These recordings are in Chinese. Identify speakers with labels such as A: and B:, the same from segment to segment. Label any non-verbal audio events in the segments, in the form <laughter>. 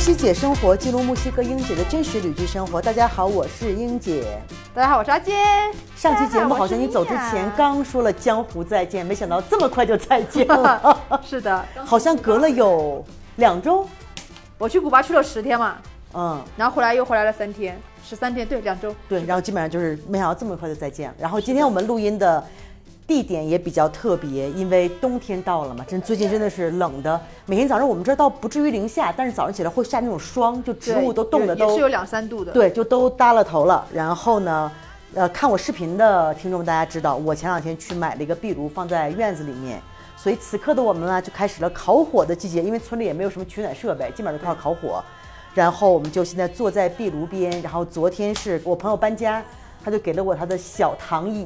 A: 西姐生活记录墨西哥英姐的真实旅居生活。大家好，我是英姐。
B: 大家好，我是阿坚。
A: 上期节目好像你走之前 <laughs> 刚说了江湖再见，没想到这么快就再见了。
B: <laughs> 是的，
A: 好像隔了有两周。
B: 我去古巴去了十天嘛，
A: 嗯，
B: 然后回来又回来了三天，十三天，对，两周。
A: 对，然后基本上就是没想到这么快就再见了。然后今天我们录音的地点也比较特别，因为冬天到了嘛，真最近真的是冷的，每天早上我们这儿倒不至于零下，但是早上起来会下那种霜，就植物都冻得
B: 也
A: 都
B: 是有两三度的。
A: 对，就都耷了头了。然后呢，呃，看我视频的听众们大家知道，我前两天去买了一个壁炉放在院子里面，所以此刻的我们呢就开始了烤火的季节，因为村里也没有什么取暖设备，基本上都靠烤火。然后我们就现在坐在壁炉边，然后昨天是我朋友搬家，他就给了我他的小躺椅，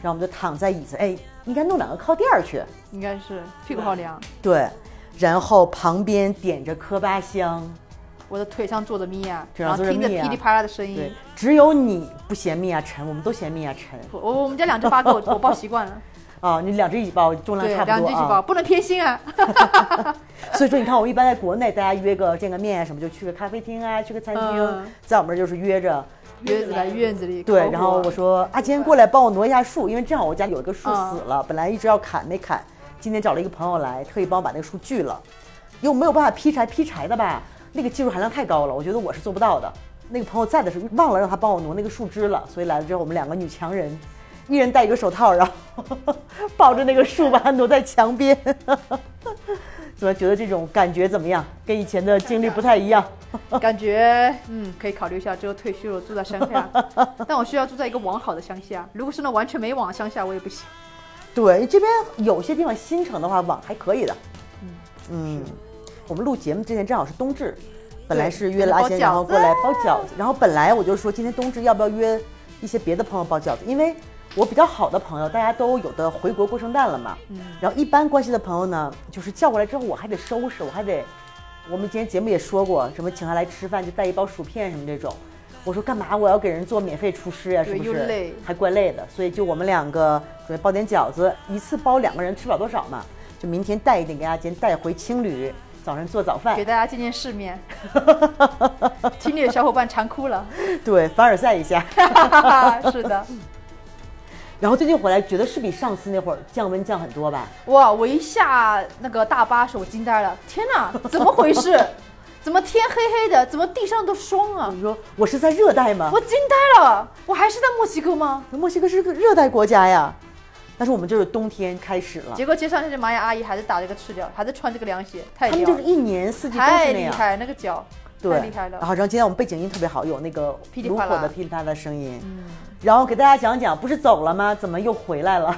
A: 然后我们就躺在椅子，哎，应该弄两个靠垫儿去。
B: 应该是屁股好凉，
A: 对，然后旁边点着磕巴香，
B: 我的腿上坐着米娅，
A: 腿
B: 然
A: 上
B: 后
A: 坐着
B: 听着
A: 蜜呀
B: 噼里啪啦的声
A: 对
B: 音。，
A: 只有你不嫌蜜啊沉，我们都嫌蜜啊沉。
B: 我我我们家两只八哥，我我抱习惯
A: <laughs>
B: 了，
A: 啊，你两只尾巴重量
B: 对，
A: 差不
B: 两
A: 多
B: 只一起抱，
A: 啊。
B: 不能偏
A: <laughs>
B: 心啊。
A: 所以说，你看我一般在国内，大家约个见个面啊什么，就去个咖啡厅啊，去个餐厅，
B: 嗯
A: 在我们这儿就是约着。
B: 院子来院子里，
A: 对
B: 烤，火
A: 然后我说啊，今天过来帮我挪一下树，因为正好我家有一个树
B: 嗯
A: 死了，本来一直要砍没砍，今天找了一个朋友来，特意帮我把那个树锯了，因为我没有办法劈柴，劈柴的吧，那个技术含量太高了，我觉得我是做不到的。那个朋友在的时候忘了让他帮我挪那个树枝了，所以来了之后我们两个女强人，一人戴一个手套，然后 <laughs> 抱着那个树把它挪在墙边。 <laughs> 怎么觉得这种感觉怎么样？跟以前的经历不太一样。
B: 感觉嗯可以考虑一下，之后退休了住在乡
A: <laughs>
B: 下，但我需要住在一个网好的乡下，如果是那完全没网的乡下我也不行。
A: 对，这边有些地方新城的话，网还可以的。嗯我们录节目之前正好是冬至，本来是约了阿
B: 包
A: 贤，
B: 饺
A: 然后过来
B: 子
A: 包饺子。然后本来我就说今天冬至要不要约一些别的朋友包饺子，因为我比较好的朋友，大家都有的回国过圣诞了嘛。
B: 嗯
A: 然后一般关系的朋友呢，就是叫过来之后我还得收拾，我还得，我们今天节目也说过，什么请他来吃饭就带一包薯片什么这种。我说干嘛？我要给人做免费厨师呀、是
B: 对
A: 不是？
B: 又累
A: 还怪累的，所以就我们两个准备包点饺子，一次包两个人吃不了多少嘛，就明天带一点给大家，今天带回青旅，早上做早饭
B: 给。大家见见世面。 <laughs> 听力的小伙伴馋哭了， <laughs>
A: 对，凡尔赛一下。
B: 是的，
A: 然后最近回来，觉得是比上次那会儿降温降很多吧？
B: 哇！我一下那个大巴时，我惊呆了，天哪，怎么
A: <laughs>
B: 回事？怎么天黑黑的？怎么地上都霜啊？
A: 你说我是在热带吗？
B: 我惊呆了，我还是在墨西哥吗？
A: 墨西哥是个热带国家呀，但是我们就是冬天开始了。
B: 结果街上那些玛雅阿姨还在打这个赤脚，还在穿这个凉鞋，太
A: 他们
B: 屌
A: 就是
B: 了，
A: 一年四季都
B: 太
A: 是那
B: 厉
A: 样，
B: 害，那个脚
A: 对，
B: 太厉害
A: 然
B: 了。
A: 后，然后今天我们背景音特别好，有那个
B: 噼里
A: 炉
B: 啪
A: 火
B: 啦嗯
A: 的噼里啪啦的声音。然后给大家讲讲，不是走了吗？怎么又回来了？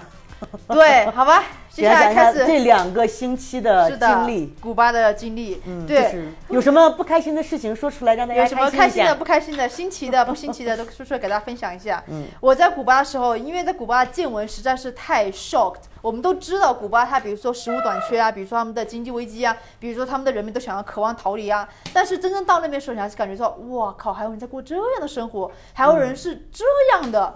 B: 对，
A: <laughs>
B: 好吧，接
A: 给
B: 下
A: 大家
B: 来开
A: 讲一下
B: 始
A: 这两个星期的
B: 是的
A: 经历。
B: 古巴的经历，
A: 嗯
B: 对。
A: 就是有什么不开心的事情说出来，让大家
B: 有什么
A: 开心
B: 开
A: 一
B: 心的、
A: 下。
B: 不开心的、新奇的、不 <laughs> 新奇的，都说出来给大家分享一下。
A: 嗯
B: 我在古巴的时候，因为在古巴的见闻实在是太 shocked。我们都知道古巴，它比如说食物短缺啊，比如说他们的经济危机啊，比如说他们的人民都想要渴望逃离啊。但是真正到那边的时候，你还是感觉到，哇靠，还有人在过这样的生活，还有人是这样的。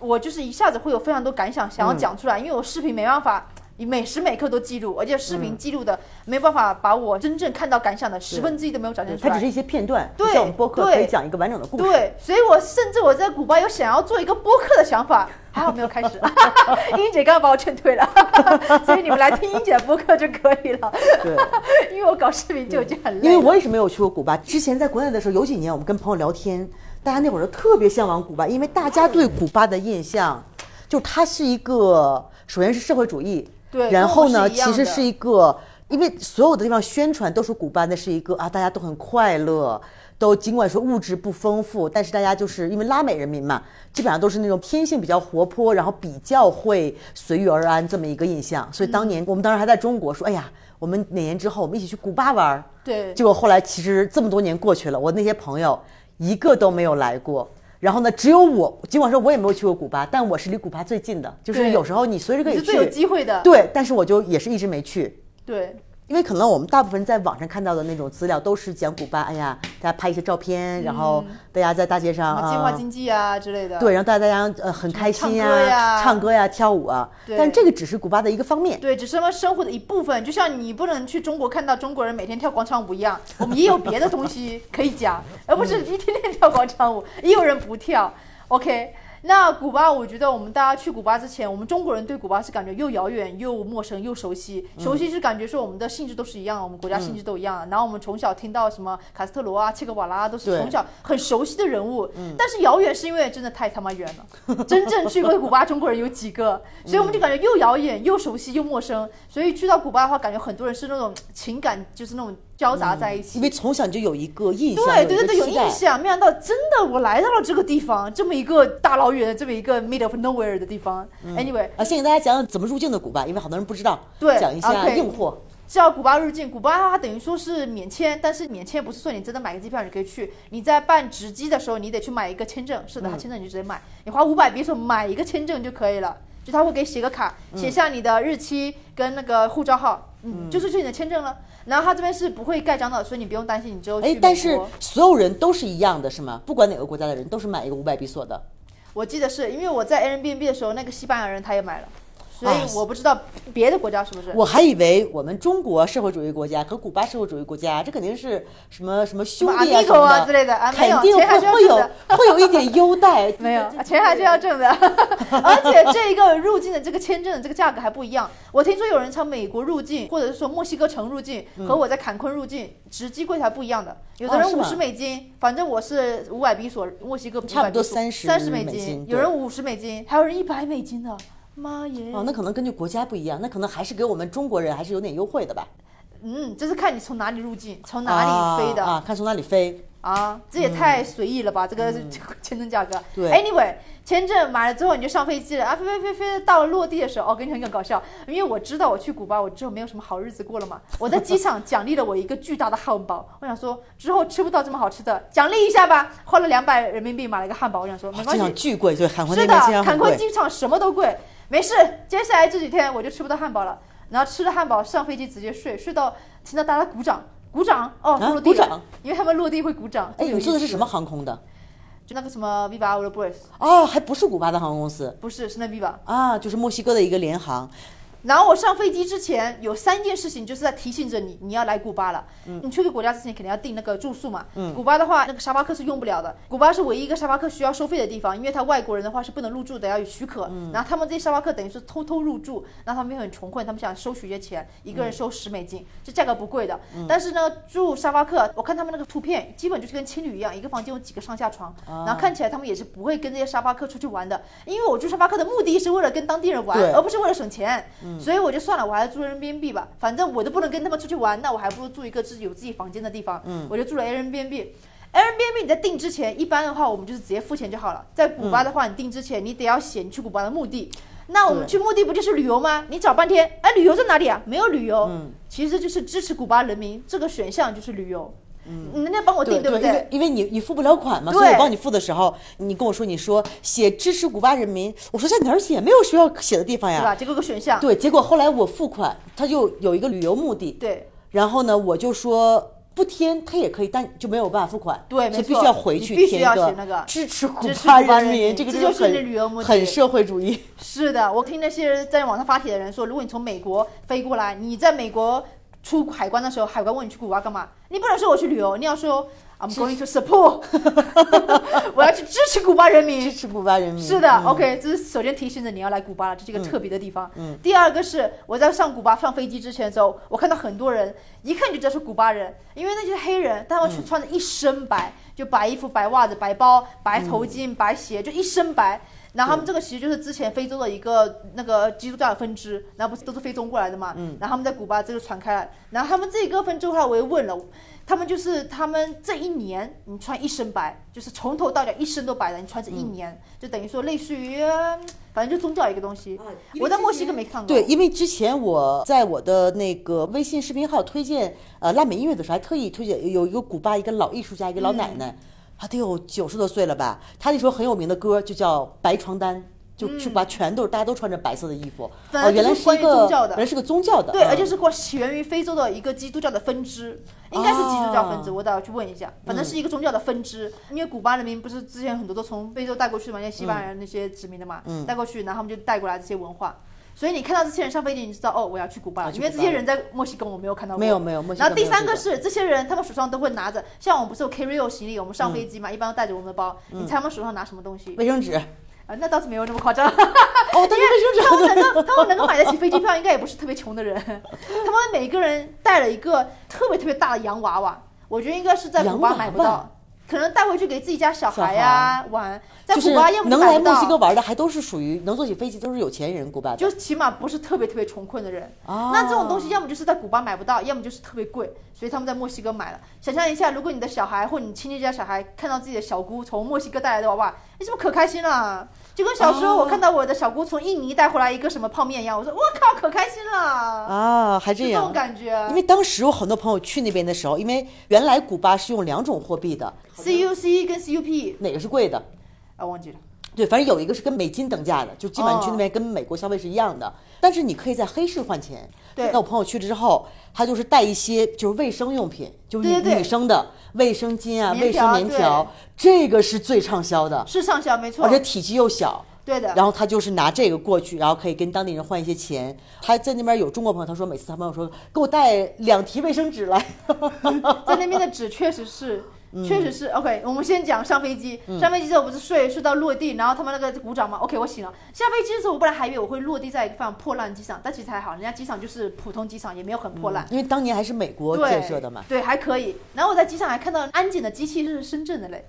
B: 我就是一下子会有非常多感想，想要讲
A: 嗯
B: 出来，因为我视频没办法。每时每刻都记录，而且视
A: 嗯
B: 频记录的、没办法把我真正看到感想的十分之一都没有展现出
A: 它
B: 来。
A: 只是一些片段，不
B: 对
A: 像我们播客
B: 对
A: 可以讲一个完整的故事。
B: 对，所以我甚至我在古巴有想要做一个播客的
A: <laughs>
B: 想法，还好没有开始。 <laughs> 英姐刚刚把我劝退了， <laughs> 所以你们来听英姐的播客就可以了， <laughs>
A: 对，
B: 因为我搞视频就已经很累
A: 因
B: 了。
A: 为我也是没有去过古巴。之前在国内的时候，有几年我们跟朋友聊天，大家那会儿都特别向往古巴，因为大家对古巴的印象，就它是一个首先是社会主义，
B: 对
A: 然后呢，
B: 跟我是一样
A: 其
B: 的
A: 实是一个，因为所有的地方宣传都说古巴那是一个啊，大家都很快乐。都尽管说物质不丰富，但是大家就是因为拉美人民嘛，基本上都是那种天性比较活泼，然后比较会随遇而安这么一个印象。所以
B: 嗯
A: 当年、我们当时还在中国说，哎呀，我们哪年之后我们一起去古巴玩儿？
B: 对
A: 结果后来其实这么多年过去了，我那些朋友一个都没有来过。然后呢，只有我，尽管说我也没有去过古巴，但我是离古巴最近的，就是
B: 对
A: 有时候你随时可
B: 你
A: 以
B: 是最有
A: 去。
B: 机会的。
A: 对，但是我就也是一直没去。
B: 对
A: 因为可能我们大部分人在网上看到的那种资料都是讲古巴，哎呀，大家拍一些照片，然后大家在大街上
B: 什嗯么计划
A: 啊，
B: 经济啊之类的。
A: 对，然后大家呃很开心
B: 唱歌呀
A: 唱歌呀、跳舞啊。
B: 对
A: 但这个只是古巴的一个方面。
B: 对，只是他们生活的一部分，就像你不能去中国看到中国人每天跳广场舞一样，我们也有别的东西可以讲，而不
A: 嗯
B: 是一天天跳广场舞，也有人不跳。OK，那古巴，我觉得我们大家去古巴之前，我们中国人对古巴是感觉又遥远又陌生又熟悉，
A: 嗯
B: 熟悉是感觉说我们的性质都是一样，我们国家性质都一样，然后我们从小听到什么卡斯特罗啊、切格瓦拉啊都是
A: 对
B: 从小很熟悉的人物，
A: 嗯
B: 但是遥远是因为真的太他妈远了。 <laughs> 真正去过古巴中国人有几个？
A: 嗯
B: 所以我们就感觉又遥远又熟悉又陌生。所以去到古巴的话，感觉很多人是那种情感就是那种交杂在一起。
A: 因为从小你就有嗯一个印象，
B: 对
A: 有一
B: 对
A: 个
B: 对对，有
A: 期
B: 印
A: 待。
B: 象。没想到真的我来到了这个地方，这么一个大老远的这么一个 mid of nowhere 的地方。Anyway，
A: 啊，先给大家讲讲怎么入境的古巴，因为好多人不知道，
B: 对
A: 讲一下
B: OK
A: 硬货。
B: 叫古巴入境，古巴它等于说是免签，但是免签不是说你真的买个机票你可以去，你在办直机的时候，你得去买一个签证，
A: 嗯
B: 是的，它签证你就直接买，你花五百比索买一个签证就可以了，就他会给写个卡，写下你的日期跟那个护照号，嗯，就是去你的签证了。然后他这边是不会盖章的，所以你不用担心，你之后去
A: 哎
B: 美，
A: 但是
B: 国
A: 所有人都是一样的，是吗？不管哪个国家的人都是买一个五百比索的。
B: 我记得是因为我在 Airbnb 的时候，那个西班牙人他也买了，所以
A: 啊
B: 我不知道别的国家是不是。
A: 我还以为我们中国社会主义国家和古巴社会主义国家，这肯定是什么什么兄弟啊
B: 什么 amigo 啊之类的啊
A: 肯
B: 没有
A: 定
B: 钱还
A: 会
B: 是要
A: 会
B: 挣
A: 有
B: 的
A: 会有一点优待。
B: <laughs>
A: <laughs>
B: 没有，啊钱还是要挣的。 <laughs> 而且这一个入境的这个签证的这个价格还不一样。我听说有人从美国入境，或者是说墨西哥城入境，和我在坎昆入境，直机柜台不一样的。有
A: 嗯
B: 的
A: 哦是
B: 人五
A: 吗
B: 十美金，反正我是五百比索，墨西哥
A: 差不多30
B: 三十
A: 美
B: 金
A: 金，
B: 有人五十美金，还有人一百美金的。妈耶！
A: 哦，那可能根据国家不一样，那可能还是给我们中国人还是有点优惠的吧？
B: 嗯，这是看你从哪里入境，从哪里飞的
A: 啊？啊看从哪里飞。
B: 啊，这也太随意了吧！这个这个 <laughs> 签证价格。
A: 对
B: ，anyway，签证买了之后你就上飞机了啊，飞飞飞飞到落地的时候，哦，跟你讲更搞笑，因为我知道我去古巴，我之后没有什么好日子过了嘛。我在机场奖励了我一个巨大的汉堡，我想说之后吃不到这么好吃的，奖励一下吧。花了两百人民币买了一个汉堡，我想说没
A: 哇
B: 关
A: 机
B: 系
A: 场，巨贵，对，韩国那
B: 是
A: 边
B: 的
A: 机，场
B: 坎
A: 很
B: 昆
A: 贵。
B: 机场什么都贵，没事。接下来这几天我就吃不到汉堡了，然后吃了汉堡上飞机直接睡，睡到听到大家鼓掌，鼓掌哦，
A: 啊
B: 落地
A: 鼓掌
B: 了，因为他们落地会鼓掌。
A: 哎，
B: 这个
A: 你坐的
B: 意
A: 是
B: 思
A: 什么？航空的？
B: 就那个什么 Viva o l b r i s
A: 哦，还不是古巴的航空公司
B: 不是，是那 Viva。
A: 啊，就是墨西哥的一个联航。
B: 然后我上飞机之前有三件事情就是在提醒着你，你要来古巴了。你去个国家之前肯定要订那个住宿嘛。古巴的话，那个沙巴克是用不了的。古巴是唯一一个沙巴克需要收费的地方，因为他外国人的话是不能入住的，要有许可。然后他们这些沙巴克等于是偷偷入住，然后他们又很穷困，他们想收取一些钱，一个人收十美金，这价格不贵的。但是呢，住沙巴克，我看他们那个图片，基本就是跟青旅一样，一个房间有几个上下床，然后看起来他们也是不会跟这些沙巴克出去玩的，因为我住沙巴克的目的是为了跟当地人玩
A: 对，
B: 而不是为了省钱，
A: 嗯
B: 所以我就算了，我还是住 Airbnb 吧，反正我都不能跟他们出去玩，那我还不如住一个自己有自己房间的地方，
A: 嗯
B: 我就住了 Airbnb。Airbnb 你在订之前，一般的话我们就是直接付钱就好了。在古巴的
A: 嗯
B: 话，你订之前你得要写你去古巴的目的。那我们去目的不就是旅游吗？你找半天，哎，旅游在哪里啊？没有旅游，
A: 嗯
B: 其实就是支持古巴人民这个选项就是旅游。嗯，人家帮我订，不
A: 对，因
B: 对
A: 为？因为你你付不了款嘛，
B: 对
A: 所以我帮你付的时候，你跟我说你说写支持古巴人民，我说在哪儿写？没有需要写的地方
B: 对
A: 呀。
B: 吧？这个个选项，
A: 对，结果后来我付款，他就有一个旅游目的，
B: 对
A: 然后呢，我就说不填他也可以，但就没有办法付款，
B: 对
A: 所以
B: 没
A: 必
B: 错
A: 须要回
B: 你
A: 去
B: 必须
A: 填
B: 要
A: 一
B: 写那个
A: 支持古
B: 支持
A: 巴
B: 古巴
A: 人
B: 人
A: 民，
B: 民
A: 个
B: 这
A: 就
B: 就是旅游目
A: 很
B: 的
A: 很社会主义。
B: 是的，我听那些人在网上发帖的人说，如果你从美国飞过来，你在美国出海关的时候，海关问你去古巴干嘛，你不能说我去旅游，你要说 I'm going to support，我要去支持古巴人民
A: 支。持嗯古巴人民
B: 是的、o k 这是首先提醒着你要来古巴了，这是一个特别的地方。嗯，第二个是我在上古巴上飞机之前的时候，我看到很多人一看就知道是古巴人，因为那些黑人，但他们全穿的一身白，就白衣服、白袜子、白包、白头巾、白鞋，就一身白。然后他们这个其实就是之前非洲的一个那个基督教的分支，然后不是都是非中过来的嘛，嗯，然后他们在古巴这就传开来，然后他们这个分支后来我也问了，他们就是他们这一年你穿一身白，就是从头到脚一身都白的，你穿这一年、就等于说类似于嗯反正就宗教一个东西。我在墨西哥没看过，
A: 对，因为之前我在我的那个微信视频号推荐呃拉美音乐的时候，还特意推荐有一个古巴一个老艺术家，一
B: 嗯
A: 个老奶奶，她得有九十多岁了吧？她那首很有名的歌就叫《白床单》，就去把全都是大家都穿着白色的衣服。
B: 嗯本
A: 哦，
B: 来
A: 原来
B: 就
A: 是
B: 是
A: 一
B: 关于
A: 个
B: 宗教的
A: 原来是个宗教的，
B: 对，
A: 嗯
B: 而且是过起源于非洲的一个基督教的分支，应该是基督教分支，
A: 哦
B: 我倒要去问一下。反正是一个宗教的分支，因为古巴人民不是之前很多都从非洲带过去嘛，那些西班牙人那些殖民的嘛，
A: 嗯
B: 带过去，然后他们就带过来这些文化。所以你看到这些人上飞机，你就知道哦，我要去古巴了，
A: 要去
B: 因
A: 古
B: 为
A: 巴
B: 这些人在墨西哥我没有看到过。
A: 没有没有墨西哥
B: 然后第
A: 没有
B: 三个
A: 这个
B: 是这些人，他们手上都会拿着，像我们不是有 carry 行李，我们上飞
A: 嗯
B: 机嘛，一般都带着我们的包。你猜他们手上拿什么东西？
A: 卫生
B: <laughs>
A: 纸。
B: 啊，那倒是没有那么夸张。
A: 哦，但是卫
B: 他
A: 生纸
B: 们能够他们能够买得起飞机票，应该也不是特别穷的人。他们每个人带了一个特别特别大的洋娃娃，我觉得应该是在古
A: 洋
B: 巴
A: 娃
B: 买不
A: 娃
B: 到，可能带回去给自己家小
A: 小
B: 孩呀、玩。 <laughs> 在
A: 就是
B: 古巴要么
A: 能
B: 买
A: 来
B: 不
A: 墨西哥
B: 到，
A: 玩的，还都是属于能坐起飞机都是有钱人，古巴的。
B: 就起码不是特别特别穷困的人。
A: 哦
B: 那这种东西要么就是在古巴买不到，要么就是特别贵，所以他们在墨西哥买了。想象一下，如果你的小孩或你亲戚家小孩看到自己的小姑从墨西哥带来的娃娃，你是不是可开心了？就跟小时
A: 哦
B: 候我看到我的小姑从印尼带回来一个什么泡面一样，我说我靠，可开心了。
A: 啊，还
B: 是
A: 这
B: 这种
A: 样。嗯
B: 感觉
A: 因。为当时我很多朋友去那边的时候，因为原来古巴是用两种货币的，
B: CUC E 跟 CUP
A: 哪个是贵的？
B: 啊，忘记了。
A: 对，反正有一个是跟美金等价的，就基本上你去那
B: 哦
A: 边跟美国消费是一样的，但是你可以在黑市换钱。
B: 对
A: 那我朋友去了之后，他就是带一些就是卫生用品，就是女
B: 对对对
A: 女生的卫生巾啊、
B: 棉
A: 卫生
B: 条
A: 棉
B: 对
A: 条，这个是最畅销的，
B: 是上校没错
A: 而，且体积又小。
B: 对的。
A: 然后他就是拿这个过去，然后可以跟当地人换一些钱。他在那边有中国朋友，他说每次他朋友说给我带两提卫生纸来，
B: 在那边的纸确实是，
A: 嗯
B: 确实是 OK。我们先讲上飞机，上飞机之后不是睡睡到落地，然后他们那个鼓掌嘛，OK，我醒了。下飞机的时候，我本来还以为我会落地在一个非常破烂机场，但其实还好，人家机场就是普通机场，也没有很破烂。
A: <laughs> 因为当年还是美国
B: 对，
A: 嗯建设的嘛，
B: 对，还可以。然后我在机场还看到安检的机器是深圳的嘞，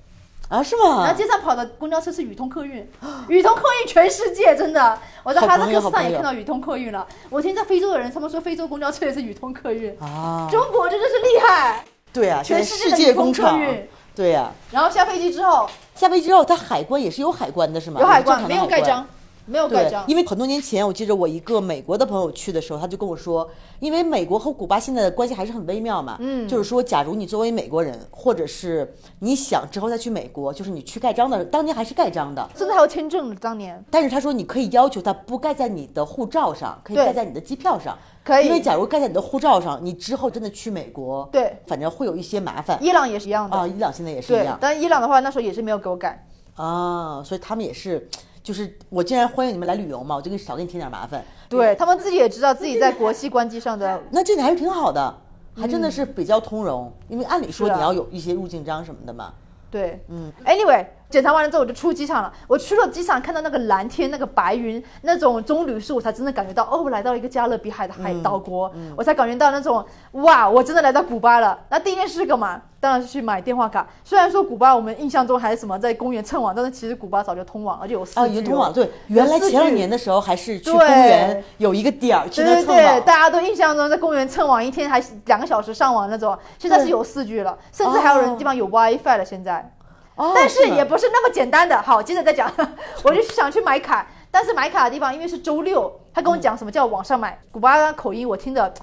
A: 啊是
B: 然后
A: 吗？
B: 街上跑的公交车是宇通客运，宇通客运全世界真的，我在哈
A: 好
B: 萨克斯
A: 朋友好
B: 坦
A: 朋
B: 也
A: 友
B: 看到宇通客运了。我听在非洲的人，他们说非洲公交车也是宇通客运，
A: 啊，
B: 中国真的是厉害，
A: 对啊，现在
B: 全
A: 世
B: 世界的
A: 界
B: 宇通
A: 工
B: 客
A: 厂，
B: 运。
A: 对呀、
B: 然后下飞机之后
A: 下飞机之后，它海关也是有海关的，是吗？
B: 有海
A: 正
B: 关，
A: 常
B: 没
A: 的
B: 有盖章，没有盖
A: 对
B: 章，。
A: 因为很多年前，我记得我一个美国的朋友去的时候，他就跟我说，因为美国和古巴现在的关系还是很微妙嘛，嗯，就是说，假如你作为美国人，或者是你想之后再去美国，就是你去盖章的，当年还是盖章的，
B: 甚至还有签证呢，当年
A: 但是他说你可以要求它不盖在你的护照上，可以
B: 对
A: 盖在你的机票上，
B: 可以
A: 因为假如盖在你的护照上，你之后真的去美国，
B: 对，
A: 反正会有一些麻烦
B: 哦伊朗也是一样的，
A: 啊。伊朗现在也是一
B: 对
A: 样。
B: 但伊朗的话那时候也是没有给我改。
A: 啊，所以他们也是，就是我既然欢迎你们来旅游嘛，我就给少给你添点麻烦。
B: 对他们自己也知道自己在国际关机上 <laughs> 的，
A: 那这点还是挺好的，还真的是比较通融，因为按理说
B: 嗯是啊
A: 你要有一些入境章什么的嘛。
B: 对，嗯。Anyway，检查完了之后我就出机场了。我去了机场，看到那个蓝天、那个白云、那种棕榈树，我才真的感觉到，哦，我来到一个加勒比海的海岛国，我才感觉到那种，哇，我真的来到古巴了。那第一件事干嘛？当然是去买电话卡。虽然说古巴我们印象中还是什么在公园蹭网，但是其实古巴早就通网，而且有四 G
A: 啊，云通
B: 哦
A: 网对，原来
B: 四
A: 前两
B: 句
A: 年的时候还是去
B: 对
A: 公园有一个点儿去
B: 对
A: 那
B: 对
A: 蹭
B: 对，
A: 网。
B: 大家都印象中在公园蹭网一天还两个小时上网那种，现在是
A: 对
B: 有四 G 了，甚至还有人地方有 WiFi 了。现在，
A: 哦
B: 但是
A: 吗
B: 也不是那么简单的。好，接着再讲， <laughs> 我就想去买卡，但是买卡的地方因为是周六，他跟我讲什么叫网上买，古巴口音我听的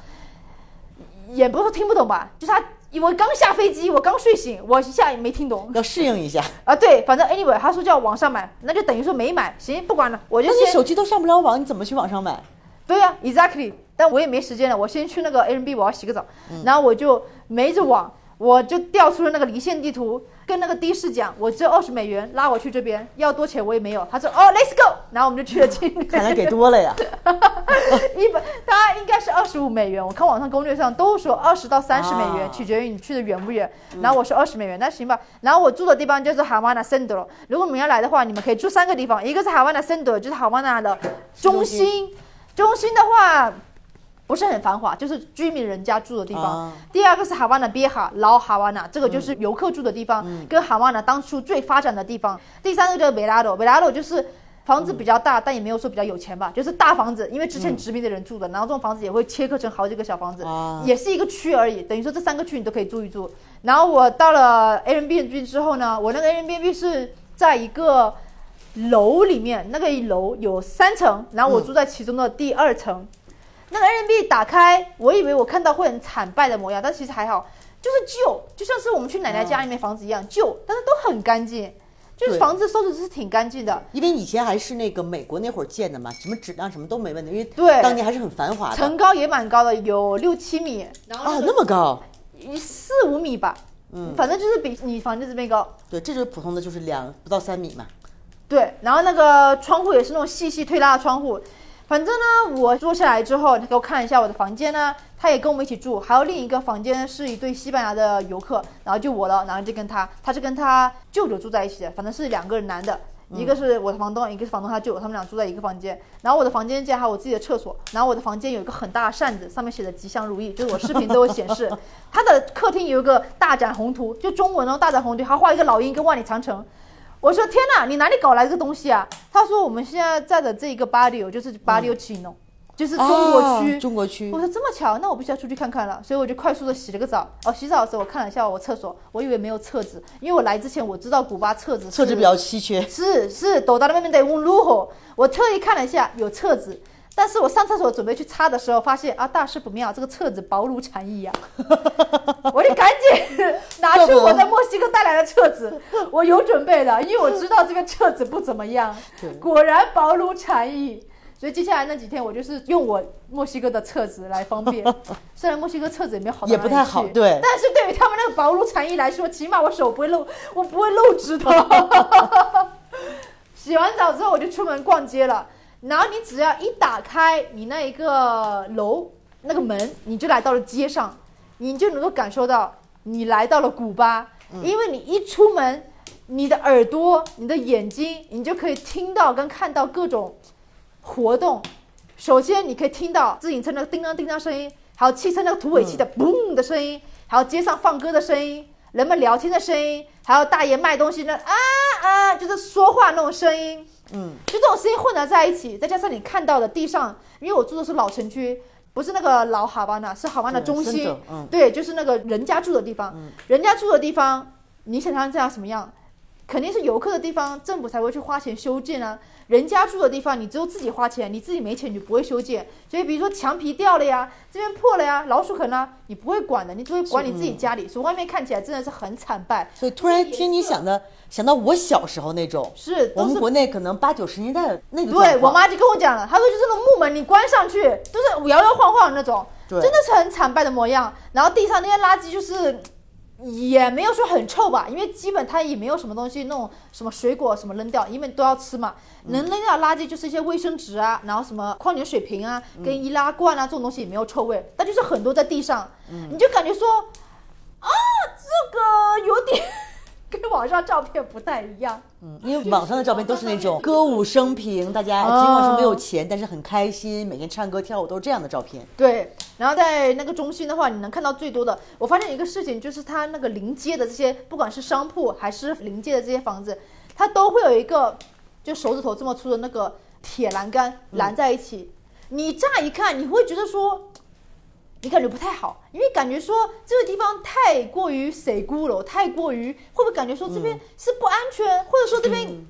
B: 也不是说听不懂吧，就是他。我刚下飞机，我刚睡醒，我一下也没听懂
A: 要适应一下。
B: 啊。对，反正 anyway，他说叫网上买，那就等于说没买。行，不管了，我就
A: 那你
B: 先
A: 手机都上不了网，你怎么去网上买？
B: 对呀、e x a c t l y 但我也没时间了，我先去那个 Airbnb，我要洗个澡，然后我就没着网，我就调出了那个离线地图，跟那个的士讲，我只有二十美元，拉我去这边，要多钱我也没有。他说哦，Let's go，然后我们就去了青旅，
A: 看来
B: <laughs>
A: 给多了呀。
B: 一本大家应该是二十五美元，我看网上攻略上都说二十到三十美元，
A: 啊
B: 取决于你去的远不远。然后我说二十美元，那行吧。然后我住的地方叫做 Havana Centro，如果你们要来的话，你们可以住三个地方，一个是 Havana Centro，就是 Havana 的中心，中心的话。不是很繁华，就是居民人家住的地方。
A: 啊嗯
B: 第二个是哈瓦那别哈，老哈瓦那，这个就是游客住的地方，跟哈瓦那当初最发展的地方。第三个叫维拉罗，维拉罗就是房子比较
A: 嗯
B: 大，但也没有说比较有钱吧，就是大房子，因为之前殖民的人住的，然后这种房子也会切割成好几个小房子，
A: 嗯啊
B: 也是一个区而已，等于说这三个区你都可以住一住。然后我到了 Airbnb 之后呢，我那个 Airbnb 是在一个。楼里面那个楼有三层，然后我
A: 嗯
B: 住在其中的第二层，那个 Airbnb 打开，我以为我看到会很惨败的模样，但其实还好，就是旧，就像是我们去奶奶家里面房子一样旧，但是都很干净。就是
A: 对
B: 房子收拾的是挺干净的，
A: 因为以前还是那个美国那会儿建的嘛，什么质量什么都没问题，因为
B: 对
A: 当年还是很繁华的
B: 层高也蛮高的，有六七米，然后
A: 啊，
B: 那
A: 那
B: 个
A: 么高，
B: 一四五米吧，嗯，反正就是比你房间这边高。
A: 对，这就是普通的，就是两不到三米嘛。
B: 对，然后那个窗户也是那种细细推拉的窗户。反正呢，我坐下来之后，他给我看了一下我的房间呢，他也跟我们一起住，还有另一个房间是一对西班牙的游客，然后就我了，然后就跟他，他是跟他舅舅住在一起的，反正是两个人男的，一个是我的房东，一个是房东他舅，他们俩住在一个房间。然后我的房间间还有我自己的厕所，然后我的房间有一个很大的扇子，上面写的吉祥如意，就是我视频都有显示。他的客厅有一个大展宏图，就中文哦，大展宏图，还画一个老鹰跟万里长城。我说天哪，你哪里搞来这个东西啊？他说我们现在在的这一个巴黎，哦就是巴黎奇农，
A: 嗯
B: 就是中国区。
A: 啊中国区
B: 我说这么巧，那我必须要出去看看了，所以我就快速的洗了个澡。哦，洗澡的时候我看了一下我厕所，我以为没有厕纸，因为我来之前我知道古巴厕纸
A: 厕纸
B: 是
A: 比较稀缺，
B: 是是，抖到那边得问路吼。我特意看了一下，有厕纸。但是我上厕所准备去擦的时候，发现啊，大事不妙，这个厕纸薄如蝉翼呀、啊 <laughs> 我得赶紧拿出我在墨西哥带来的厕纸，我有准备的，因为我知道这个厕纸不怎么样
A: 对。
B: 果然薄如蝉翼，所以接下来那几天我就是用我墨西哥的厕纸来方便。虽然墨西哥厕纸也没有好到
A: 也不
B: 哪里
A: 太好
B: 去
A: 对
B: 但是对于他们那个薄如蝉翼来说，起码我手不会露，我不会露指头。 <laughs> 洗完澡之后我就出门逛街了，然后你只要一打开你那一个楼那个门，你就来到了街上，你就能够感受到你来到了古巴，
A: 嗯
B: 因为你一出门，你的耳朵、你的眼睛，你就可以听到跟看到各种活动。首先，你可以听到自行车那个叮当叮当声音，还有汽车那个土尾气的嘣的声音，还有街上放歌的声音，人们聊天的声音，还有大爷卖东西那啊啊，就是说话那种声音。
A: 嗯，
B: 就这种声音混杂在一起，再加上你看到的地上，因为我住的是老城区，不是那个老哈巴那，是哈巴那
A: 对
B: 中
A: 深
B: 心
A: 圳，嗯
B: 对，就是那个人家住的地方。人家住的地方，你想象这样什么样？肯定是游客的地方，政府才会去花钱修建啊。人家住的地方，你只有自己花钱，你自己没钱你就不会修建。所以，比如说墙皮掉了呀，这边破了呀，老鼠啃了，你不会管的，你只会管你自己
A: 嗯
B: 家里。所以外面看起来真的是很惨败，
A: 所以突然听你想的，想到我小时候那种，
B: 是
A: 我
B: 都
A: 们
B: 是
A: 国内可能八九十年代那个
B: 对
A: 状
B: 我
A: 况，
B: 妈就跟我讲了，她说就是那种木门，你关上去就是摇摇晃晃的那种，
A: 对
B: 真的是很惨败的模样。然后地上那些垃圾就是。也没有说很臭吧，因为基本它也没有什么东西，那种什么水果什么扔掉，因为都要吃嘛。
A: 嗯
B: 能扔掉的垃圾就是一些卫生纸啊，然后什么矿泉水瓶啊、
A: 嗯
B: 跟易拉罐啊这种东西也没有臭味，但就是很多在地上，
A: 嗯
B: 你就感觉说啊，这个有点 <laughs> 跟网上照片不太一样。
A: 嗯因为网上的照片都是那种歌舞升平，大家尽管是没有
B: 嗯
A: 钱，但是很开心，每天唱歌跳舞都是这样的照片。
B: 对，然后在那个中心的话，你能看到最多的。我发现一个事情，就是它那个临街的这些，不管是商铺还是临街的这些房子，它都会有一个就手指头这么粗的那个铁栏杆拦在一起。你乍一看，你会觉得说，你感觉不太好，因为感觉说这个地方太过于水孤楼，太过于会不会感觉说这边是不安全，或者说这边，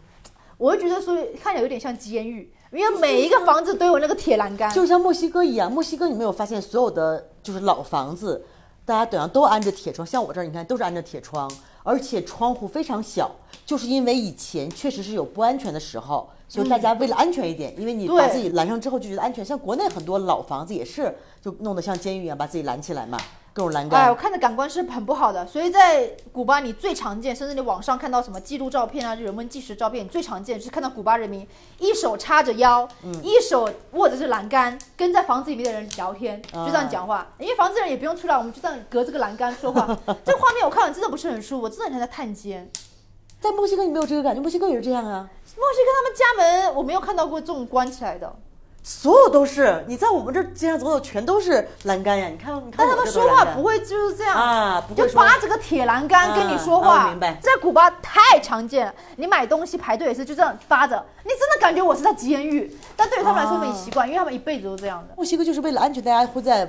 B: 我会觉得说看起来有点像监狱，因为每一个房子都有那个铁栏杆。
A: 就像墨西哥一样，墨西哥你没有发现所有的就是老房子，大家好像都安着铁窗，像我这儿你看都是安着铁窗，而且窗户非常小，就是因为以前确实是有不安全的时候，所以大家为了安全一点，因为你
B: 对
A: 把自己拦上之后就觉得安全。像国内很多老房子也是就弄得像监狱一样把自己拦起来嘛，各种栏
B: 哎，
A: 杆。
B: 我看的感官是很不好的，所以在古巴你最常见，甚至你网上看到什么记录照片啊、人文纪实照片，你最常见就是看到古巴人民一手叉着腰，一手握着这栏杆，跟在房子里面的人聊天，就这样讲话。因为房子人也不用出来，我们就这样隔这个栏杆说话。这个画面我看了真的不是很舒服，我真的很像在探监。
A: 在墨西哥你没有这个感觉，墨西哥也是这样啊，
B: 墨西哥他们家门我没有看到过这种关起来的，
A: 所有都是你在我们这儿街上走走全都是栏杆呀，你看你看
B: 但
A: 我
B: 他
A: 这
B: 们
A: 都是
B: 说
A: 栏
B: 话
A: 杆
B: 不会就是这样
A: 啊，不
B: 就
A: 会说
B: 扒着个铁栏杆跟你说
A: 啊
B: 话，
A: 我明白
B: 在古巴太常见了。你买东西排队也是就这样扒着，你真的感觉我是在监狱。但对于他们来说
A: 啊
B: 很习惯，因为他们一辈子都这样的。
A: 墨西哥就是为了安全，大家会在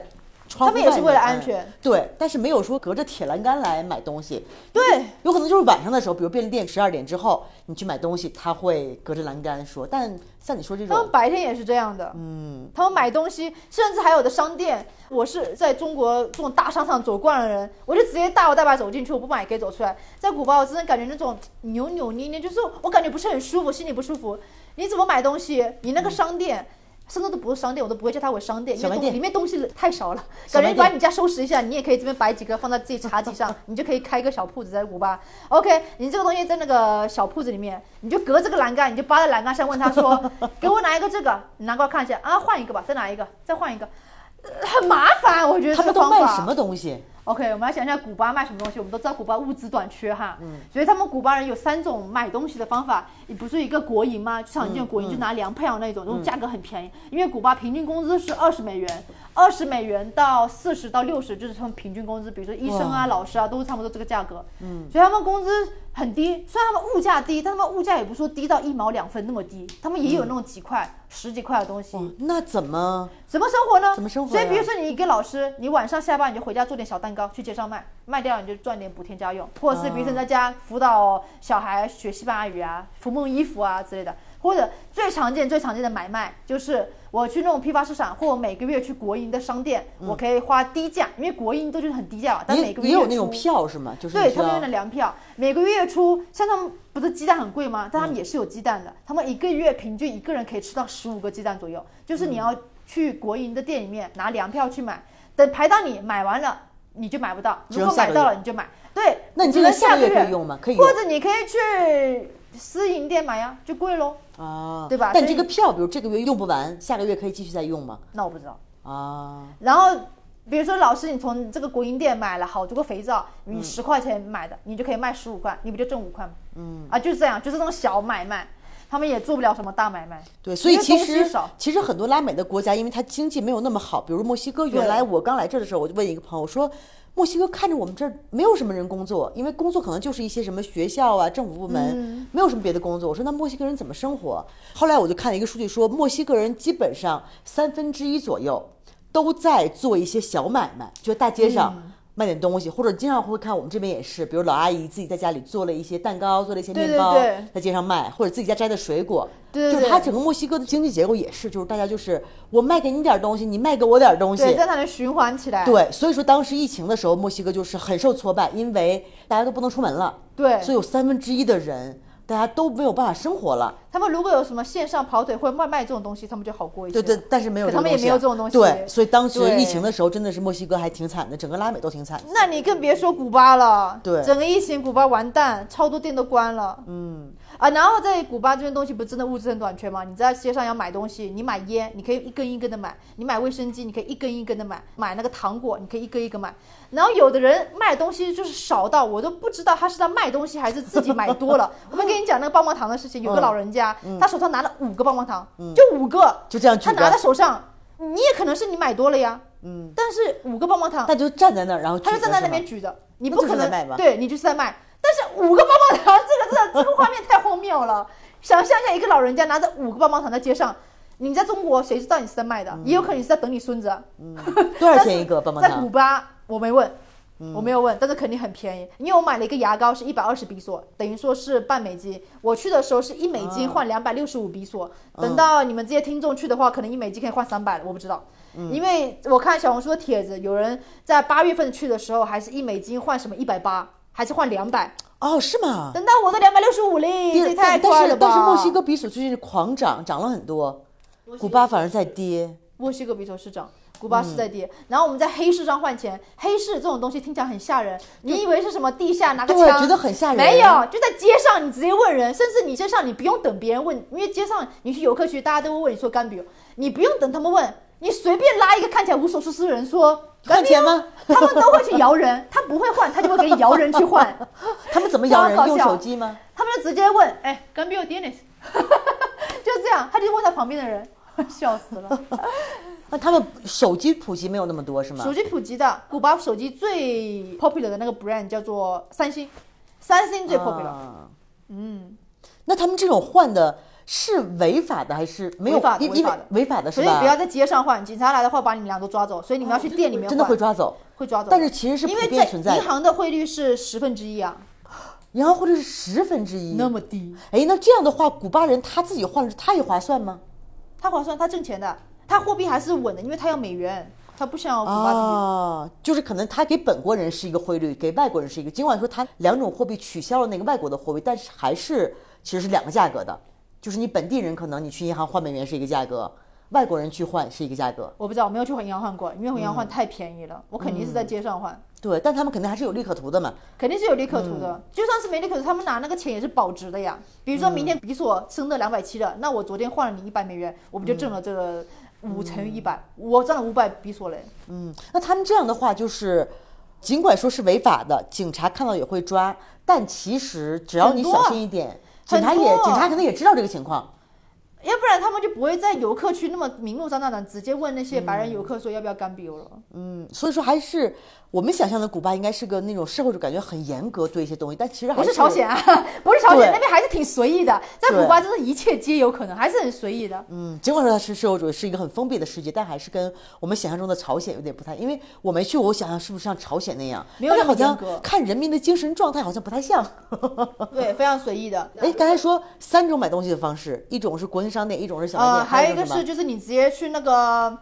A: 窗户
B: 他们也是为了
A: 外面哎
B: 安全，
A: 对，但是没有说隔着铁栏杆来买东西。
B: 对，
A: 有可能就是晚上的时候，比如便利店十二点之后，你去买东西，他会隔着栏杆说。但像你说这
B: 他们
A: 种，
B: 白天也是这样的，嗯，他们买东西，甚至还有的商店，我是在中国这种大商场走惯了人，我就直接大摇大摆走进去，我不买给走出来。在古巴，我真的感觉那种扭扭捏捏，就是我感觉不是很舒服，心里不舒服。你怎么买东西？你那个商店。甚至都不是商店，我都不会叫它为商店，因
A: 小卖
B: 为东
A: 店
B: 里面东西太少了，
A: 小
B: 感
A: 卖店
B: 觉你把你家收拾一下，你也可以这边摆几个放在自己茶几上，你就可以开一个小铺子在古巴。OK，你这个东西在那个小铺子里面，你就隔这个栏杆，你就扒在栏杆上问
A: <laughs>
B: 他说：“给我拿一个这个，你拿过来看一下啊，换一个吧，再拿一个，再换一个。呃”很麻烦，我觉得
A: 他
B: 这
A: 们
B: 个
A: 都
B: 方
A: 卖什
B: 法。
A: 么东西？
B: OK，我们来想一下古巴卖什么东西。我们都知道古巴物资短缺哈，所以他们古巴人有三种买东西的方法。你不是一个国营吗？去常见国营就拿粮票那种，那种价格很便宜。因为古巴平均工资是二十美元，二十美元到四十到六十就是他们平均工资。比如说医生啊、老师啊，都是差不多这个价格。嗯，所以他们工资很低，虽然他们物价低，但他们物价也不是说低到一毛两分那么低，他们也有那种几块、十几块的东西。
A: 哦，那怎么？
B: 怎么生活呢？
A: 怎么生活
B: 所以，比
A: 呀
B: 如说你一个老师，你晚上下班你就回家做点小蛋糕，去街上卖，卖掉你就赚点补贴家用，或者是比如说你在家辅导呃小孩学西班牙语啊，缝缝衣服啊之类的，或者最常见最常见的买卖就是我去那种批发市场，或我每个月去国营的商店，我可以花低价，因为国营都就是很低价嘛，但
A: 也
B: 每个月
A: 也嗯有那种
B: 出
A: 票是吗？就是
B: 对
A: 你
B: 他
A: 知
B: 们
A: 道
B: 用的粮票，每个月出，像他们不是鸡蛋很贵吗？但他们也是有鸡蛋
A: 嗯
B: 的，他们一个月平均一个人可以吃到十五个鸡蛋左右，就是你
A: 嗯
B: 要去国营的店里面拿粮票去买，等排到你买完了你就买不到，
A: 只
B: 如
A: 能
B: 果
A: 下
B: 买
A: 个
B: 到
A: 月
B: 了你就买，对，
A: 那你
B: 只
A: 这个
B: 能
A: 下
B: 下
A: 个月可以用吗？可以用
B: 或者你可以去私营店买呀，就贵喽。
A: 啊，
B: 对吧
A: 但
B: 所
A: 这
B: 以
A: 个票，比如这个月用不完，下个月可以继续再用吗？
B: 那我不知道。
A: 啊，
B: 然后比如说老师，你从这个国营店买了好多个肥皂，
A: 嗯
B: 你十块钱买的，你就可以卖十五块，你不就挣五块吗？嗯，啊，就是这样，就是这种小买卖，他们也做不了什么大买卖。
A: 对，所以
B: 因为
A: 其
B: 东西
A: 实
B: 少
A: 其实很多拉美的国家，因为它经济没有那么好，比如墨西哥，原来我刚来这儿的时候，我就问一个朋友说，墨西哥看着我们这儿没有什么人工作，因为工作可能就是一些什么学校啊、政府部门，
B: 嗯
A: 没有什么别的工作。我说那墨西哥人怎么生活？后来我就看了一个数据说，墨西哥人基本上三分之一左右都在做一些小买卖，就大街上。
B: 嗯
A: 卖点东西，或者经常会看我们这边也是，比如老阿姨自己在家里做了一些蛋糕，做了一些
B: 对
A: 面
B: 对
A: 包，
B: 对
A: 在街上卖，或者自己家摘的水果，
B: 对对
A: 就是
B: 对
A: 它整个墨西哥的经济结构也是，就是大家就是我卖给你点儿东西，你卖给我点儿东西
B: 对，，这样才能循环起来。
A: 对，所以说当时疫情的时候，墨西哥就是很受挫败，因为大家都不能出门了，
B: 对
A: 所以有三分之一的人大家都没有办法生活了，
B: 他们如果有什么线上跑腿或卖卖这种东西，他们就好过一些。
A: 对对，但是没有
B: 可
A: 这
B: 他
A: 个
B: 们也
A: 东西
B: 没有
A: 啊
B: 这种东西
A: 对，所以当时
B: 对
A: 疫情的时候真的是墨西哥还挺惨的，整个拉美都挺惨的。
B: 那你更别说古巴了，
A: 对
B: 整个疫情古巴完蛋，超多店都关了，嗯，啊，然后在古巴这边东西不是真的物资很短缺吗？你在街上要买东西，你买烟，你可以一根一根的买；你买卫生巾，你可以一根一根的买；买那个糖果，你可以一根一根买。然后有的人卖东西就是少到我都不知道他是在卖东西还是自己买
A: <laughs>
B: 多了。我们跟你讲那个棒棒糖的事情，有个
A: 嗯嗯
B: 老人家，他手上拿了五个棒棒糖，就五个，
A: 就这样举
B: 他拿
A: 着
B: 在手上，你也可能是你买多了呀，嗯，但是五个棒棒糖。
A: 他就站在那儿，然后
B: 他就
A: 举着
B: 站在
A: 是
B: 那
A: 吗
B: 边举着，你
A: 那
B: 不
A: 就是
B: 可能
A: 在卖吧
B: 对你就是在卖。但是五个棒棒糖，这个这个这个画面太荒谬了。想象一下，一个老人家拿着五个棒棒糖在街上，你在中国谁知道你是在卖的？
A: 嗯
B: 也有可能你是在等你孙子啊。
A: 多少
B: 但 <laughs>
A: 钱
B: 是
A: 一个棒棒
B: 在古
A: 糖？
B: 巴我没问，
A: 嗯
B: 我没有问，但是肯定很便宜，因为我买了一个牙膏是一百二十比索，等于说是半美金。我去的时候是一美
A: 嗯
B: 金换两百六十五比索，等到你们这些听众去的话，可能一美金可以换三百了，我不知道。
A: 嗯
B: 因为我看小红书的帖子，有人在八月份去的时候，还是一美金换什么一百八，还是换两百，
A: 哦，是吗？
B: 等到我都两百六十五嘞，这也太
A: 但
B: 快
A: 但
B: 了
A: 是
B: 吧！
A: 但是墨西哥比索最近是狂涨，涨了很多，古巴反而在跌。
B: 墨西哥比索市涨，古巴是
A: 嗯
B: 在跌，然后我们在黑市上换钱，黑市这种东西听起来很吓人，你以为是什么地下拿个
A: 对
B: 枪，
A: 觉得很吓人
B: 没有，就在街上你直接问人，甚至你街上你不用等别人问，因为街上你去游客区，大家都会问你说干比如，你不用等他们问，你随便拉一个看起来无所事事的人说
A: 换钱吗？
B: 他们都会去摇人，他不会换，他就会给摇人去换，
A: <laughs> 他们怎么摇人
B: 超？搞
A: 用
B: 笑
A: 手机吗？
B: 他们就直接问，哎，干比如 Dennis，就这样，他就问他旁边的人， <laughs> 笑死了。
A: 那他们手机普及没有那么多是吗
B: 手？机普及的，古巴手机最 popular 的那个 brand 叫
A: 啊
B: 做三星，三星最 popular。
A: 啊。嗯，那他们这种换的是违法的还是没有？
B: 违法的
A: 因因
B: 违
A: 为
B: 法的
A: 违法的是
B: 所
A: 吧？啊
B: 以不要在街上换，警察来的话把你们俩都抓走，所以你们要去店里面换，
A: 真的会抓走。
B: 会抓走。
A: 但是其实是普
B: 因为
A: 遍
B: 在
A: 存在的
B: 银行的汇率是十分之一啊，
A: 银行汇率是十分之一，
B: 那么低，
A: 哎，那这样的话，古巴人他自己换了，他也划算吗？
B: 他划算，他挣钱的，他货币还是稳的，因为他要美元，他不想要古巴币。
A: 啊，就是可能他给本国人是一个汇率，给外国人是一个。尽管说他两种货币取消了那个外国的货币，但是还是其实是两个价格的。就是你本地人可能你去银行换美元是一个价格，外国人去换是一个价格。
B: 我不知道，我没有去银行换过，因为银
A: 嗯
B: 行换太便宜了，我肯定是在街上换，
A: 对，但他们肯定还是有利可图的嘛。
B: 肯定是有利可图的。
A: 嗯
B: 就算是没利可图，他们拿那个钱也是保值的呀。比如说明天比索升到两百七了，那我昨天换了你一百美元，我不就挣了这个五乘以一百、我赚了五百比索嘞。
A: 嗯，那他们这样的话，就是尽管说是违法的，警察看到也会抓，但其实只要你
B: 很多
A: 小心一点，警察也
B: 很多
A: 警察可能也知道这个情况。
B: 要不然他们就不会在游客区那么明目张胆的直接问那些白人游客说要不要干 BO 了。
A: 嗯，所以说还是我们想象的古巴应该是个那种社会主义感觉很严格对一些东西，但其实还
B: 不是朝鲜啊， <laughs> 不是朝
A: 对
B: 鲜，那边还是挺随意的。在
A: 对
B: 古巴，真是一切皆有可能，还是很随意的。
A: 嗯，尽管说它是社会主义，是一个很封闭的世界，但还是跟我们想象中的朝鲜有点不太，因为我没去过，我想象是不是像朝鲜那样，
B: 没有
A: 但是
B: 那么
A: 好像
B: 严格
A: 看人民的精神状态好像不太像。
B: 对，非常随意的。
A: 哎，刚才说三种买东西的方式，一种是国营商店，一种是小卖
B: 呃，
A: 店，
B: 还有
A: 一
B: 一个
A: 种
B: 是
A: 什么
B: 就是你直接去那个，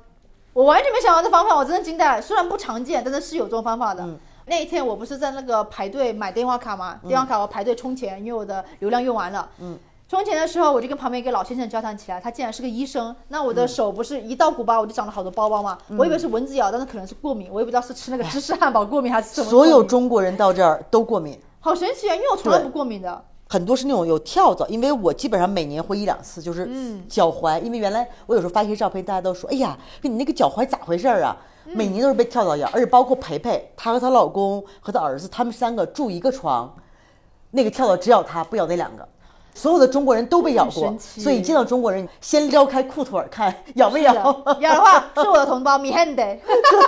B: 我完全没想到这方法，我真的惊呆了。虽然不常见，但是是有这种方法的。
A: 嗯
B: 那一天我不是在那个排队买电话卡嘛，电话卡我排队充钱，因为我的流量用完了。嗯。充钱的时候，我就跟旁边一个老先生交谈起来，他竟然是个医生。那我
A: 嗯
B: 的手不是一到古巴我就长了好多包包嘛，我以为是蚊子咬，但是可能是过敏，我也不知道是吃那个芝士汉堡过敏还是什么过
A: 所
B: 敏。
A: 有中国人到这儿都过敏。
B: 好神奇啊，因为我从来不过敏的。
A: 很多是那种有跳蚤，因为我基本上每年会一两次，就是
B: 嗯
A: 脚踝，因为原来我有时候发一些照片，大家都说，哎呀，你那个脚踝咋回事儿啊？
B: 嗯
A: 每年都是被跳蚤咬，而且包括培培，她和她老公和她儿子，他们三个住一个床，那个跳蚤只咬她，不咬那两个。所有的中国人都被咬
B: 很
A: 过
B: 神，奇
A: 所以见到中国人，先撩开裤腿儿看
B: <laughs>
A: 咬没
B: 是
A: 咬。 <laughs>
B: 的要的话是我的同胞米汉德。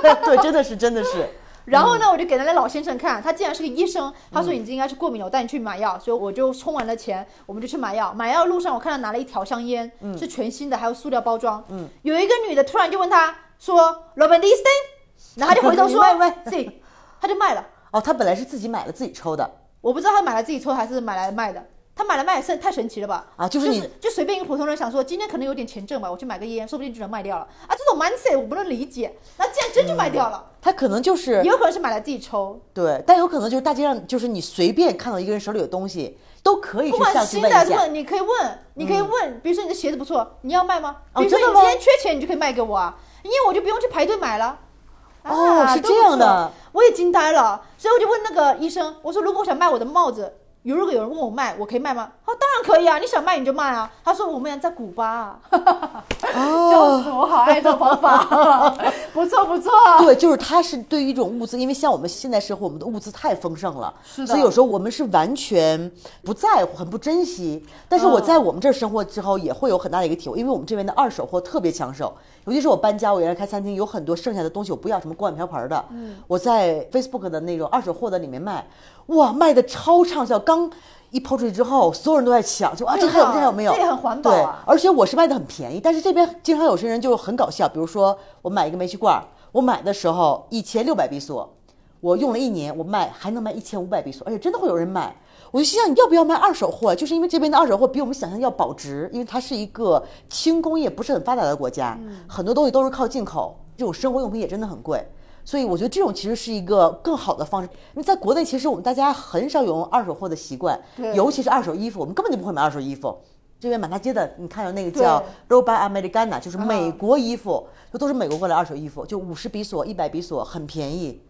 A: 对对，真的是真的是。
B: 然后呢，
A: 嗯
B: 我就给那个老先生看，他竟然是个医生，他说你这应该是过敏了，我带你去买
A: 嗯
B: 药，所以我就充完了钱，我们就去买药。买药路上，我看他拿了一条香烟，
A: 嗯
B: 是全新的，还有塑料包装。嗯，有一个女的突然就问他说 r o b e n d i s t e 然后他就回头
A: 你 <laughs>
B: 说
A: 卖卖
B: “Sí”，他就卖了。
A: 哦，她本来是自己买了自己抽的，
B: 我不知道他买来自己抽还是买来卖的。他买来卖也是太神奇了吧？
A: 啊就
B: 就是
A: 你
B: 就随便一个普通人想说，今天可能有点钱挣吧，我去买个烟，说不定就能卖掉了啊！这种 mindset 我不能理解，那竟然真就卖掉了，
A: 她可能就是
B: 也有可能是买来自己抽。
A: 对，但有可能就是大街上，就是你随便看到一个人手里有东西，都可以
B: 不
A: 去
B: 管
A: 上去
B: 新
A: 问
B: 的还
A: 一
B: 是
A: 下。嗯
B: 问，你可以问，你可以问，比如说你的鞋子不错，你要卖吗？
A: 哦
B: 比如说
A: 真的
B: 你
A: 吗
B: 今天缺钱，你就可以卖给我啊，因为我就不用去排队买了。
A: 哦
B: 啊
A: 是
B: 都不
A: 这样的
B: 错我也惊呆了，所以我就问那个医生，我说如果我想卖我的帽子，有如果有人问我卖，我可以卖吗？他说当然可以啊，你想卖你就卖啊。他说我们在古巴、啊，
A: 哦
B: <laughs> 笑死我，好爱这种方
A: <laughs>
B: 法，不错不错。
A: 对，就是他是对于一种物资，因为像我们现在社会，我们的物资太丰盛了，
B: 是
A: 所以
B: 的
A: 有时候我们是完全不在乎，很不珍惜。但是我
B: 嗯
A: 在我们这儿生活之后，也会有很大的一个体会，因为我们这边的二手货特别抢手，尤其是我搬家，我原来开餐厅，有很多剩下的东西我不要，什么锅碗瓢盆的，
B: 嗯
A: 我在 Facebook 的那种二手货的里面卖，哇，卖的超畅销，刚。一抛出去之后，所有人都在抢，就啊，这个
B: 对
A: 还有，这
B: 哈
A: 个还有没有？
B: 这也很环保
A: 对
B: 啊
A: 而且我是卖的很便宜，但是这边经常有些人就很搞笑，比如说我买一个煤气罐儿，我买的时候一千六百比索，我用了一年，我卖还能卖一千五百比索，而且真的会有人买。我就心想，你要不要卖二手货？就是因为这边的二手货比我们想象要保值，因为它是一个轻工业不是很发达的国家，
B: 嗯
A: 很多东西都是靠进口，这种生活用品也真的很贵。所以我觉得这种其实是一个更好的方式，因为在国内其实我们大家很少有用二手货的习惯，
B: 对
A: 尤其是二手衣服，我们根本就不会买二手衣服。这边满大街的，你看有那个
B: 对嗯
A: 叫 Roba Americana，就是美国衣服，就都是美国过来的二手衣服，就五十比索、一百比索，很便宜。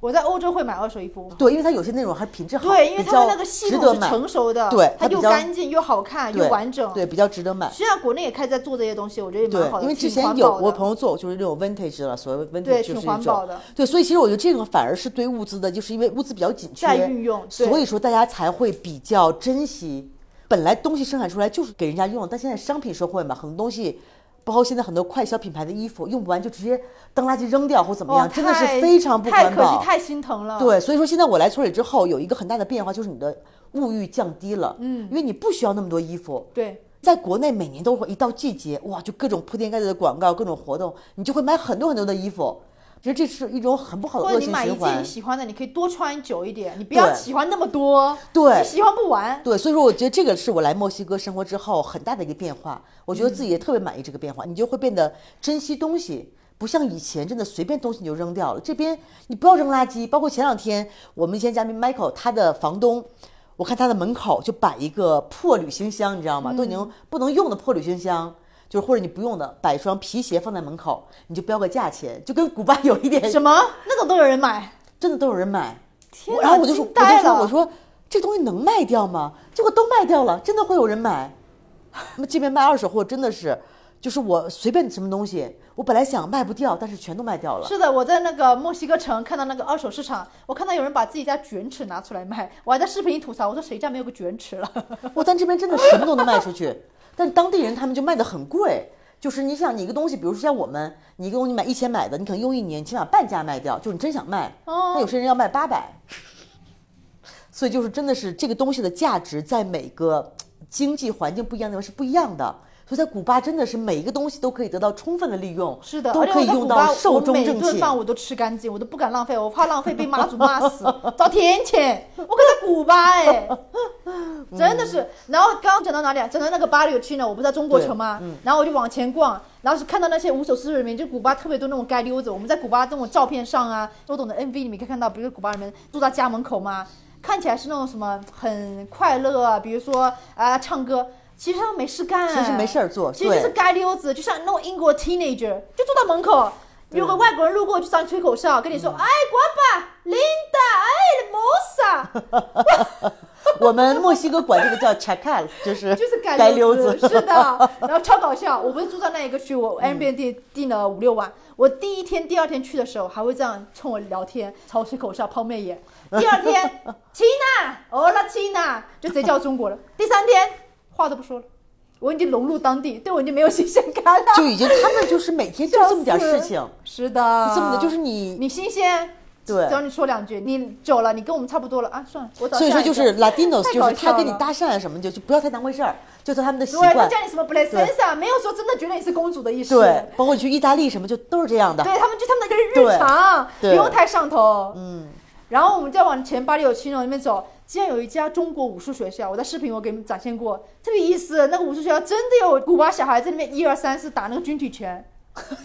B: 我在欧洲会买二手衣服，
A: 对，因为它有些那种还品质好，
B: 对，因为
A: 比
B: 他
A: 较
B: 们那个系
A: 值
B: 统
A: 得
B: 是
A: 买
B: 成熟的，
A: 对它
B: 它
A: 比
B: 又
A: 较
B: 干净又好看又
A: 对
B: 完整。
A: 对，比较值得买。
B: 虽然国内也开始在做这些东西，我觉得也
A: 对
B: 蛮好，的，
A: 因为之
B: 挺
A: 前
B: 环
A: 有
B: 保
A: 我
B: 的
A: 朋友做，就是那种 vintage 了，所谓 vintage
B: 对
A: 就是
B: 挺
A: 一
B: 环
A: 种
B: 保的。
A: 对，所以其实我觉得这个反而是对物资的，就是因为物资比较紧缺，
B: 再运用对
A: 所以说大家才会比较珍惜。本来东西生产出来就是给人家用，但现在商品社会嘛，很多东西。包括现在很多快消品牌的衣服用不完就直接当垃圾扔掉或怎么
B: 哇
A: 样，真的是
B: 太
A: 非常不环保。
B: 太可惜，太心疼了。，
A: 对，所以说现在我来村里之后，有一个很大的变化，就是你的物欲降低了。嗯，因为你不需要那么多衣服，
B: 对
A: 在国内每年都会一到季节，哇，就各种铺天盖地的广告，各种活动，你就会买很多很多的衣服。其实这是一种很不好的
B: 或
A: 恶
B: 者你
A: 性
B: 买一
A: 循
B: 件
A: 环
B: 你。喜欢的，你可以多穿久一点，你不要
A: 对
B: 喜欢那么多，
A: 对
B: 你喜欢不完。
A: 对，所以说我觉得这个是我来墨西哥生活之后很大的一个变化，我觉得自己也特别满意这个变化，你就会变得珍惜东西，不像以前真的随便东西你就扔掉了。这边你不要扔垃圾，包括前两天我们以前嘉宾 Michael 他的房东。我看他的门口就摆一个破旅行箱，你知道吗？都已经不能用的破旅行箱，就是或者你不用的，摆一双皮鞋放在门口，你就标个价钱，就跟古巴有一点
B: 什么那种都有人买，
A: 真的都有人买。
B: 天
A: 我
B: 哪
A: 然后我就说，我
B: 惊呆
A: 就说，
B: 了
A: 我说这东西能卖掉吗？结果都卖掉了，真的会有人买。 <laughs> 那这边卖二手货真的是，就是我随便什么东西，我本来想卖不掉，但是全都卖掉了。
B: 是的，我在那个墨西哥城看到那个二手市场，我看到有人把自己家卷尺拿出来卖，我还在视频里吐槽，我说谁家没有个卷尺了？
A: 我咱这边真的什么都能卖出去，但当地人他们就卖的很贵。就是你想，你一个东西，比如说像我们，你一个东西买一千买的，你可能用一年，你起码半价卖掉，就是你真想卖。
B: 哦
A: 但有些人要卖八百，所以就是真的是这个东西的价值在每个经济环境不一样的地方是不一样的。所以在古巴真的是每一个东西都可以得到充分的利用，
B: 是的，
A: 都
B: 而且
A: 可
B: 我
A: 以
B: 在
A: 用
B: 古巴，
A: 到
B: 我
A: 寿终
B: 每
A: 正
B: 顿
A: 寝。
B: 饭我都吃干净，我都不敢浪费，我怕浪费被妈祖骂死，找田钱。我可在古巴
A: <laughs>
B: 哎、真的是。然后刚刚讲到哪里啊？讲到那个巴里有去呢，我不是在中国城吗？
A: 嗯
B: 然后我就往前逛，然后是看到那些无所事事人民，就古巴特别多那种街溜子。我们在古巴这种照片上啊，周董的 MV 里面可以看到，比如古巴人们住到家门口嘛，看起来是那种什么很快乐啊，比如说啊、唱歌。其实他们没事干、啊
A: 其实没事儿做
B: 哎其实就是
A: 对
B: 街溜子，就像那种英国 teenager，就坐到门口，有个外国人路过就上去吹口哨，跟你说，
A: 嗯
B: 哎，瓜巴，Linda，哎，Mosa，
A: <laughs> 我们墨西哥管这个叫 chacal，就是
B: <laughs> 就是街
A: 街溜
B: 子，
A: 子。
B: <laughs> 是
A: <laughs>
B: 的，然后超搞笑。我不是住在那一个区，我
A: 嗯
B: Airbnb 订了五六晚，我第一天、第二天去的时候还会这样冲我聊天，朝我吹口哨、抛媚眼。
A: <laughs>
B: 第二天，Tina，Hola Tina，就直接叫中国了。第三天话都不说了，我已经融入当地，对我已经没有新鲜感了。
A: 就已经他们就是每天就这么点儿事情，
B: 是的，
A: 这么的就是你
B: 你新鲜，
A: 对
B: 只要你说两句，你久了，你跟我们差不多了啊，算了，我找
A: 所以
B: 下
A: 说
B: 一
A: 就
B: 个
A: 是 Latinos，
B: 太
A: 就
B: 搞
A: 是他
B: 笑
A: 跟你
B: 了
A: 搭讪啊什么，就就不要太当回事儿，就是他们的习
B: 对，他
A: 惯。
B: 叫你什么 blessensa，没有啊说真的觉得你是公主的意思。
A: 对，包括你去意大利什么，就都是这样的。
B: 对他们就他们的日日常，不
A: 对对
B: 用太上头。嗯。然后我们再往前八六七那边走，竟然有一家中国武术学校，我在视频我给你们展现过，特别有意思。那个武术学校真的有古巴小孩在那边一二三四打那个军体拳，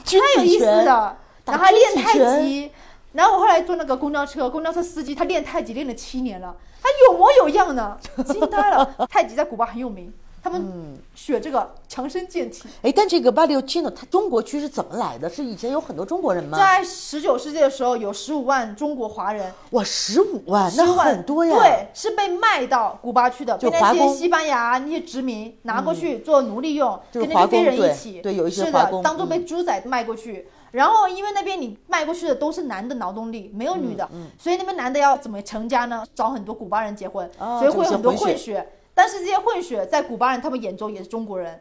A: 军
B: 太有
A: 体
B: 意思
A: 拳
B: 了。
A: 打
B: 然后还练
A: 军体
B: 太
A: 拳
B: 极，然后我后来坐那个公交车，公交车司机他练太极练了七年了，他有模有样呢， <laughs> 惊呆了。太极在古巴很有名，他们学这个强身健体。
A: 哎，但这个巴 a 奥 i n o 它中国区是怎么来的？是以前有很多中国人吗？
B: 在十九世纪的时候，有十五万中国华人，
A: 哇，十五万，
B: 十
A: 那
B: 五万
A: 很多呀。
B: 对，是被卖到古巴去的，
A: 就
B: 被那
A: 华
B: 些
A: 工嗯
B: 西班牙那些殖民拿过去做奴隶用，
A: 就是
B: 跟那些
A: 华工
B: 非人一
A: 对
B: 起，
A: 对有一些
B: 是
A: 华
B: 的，
A: 工嗯
B: 当做被猪仔卖过去。然后，因为那边你卖过去的都是男的劳动力，
A: 嗯
B: 没有女的，所以那边男的要怎么成家呢？找很多古巴人结婚，
A: 哦
B: 所以会有很多
A: 这些混
B: 混血。但是这些混血在古巴人他们眼中也是中国人。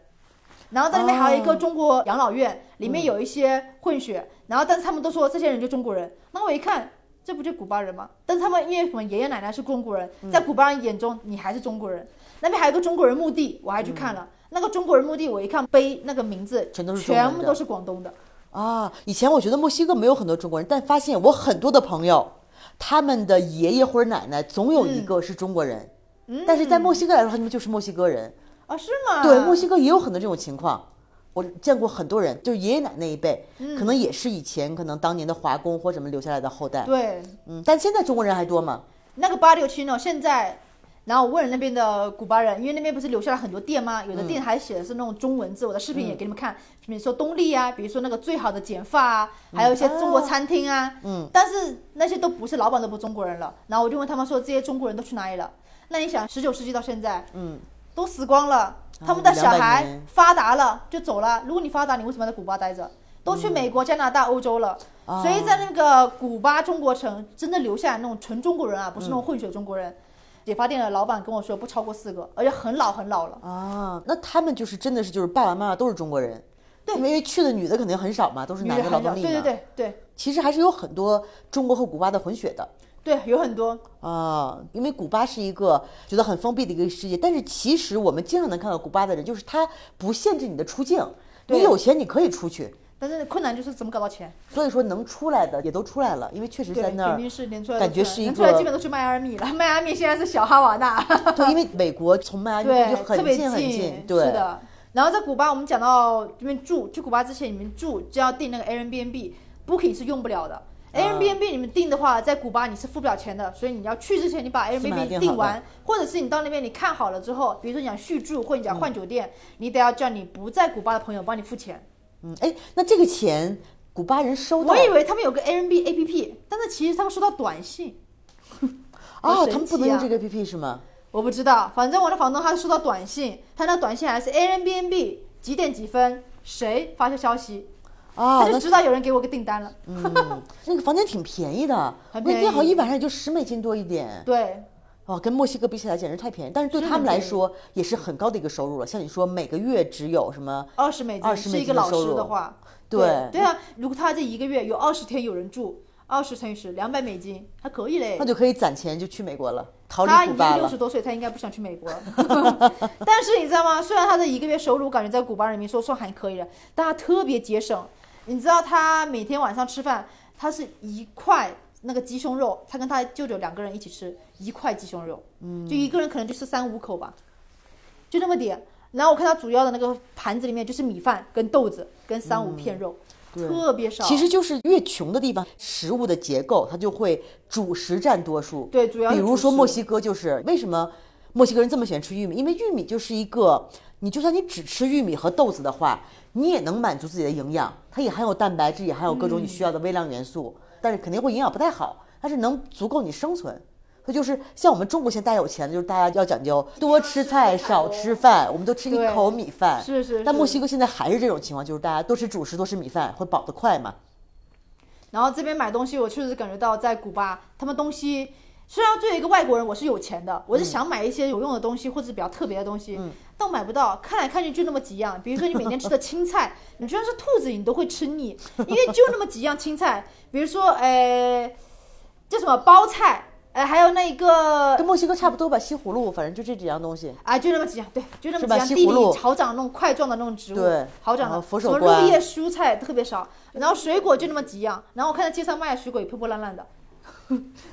B: 然后在那边还有一
A: 哦
B: 个中国养老院，里面有一些混血，然后但是他们都说这些人就中国人。那我一看，这不就古巴人吗？但是他们因为什么爷爷奶奶是中国人，
A: 嗯
B: 在古巴人眼中你还是中国人。那边还有一个中国人墓地，我还去看了。那个中国人墓地，我一看碑那个名字，
A: 嗯全都是中文的
B: 全部都是广东的。
A: 啊，以前我觉得墨西哥没有很多中国人，但发现我很多的朋友，他们的爷爷或者奶奶总有
B: 嗯
A: 一个是中国人，但是在墨西哥来说，他们就是墨西哥人。
B: 啊，是吗？
A: 对，墨西哥也有很多这种情况。我见过很多人，就是爷爷奶奶那一辈，可
B: 嗯
A: 能也是以前可能当年的华工或什么留下来的后代。
B: 对，
A: 嗯，但现在中国人还多吗？
B: 那个八六七呢，现在，然后我问了那边的古巴人，因为那边不是留下了很多店吗？有的店还写的是那种中文字，我的视频也给你们看，比如说东丽啊，比如说那个最好的剪发啊，还有一些中国餐厅啊，嗯，但是那些都不是老板都不是中国人了。然后我就问他们说，这些中国人都去哪里了？那你想，十九世纪到现在，嗯，都死光了，他们的小
A: 200啊
B: 孩
A: 年
B: 发达了就走了。如果你发达，你为什么要在古巴待着？都去美国、加拿大、欧洲了。
A: 嗯啊
B: 所以在那个古巴中国城，真的留下来那种纯中国人啊，不是那种混血中国
A: 嗯
B: 人。理发店的老板跟我说，不超过四个，而且很老很老了。
A: 啊，那他们就是真的是就是爸爸妈妈都是中国人，对，因为去的女的肯定很少嘛，都是
B: 女
A: 男
B: 人
A: 的劳
B: 很老，
A: 动力啊
B: 对
A: 嘛。
B: 对对对
A: 其实还是有很多中国和古巴的混血的。
B: 对，有很多，
A: 啊，因为古巴是一个觉得很封闭的一个世界，但是其实我们经常能看到古巴的人，就是他不限制你的出境，你
B: 对
A: 有钱你可以出去，
B: 但是困难就是怎么搞到钱。
A: 所以说能出来的也都出来了，因为确实
B: 对，
A: 在那
B: 肯
A: 儿
B: 定是连出来都
A: 感觉
B: 出来
A: 是一
B: 连出来
A: 个
B: 基本都去迈阿密了。迈阿密现在是小哈瓦那，
A: 对，因为美国从迈阿密
B: 对
A: 就，很
B: 特别
A: 近很
B: 近，
A: 对，
B: 是的。然后在古巴，我们讲到这边住，去古巴之前你们住就要订那个 Airbnb，Booking 是用不了
A: 啊
B: 的。Airbnb 你们订的话，在古巴你是付不了钱的，所以你要去之前你把
A: 先把它订好
B: Airbnb 订完，或者是你到那边你看好了之后，比如说你想续住或者你想换酒店，你得要叫你不在古巴的朋友帮你付钱。
A: 嗯，哎，那这个钱古巴人收到
B: 我以为他们有个 Airbnb APP，但是其实他们收到短信，
A: 啊，
B: 好神
A: 他们不
B: 奇
A: 能用
B: 啊
A: 这个 APP 是吗？
B: 我不知道，反正我的房东他收到短信，他那短信还是 Airbnb 几点几分谁发消息，
A: 啊，
B: 他就
A: 那
B: 知道有人给我个订单了。
A: 嗯，那个房间挺便宜的，我
B: 很
A: 那
B: 便
A: 天好像
B: 宜
A: 一晚上也就十美金多一点。
B: <laughs> 对，
A: 哦，跟墨西哥比起来简直太便宜，但是对
B: 是
A: 他
B: 很
A: 们来
B: 便宜
A: 说也是很高的一个收入了。像你说，每个月只有什么？
B: 二十美金
A: 20
B: 是一个老师的话，
A: 美金的收入对
B: 对啊，如果他这一个月有二十天有人住，二十乘以十，两百美金，还可以嘞
A: 那。就可以攒钱就去美国了，逃
B: 他
A: 离
B: 已
A: 古
B: 经
A: 巴
B: 六
A: 了
B: 十。多岁，他应该不想去美国了。 <laughs> 但是你知道吗？虽然他的一个月收入感觉在古巴人民说算还可以了，但他特别节省。你知道他每天晚上吃饭，他是一块那个鸡胸肉，他跟他舅舅两个人一起吃一块鸡胸肉，嗯，就一个人可能就吃三五口吧，就那么点。然后我看他主要的那个盘子里面就是米饭跟豆子跟三五片肉，特别少。
A: 嗯其实就是越穷的地方，食物的结构它就会主食占多数。
B: 对主要是
A: 比如说
B: 主食
A: 墨西哥就是为什么墨西哥人这么喜欢吃玉米，因为玉米就是一个，你就算你只吃玉米和豆子的话，你也能满足自己的营养，它也含有蛋白质，也含有各种你需要的微量元素，但是肯定会营养不太好，但是能足够你生存。它就是像我们中国现在大有钱的，就是大家要讲究多吃菜少吃饭，我们都吃一
B: 哦对
A: 口米饭。
B: 是是
A: 但墨
B: 是
A: 西哥现在还是这种情况，就是大家多吃主食，多吃米饭，会饱得快嘛。
B: 然后这边买东西，我确实感觉到在古巴，他们东西虽然作为一个外国人，我是有钱的，我是想买一些有用的东西或者比较特别的东西，
A: 嗯
B: 但我买不到，看来看去就那么几样。比如说你每天吃的青菜， <laughs> 你就算是兔子，你都会吃腻，因为就那么几样青菜。比如说，呃，叫什么包菜，呃，还有那个
A: 跟墨西哥差不多吧，西葫芦，反正就这几样东西。
B: 啊，就那么几样，对，就那
A: 是
B: 么
A: 吧
B: 几样
A: 西
B: 地
A: 葫芦
B: 里好长那种块状的那种植物，
A: 对
B: 好长
A: 然后
B: 的，
A: 佛
B: 什
A: 手
B: 么
A: 瓜
B: 绿叶蔬菜特别少，然后水果就那么几样，然后我看到街上卖的水果也破破烂烂的。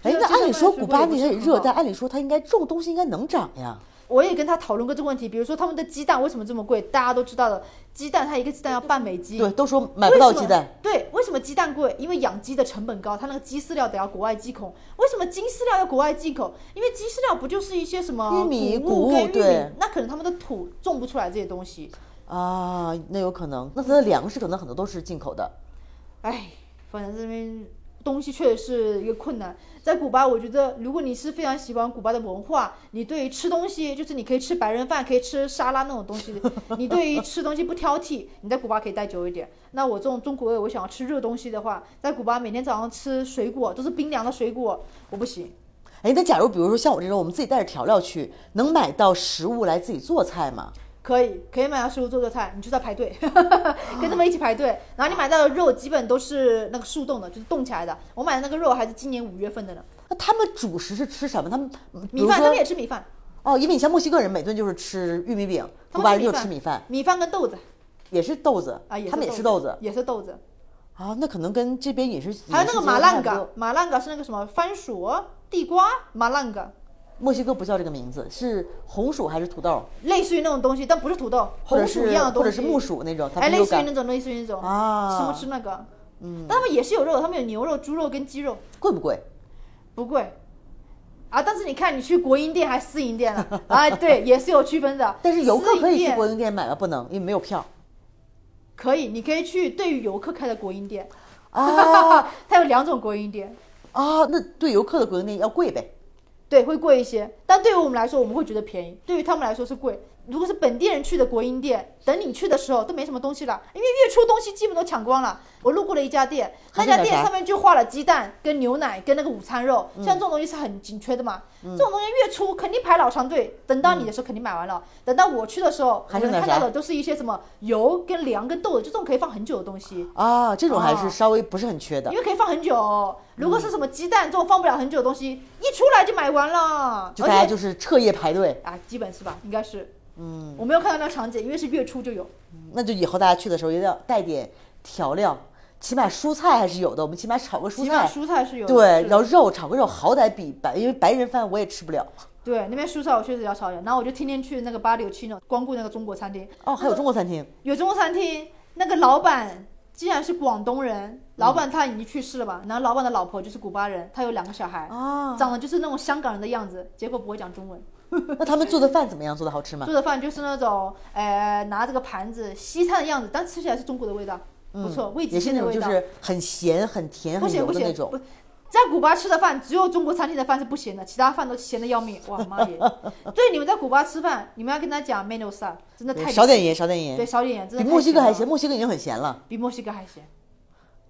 A: 哎，
B: 这个
A: 那
B: 这个
A: 按理说
B: 曼谷
A: 古巴
B: 也不
A: 那
B: 是
A: 也
B: 很
A: 热，
B: 好
A: 但按理说它应该种东西应该能长呀。
B: 我也跟他讨论过这个问题，比如说他们的鸡蛋为什么这么贵？大家都知道的，鸡蛋它一个鸡蛋要半美金，
A: 对，都说买不到
B: 嗯为什么
A: 鸡蛋，。
B: 对，为什么鸡蛋贵？因为养鸡的成本高，它那个鸡饲料得要国外进口。为什么鸡饲料要国外进口？因为鸡饲料不就是一些什么
A: 玉米谷
B: 谷
A: 物
B: 跟玉
A: 对
B: 米？那可能他们的土种不出来这些东西。
A: 啊，那有可能。那它的粮食可能很多都是进口的。
B: 哎，反正这边东西确实是一个困难。在古巴，我觉得如果你是非常喜欢古巴的文化，你对于吃东西，就是你可以吃白人饭，可以吃沙拉那种东西，你对于吃东西不挑剔，你在古巴可以待久一点。那我这种中国人，我想要吃热东西的话，在古巴每天早上吃水果都是冰凉的水果，我不行。
A: 哎，那假如比如说像我这种，我们自己带着调料去，能买到食物来自己做菜吗？
B: 可以，可以买到食物做做菜，你就在排队， <laughs> 跟他们一起排队。然后你买到的肉基本都是那个速冻的，就是冻起来的。我买的那个肉还是今年五月份的呢。
A: 那他们主食是吃什么？他们比
B: 米
A: 如
B: 饭，他
A: 说
B: 们也吃米饭。
A: 哦，因为你像墨西哥人每顿就是吃玉米饼，
B: 他
A: 古
B: 们
A: 巴人就吃米饭，，
B: 米饭跟豆子
A: 也是豆子
B: 啊，也
A: 他们也
B: 是
A: 吃豆子
B: 也是豆子，
A: 啊，那可能跟这边也是。
B: 还有
A: 饮食
B: 那个
A: 结
B: 马
A: 构
B: 浪
A: 差不多
B: 嘎，马浪嘎是那个什么番薯、地瓜，马浪嘎，
A: 墨西哥不叫这个名字，是红薯还是土豆？
B: 类似于那种东西，但不是土豆，
A: 或者
B: 红薯
A: 是
B: 一样的
A: 或
B: 东
A: 者
B: 西，
A: 是木薯那种，它
B: 哎，
A: 不
B: 类
A: 有
B: 似于
A: 感
B: 那种，类似于那种
A: 啊
B: 吃不吃那个？嗯，但他们也是有肉，他们有牛肉、猪肉跟鸡肉，
A: 贵不贵？
B: 不贵。啊，但是你看，你去国营店还是私营店
A: <laughs>
B: 了啊？对，也是有区分的。
A: 但是游客可以
B: 私营
A: 去
B: 店
A: 国营店买吗？啊不能，因为没有票。
B: 可以，你可以去对于游客开的国
A: <laughs>
B: 营店， <laughs>
A: 啊
B: 它有两种国营店，
A: 啊，那对游客的国营店要贵呗。
B: 对，会贵一些，但对于我们来说，我们会觉得便宜；对于他们来说是贵。如果是本地人去的国营店，等你去的时候都没什么东西了，因为月初东西基本都抢光了。我路过了一家店，
A: 还
B: 那
A: 是
B: 家
A: 那
B: 店
A: 啥
B: 上面就画了鸡蛋、跟牛奶、跟那个午餐肉，
A: 嗯
B: 像这种东西是很紧缺的嘛。这种东西月初肯定排老长队，等到你的时候肯定买完了。等到我去的时候，
A: 嗯还
B: 我
A: 剩
B: 能
A: 点
B: 看
A: 啥
B: 到的都是一些什么油、跟粮、跟豆子，就这种可以放很久的东西。
A: 啊，这种还
B: 哦
A: 是稍微不是很缺的嗯
B: 因，为可以放很久。如果是什么鸡蛋这种放不了很久的东西，一出来就买完了，
A: 就大家
B: 而且
A: 就是彻夜排队。
B: 啊，基本是吧，应该是。嗯，我没有看到那个场景，因为是月初就有。
A: 那就以后大家去的时候一定要带点调料，起码蔬菜还是有的，我们起码炒个蔬
B: 起
A: 菜。
B: 码蔬菜是有的。
A: 对，
B: 是
A: 然后肉炒个肉，好歹比白，因为白人饭我也吃不了。
B: 对，那边蔬菜我确实要少一点。然后我就天天去那个八六七呢，光顾那个中国餐厅，
A: 哦，还有中国餐厅，
B: 有中国餐厅，那个老板既然是广东人，老
A: 嗯
B: 板他已经去世了吧？然后老板的老婆就是古巴人，他有两个小孩，
A: 啊
B: 长得就是那种香港人的样子，结果不会讲中文。
A: 那他们做的饭怎么样？做的好吃吗？
B: 做的饭就是那种，呃，拿这个盘子西餐的样子，但吃起来是中国的味道，不错， <laughs> 味极
A: 嗯也是
B: 鲜
A: 那种
B: 的味
A: 就
B: 道。
A: 是很咸、很甜、
B: 不
A: 很
B: 咸
A: 油
B: 不
A: 的
B: 咸
A: 那，种
B: 不。在古巴吃的饭，只有中国餐厅的饭是不咸的，其他饭都咸的要命。哇妈
A: <laughs>
B: 耶！对，你们在古巴吃饭，你们要跟他讲 menu s 真的
A: 对
B: 太
A: 少点盐，少点盐
B: 对，。少点盐，真
A: 比
B: 的
A: 墨西哥
B: 太
A: 还
B: 咸
A: 咸，
B: 了，
A: 墨西哥已经很咸了。
B: <laughs> 比墨西哥还咸。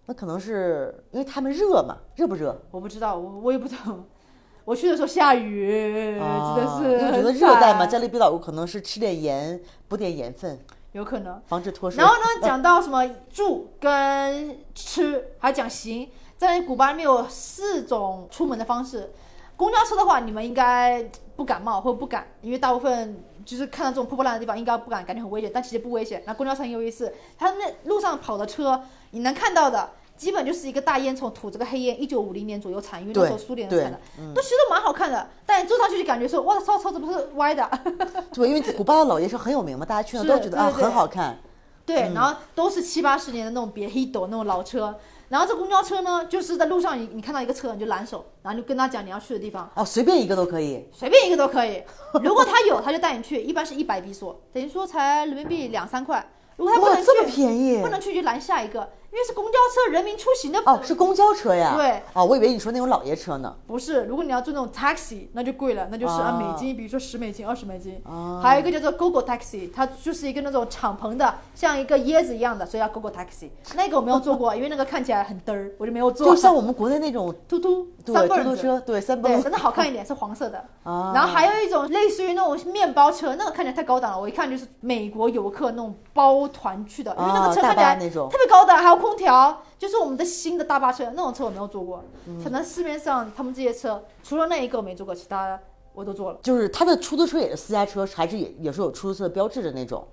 A: 那可能是因为他们热嘛，热不热？
B: 我不知道，我我也不懂。 <laughs> 我去的时候下雨，
A: 啊，
B: 真的
A: 因为
B: 是
A: 我觉得
B: 很
A: 热带嘛，
B: 惨
A: 加勒比岛可能是吃点盐，补点盐分，
B: 有可能。
A: 防止脱水
B: 然。后呢，讲到什么住跟吃，还讲行，在古巴那边有四种出门的方式。公交车的话，你们应该不感冒或不敢，因为大部分就是看到这种破破烂烂的地方，应该不敢，感觉很危险，但其实不危险。那公交车很有意思，它那路上跑的车，你能看到的。基本就是一个大烟囱吐这个黑烟，一九五零年左右产，因为那时候
A: 对
B: 苏联
A: 对
B: 产的，都其实都蛮好看的，但你坐上去就感觉说，哇操，操怎么是歪的？
A: 对，因为古巴的老爷车很有名嘛，大家去那
B: 是
A: 都觉得啊
B: 对对
A: 很好看。
B: 对，
A: 嗯
B: 然后都是七八十年的那种别黑斗那种老车。然后这公交车呢，就是在路上你你看到一个车你就拦手，然后你就跟他讲你要去的地方，
A: 哦，随便一个都可以。
B: 随便一个都可以。 <laughs> 如果他有，他就带你去，一般是一百比索，等于说才人民币两三块。如果他不
A: 哇，
B: 能
A: 这么
B: 去，
A: 便宜
B: 不！能去就拦下一个，因为是公交车人民出行的。
A: 哦，是公交车呀。
B: 对。
A: 哦，我以为你说那种老爷车呢。
B: 不是，如果你要坐那种 taxi，那就贵了，那就是按
A: 啊
B: 美金，比如说十美金、二十美金。
A: 啊
B: 还有一个叫做 GoGo taxi，它就是一个那种敞篷的，像一个椰子一样的，所以叫 GoGo taxi。那个我没有坐过，因为那个看起来很嘚儿，我就没有坐。
A: 就像我们国内那
B: <laughs>
A: 种
B: 突突
A: 对
B: 三
A: 出
B: 蹦
A: 租
B: 子，
A: 车，对三
B: 对，
A: 蹦
B: 真的好看一点，是 <laughs> 黄色的。
A: 啊
B: 然后还有一种类似于那种面包车，那个看起来太高档了，我一看就是美国游客那种包团去的，因为那个
A: 啊
B: 车
A: 大
B: 看起
A: 巴
B: 来
A: 那种
B: 特别高档，还有空调，就是我们的新的大巴车，那种车我没有坐过。
A: 嗯
B: 可能市面上他们这些车，除了那一个我没坐过，其他我都坐了。
A: 就是它的出租车也是私家车，还是也也是有出租车标志的那种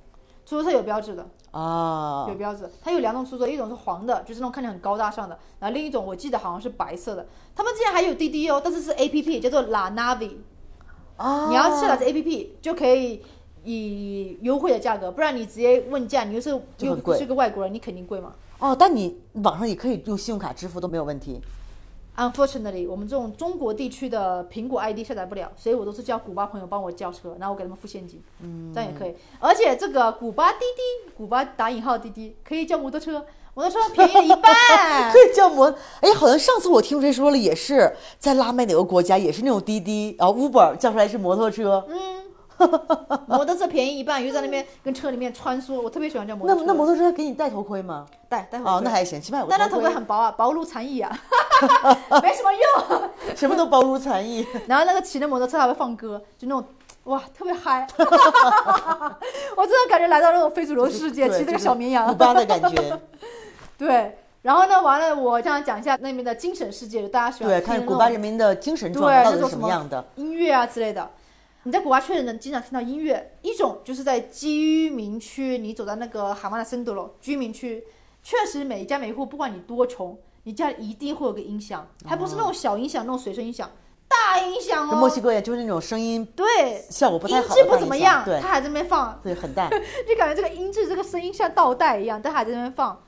B: 出租车有标志的，
A: 啊
B: 有标志，它有两种出租车，一种是黄的，就是那种看起来很高大上的，然后另一种我记得好像是白色的。他们之前还有滴滴哦，但是是 A P P，叫做 La Navi，
A: 啊！
B: 你要下载这 APP 就可以以优惠的价格，不然你直接问价，你又是
A: 就
B: 又
A: 很贵
B: 是个外国人，你肯定贵嘛。
A: 哦，但你网上也可以用信用卡支付都没有问题。
B: Unfortunately，我们这种中国地区的苹果 ID 下载不了，所以我都是叫古巴朋友帮我叫车，然后我给他们付现金，嗯，这样也可以。而且这个古巴滴滴，古巴打引号滴滴，可以叫摩托车，摩托车便宜了一半
A: <laughs> 可。以叫摩，哎，好像上次我听谁说了，也是在拉美哪个国家，也是那种滴滴，然后 Uber 叫出来是摩托车。
B: 嗯摩托车便宜一半，又在那边跟车里面穿梭，我特别喜欢叫摩
A: 那
B: 托车。
A: 那摩托车给你戴头盔吗？
B: 带带回
A: 哦，
B: 去
A: 那还行，起码有个
B: <laughs> 但那
A: 头
B: 头盔很薄啊，薄如蝉翼啊， <laughs> 没什么用。
A: 什么都包如蝉
B: <laughs>
A: 翼。
B: 然后那个骑着摩托车还会放歌，就那种哇，特
A: <laughs>
B: 别嗨！我真的感觉来到那种非主流世界，
A: 对
B: 骑这
A: 就
B: 个
A: 是
B: 小绵羊
A: <laughs> 古。巴的感
B: <laughs>
A: 觉。
B: 对，然后呢，完了，我这样讲一下那边的精神世界，就大家喜欢
A: 对，
B: 听的
A: 看
B: 那
A: 古巴
B: 种
A: 人民的精神状
B: 对
A: 态到
B: 那
A: 底
B: 种
A: 是
B: 什
A: 什么样的。
B: 音乐啊之类的。你在古巴确实能经常听到音乐，一种就是在居民区，你走到那个哈马那森多罗居民区，确实每一家每一户，不管你多穷，你家一定会有个音响，还不是那种小音响，那种随身音响，大音响
A: 哦就墨
B: 哦。
A: 西哥也就是那种声音
B: 对，
A: 效果不太
B: 音
A: 好的
B: 质
A: 那
B: 不
A: 一
B: 怎么
A: 项
B: 样，
A: 对
B: 他还在那边放， <laughs>
A: 对，很淡。
B: 就感觉这个音质、这个声音像倒带一样，但还在那边放。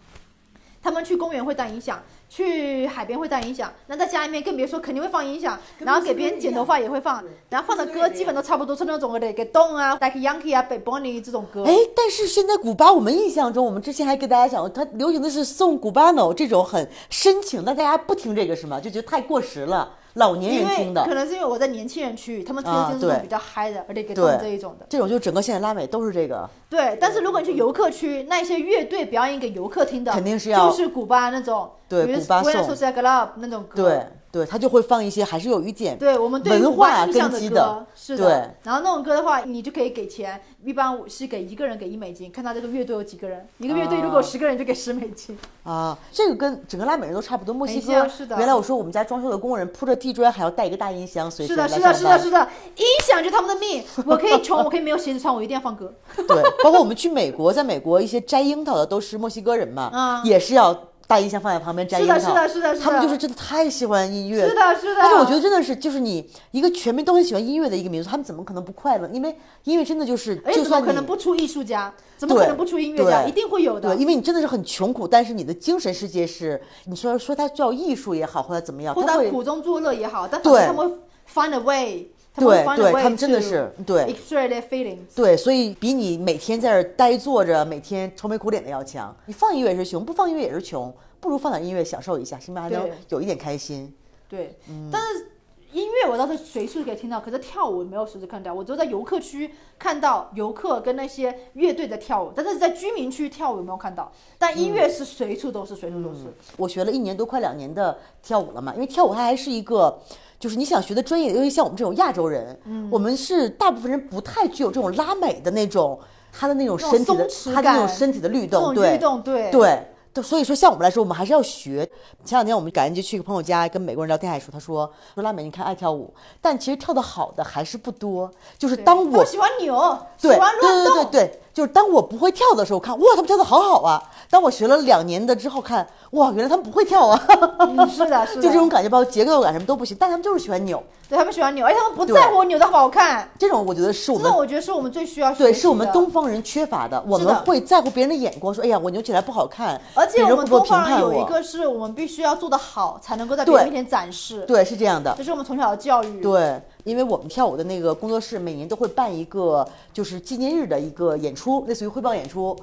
B: 他们去公园会带音响，去海边会带音响，那在家里面更别说，肯定会放音响，然后给别人剪头发也会放，然后放的歌基本都差不多，是那种的给动啊、Like Yankee 啊、b a b o n y 这种歌。
A: 哎，但是现在古巴，我们印象中，我们之前还给大家讲过，它流行的是送 Cubano 这种很深情，但大家不听这个是吗？就觉得太过时了，老年
B: 因
A: 人
B: 为
A: 听的
B: 可能是因为我在年轻人区域，他们推
A: 啊
B: 荐这种
A: 对
B: 比较嗨的，而且给动
A: 对
B: 这一种的。
A: 这种，就整个现在拉美都是这
B: 嗯
A: 个。
B: 对，但是如果你去游客区，那一些乐队表演给游客听的，
A: 肯定是要
B: 就是古巴那种，
A: 对
B: 比如
A: 古巴
B: Buena
A: 颂
B: Social Club 那种歌，
A: 对对，他就会放一些，还是有一点
B: 对我们对
A: 文
B: 古巴
A: 化
B: 印象
A: 根基
B: 歌，
A: 的
B: 是
A: 对
B: 的。然后那种歌的话，你就可以给钱，一般我是给一个人给一美金，看他这个乐队有几个人，一个乐队如果有十个人就给十美金。
A: 啊，这个跟整个拉美人都差不多。墨西
B: 没
A: 哥
B: 错是的
A: 原来我说我们家装修的工人铺着地砖，还要带一个大音箱，随
B: 是
A: 身
B: 的，
A: 来
B: 是的，
A: 上
B: 是的，
A: 班
B: 是的，音响就是他们的命。我可以穷，我可以没有鞋子穿，我一定要
A: <laughs>
B: 放歌。 <laughs>
A: 对，包括我们去美国，在美国一些摘樱桃的都是墨西哥人嘛，
B: 嗯
A: 也是要大音箱放在旁边摘樱
B: 是
A: 桃。
B: 的，是的，是的，是的。
A: 他们就是真的太喜欢音乐。
B: 是的，是的。
A: 但是我觉得真的是，就是你一个全民都很喜欢音乐的一个民族，他们怎么可能不快乐？因为音乐真的就是，
B: 而
A: 就
B: 且哎怎么
A: 算
B: 可
A: 你
B: 能不出艺术家？怎么可
A: 对
B: 能不出音乐家？
A: 对
B: 一定会有的
A: 对，。因为你真的是很穷苦，但是你的精神世界是，你说说它叫艺术也好，或者怎么样，
B: 或
A: 它
B: 者
A: 会
B: 苦中作乐也好，但
A: 对
B: 反正他们会 find a way，他们
A: 对
B: find a
A: 对
B: way
A: 他们真的是
B: to
A: 对
B: express their feelings。
A: 对，所以比你每天在这儿呆坐着，每天愁眉苦脸的要强。你放音乐也是穷，不放音乐也是穷，不如放点音乐享受一下，起码还能
B: 对
A: 有一点开心。
B: 对，
A: 嗯
B: 但是音乐我倒是随处可以听到，可是跳舞没有随处看到，我只有在游客区看到游客跟那些乐队在跳舞，但是在居民区跳舞有没有看到？但音乐是随处都是，随处都是。
A: 我学了一年多，快两年的跳舞了嘛，因为跳舞它还是一个，就是你想学的专业，尤其像我们这种亚洲人，
B: 嗯
A: 我们是大部分人不太具有这种拉美的那种，他的那种
B: 那种
A: 身体的，
B: 松弛
A: 他的那种
B: 感
A: 身体的律
B: 这
A: 动，
B: 种律
A: 对
B: 动，对
A: 对。对所以说，像我们来说，我们还是要学。前两天我们感恩节去一个朋友家，跟美国人聊天，还说，他说说拉美你看爱跳舞，但其实跳得好的还是不多。就是
B: 对
A: 当
B: 他们
A: 我
B: 喜欢扭，喜
A: 对
B: 欢乱
A: 对对
B: 动，
A: 对对，就是当我不会跳的时候，看哇，他们跳的好好啊。当我学了两年的之后，看哇，原来他们不会跳啊。
B: 嗯是的，是的，
A: <laughs> 就这种感觉，包括节奏感什么都不行，但他们就是喜欢扭。
B: 对他们喜欢扭，而且哎他们不
A: 对
B: 在乎我扭的好不好看。
A: 这种我觉得是我
B: 这种
A: 们
B: 我觉得是我们最需要学习的，
A: 对，是我们东方人缺乏的。我
B: 是
A: 们
B: 的
A: 会在乎别人的眼光，说哎呀，我扭起来不好看，
B: 而且
A: 别
B: 我
A: 人
B: 们
A: 会不会
B: 东
A: 评
B: 方人
A: 判
B: 有一
A: 我？
B: 个是我们必须要做得好，才能够在别人
A: 对
B: 面前展示，
A: 对，是这样的
B: 这。是我们从小的教育。
A: 对，因为我们跳舞的那个工作室每年都会办一个就是纪念日的一个演出，类似于汇报演出。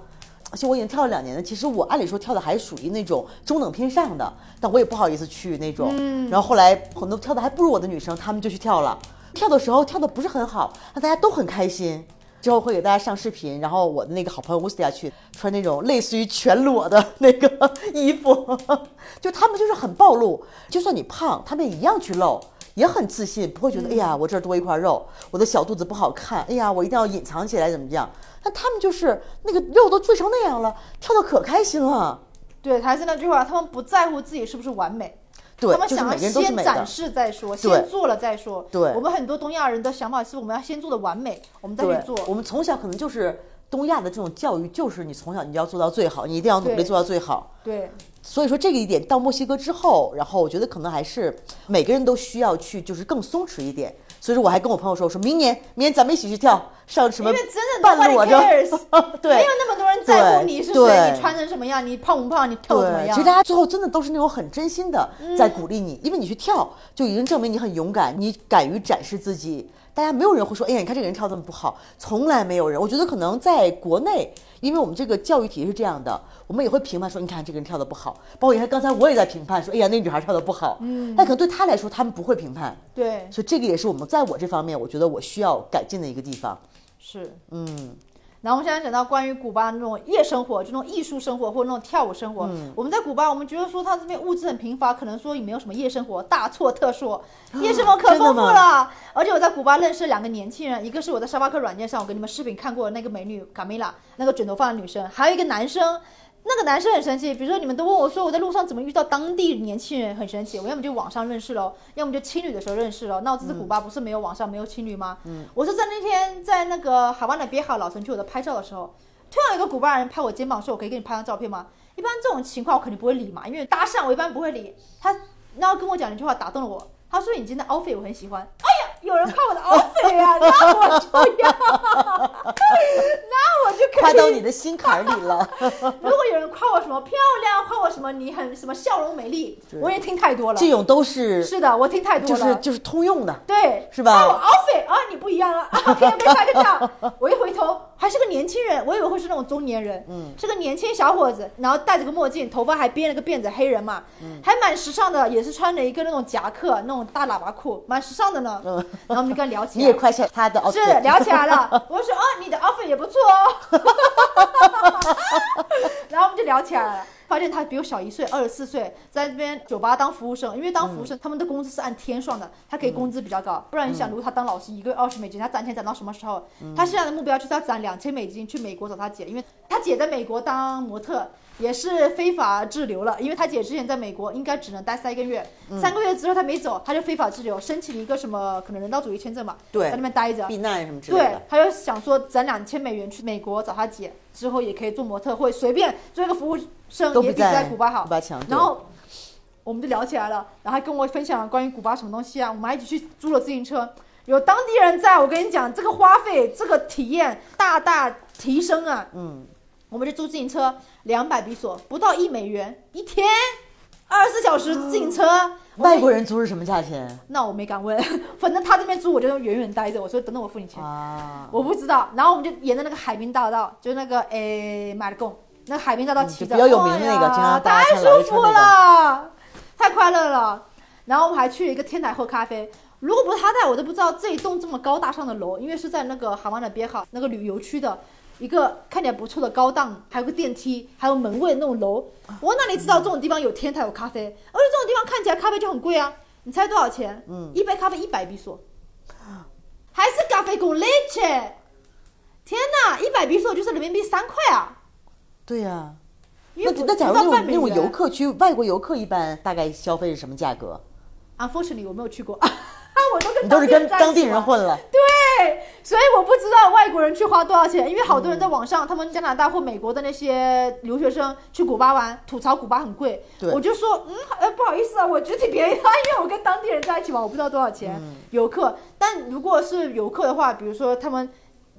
A: 而且我已经跳了两年了，其实我按理说跳的还属于那种中等偏上的，但我也不好意思去那种。然后后来很多跳的还不如我的女生，她们就去跳了。跳的时候跳的不是很好，但大家都很开心。之后会给大家上视频，然后我的那个好朋友乌斯蒂亚去穿那种类似于全裸的 <laughs> 那个衣服，就他们就是很暴露，就算你胖，他们也一样去露，也很自信，不会觉得、哎呀我这儿多一块肉，我的小肚子不好看，哎呀我一定要隐藏起来怎么样？但他们就是那个肉都坠成那样了，跳的可开心了。
B: 对，还是那句话，他们不在乎自己是不是完美，
A: 对
B: 他，们
A: 就是
B: 想
A: 每
B: 要
A: 个人都是
B: 先
A: 美
B: 展
A: 的，
B: 示再说，
A: 对
B: 先做了再说。
A: 对
B: 我们很多东亚人的想法是，我们要先做的完美，我们再
A: 对
B: 去做。，
A: 我们从小可能就是东亚的这种教育，就是你从小你要做到最好，你一定要努力
B: 对
A: 做到最好。
B: 对，
A: 所以说这个一点到墨西哥之后，然后我觉得可能还是每个人都需要去，就是更松弛一点。所以说我还跟我朋友说，我说明年明年咱们一起去跳上什
B: 因
A: 么
B: 为真的
A: 半啊
B: nobody
A: 裸
B: cares，
A: 着，<laughs>
B: 没
A: 对
B: 有。那么多人在
A: 对
B: 乎你是谁，
A: 对
B: 你穿成什么样，你胖不胖，你跳得怎么
A: 对，其
B: 样嗯
A: 实。大家最后真的都是那种很真心的在鼓励你，因为你去跳就已经证明你很勇敢，你敢于展示自己。大家没有人会说，哎呀，你看这个人跳这么不好，从来没有人。我觉得可能在国内，因为我们这个教育体系是这样的，我们也会评判说，你看这个人跳的不好。包括你看刚才我也在评判说，哎呀，那女孩跳的不好。嗯，但可能对她来说，他们不会评判，
B: 对，
A: 所以这个也是我们在我这方面，我觉得我需要改进的一个地
B: <laughs>
A: 方。
B: 是，嗯。然后我们现在讲到关于古巴那种夜生活，就那种艺术生活或者那种跳舞生活。
A: 嗯
B: 我们在古巴，我们觉得说它这边物质很贫乏，可能说也没有什么夜生活，大错特错。夜生活可
A: 啊真的
B: 丰富
A: 吗
B: 了。而且我在古巴认识了两个年轻人，一个是我在沙巴克软件上我给你们视频看过的那个美女卡米拉，那个卷头发的女生，还有一个男生。那个男生很神奇，比如说你们都问我说我在路上怎么遇到当地年轻人，很神奇。我要么就网上认识了，要么就青旅的时候认识了。那我这次古巴不是没有网上没有青旅吗？我是在那天在那个海湾的别海老城区我在拍照的时候，突然有一个古巴人拍我肩膀说：“我可以给你拍张照片吗？”一般这种情况我肯定不会理嘛，因为搭讪我一般不会理他。然后跟我讲一句话打动了我，他说：“你今天的 outfit 我很喜欢。”哎呀，有人夸我的 outfit 呀、那我就要， <laughs> 那我就可
A: 夸
B: 以
A: 到你的心坎儿里
B: <laughs>
A: 了。
B: 如果有人夸我什么漂亮，夸我什么你很什么笑容美丽，我也听太多了。
A: 这种都是
B: 是的，我听太
A: 就
B: 多
A: 是
B: 了。
A: 就是通用的，
B: 对，
A: 是吧
B: 夸我 outfit 啊，你不一样了啊，OK，没啥没啥。我一回头还是个年轻人，我以为会是那种中年人，嗯，是个年轻小伙子，然后戴着个墨镜，头发还编了个辫子，黑人嘛，
A: 嗯
B: 还蛮时尚的，也是穿了一个那种夹克，那种大喇叭裤，蛮时尚的呢。然后我们就跟他聊起
A: 嗯 <laughs> 你
B: 来，
A: 也夸下他的 o
B: 是聊起来了， <laughs> 我就说哦，你的 offer 也不错哦， <laughs> 然后我们就聊起来了，发现他比我小一岁，二十四岁，在这边酒吧当服务生，因为当服务生、他们的工资是按天算的，他给工资比较高，不然你
A: 嗯
B: 想，如果他当老师一个月二十美金，他攒钱攒到什么时候？他现在的目标就是要攒两千美金去美国找他姐，因为他姐在美国当模特。也是非法滞留了，因为他姐之前在美国应该只能待三个月，
A: 嗯
B: 三个月之后他没走，他就非法滞留，申请一个什么可能人道主义签证嘛，
A: 对
B: 在那边待着，
A: 避难什么之类
B: 对
A: 的，，
B: 他就想说攒两千美元去美国找他姐，之后也可以做模特，或者随便做一个服务生，
A: 都
B: 也
A: 比
B: 比在古巴好
A: 古。巴强。对
B: 然后我们就聊起来了，然后还跟我分享关于古巴什么东西啊，我们还一起去租了自行车，有当地人在，我跟你讲，这个花费，这个体验大大提升啊。
A: 嗯，
B: 我们就租自行车，两百比索，不到一美元一天，二十四小时自行车。我
A: 外
B: 们
A: 国人租是什么价钱
B: 那我没敢问， <laughs> 反正他这边租我就远远待着，我说等等我付你钱。
A: 啊？
B: 我不知道。然后我们就沿着那个海滨大道，就是那个诶马尔贡，那海滨大道骑
A: 嗯就
B: 着，
A: 比较有名的那个
B: 哎呀
A: 经常大家
B: 太
A: 看老
B: 舒
A: 爷车
B: 服了，太快乐了。然后我们还去了一个天台喝咖啡。如果不是他带，我都不知道这一栋这么高大上的楼，因为是在那个海湾的边哈那个旅游区的一个看起来不错的高档，还有个电梯，还有门卫的那种楼。
A: 啊
B: 我哪里知道这种地方有天台有咖啡？而且这种地方看起来咖啡就很贵啊！你猜多少钱？嗯，一杯咖啡一百比索，还是咖啡跟 leche。天哪，一百比索就是人民币三块啊！
A: 对呀、
B: 因
A: 那
B: 为不
A: 那假如
B: 不
A: 那
B: 到
A: 种
B: 半美
A: 那种游
B: 元。
A: 客区，外国游客一般大概消费是什么价格？
B: Unfortunately，我没有去过，我都跟
A: 你都是跟
B: 在一
A: 当地
B: 起
A: 人
B: 玩
A: 混了，
B: 对，所以我不知道外国人去花多少钱，因为好多
A: 嗯
B: 人在网上，他们加拿大或美国的那些留学生去古巴玩，吐槽古巴很贵。
A: 对
B: 我就说，嗯，呃，不好意思啊，我觉得挺便宜的， <laughs> 因为我跟当地人在一起玩，我不知道多少钱。
A: 嗯
B: 游客，但如果是游客的话，比如说他们。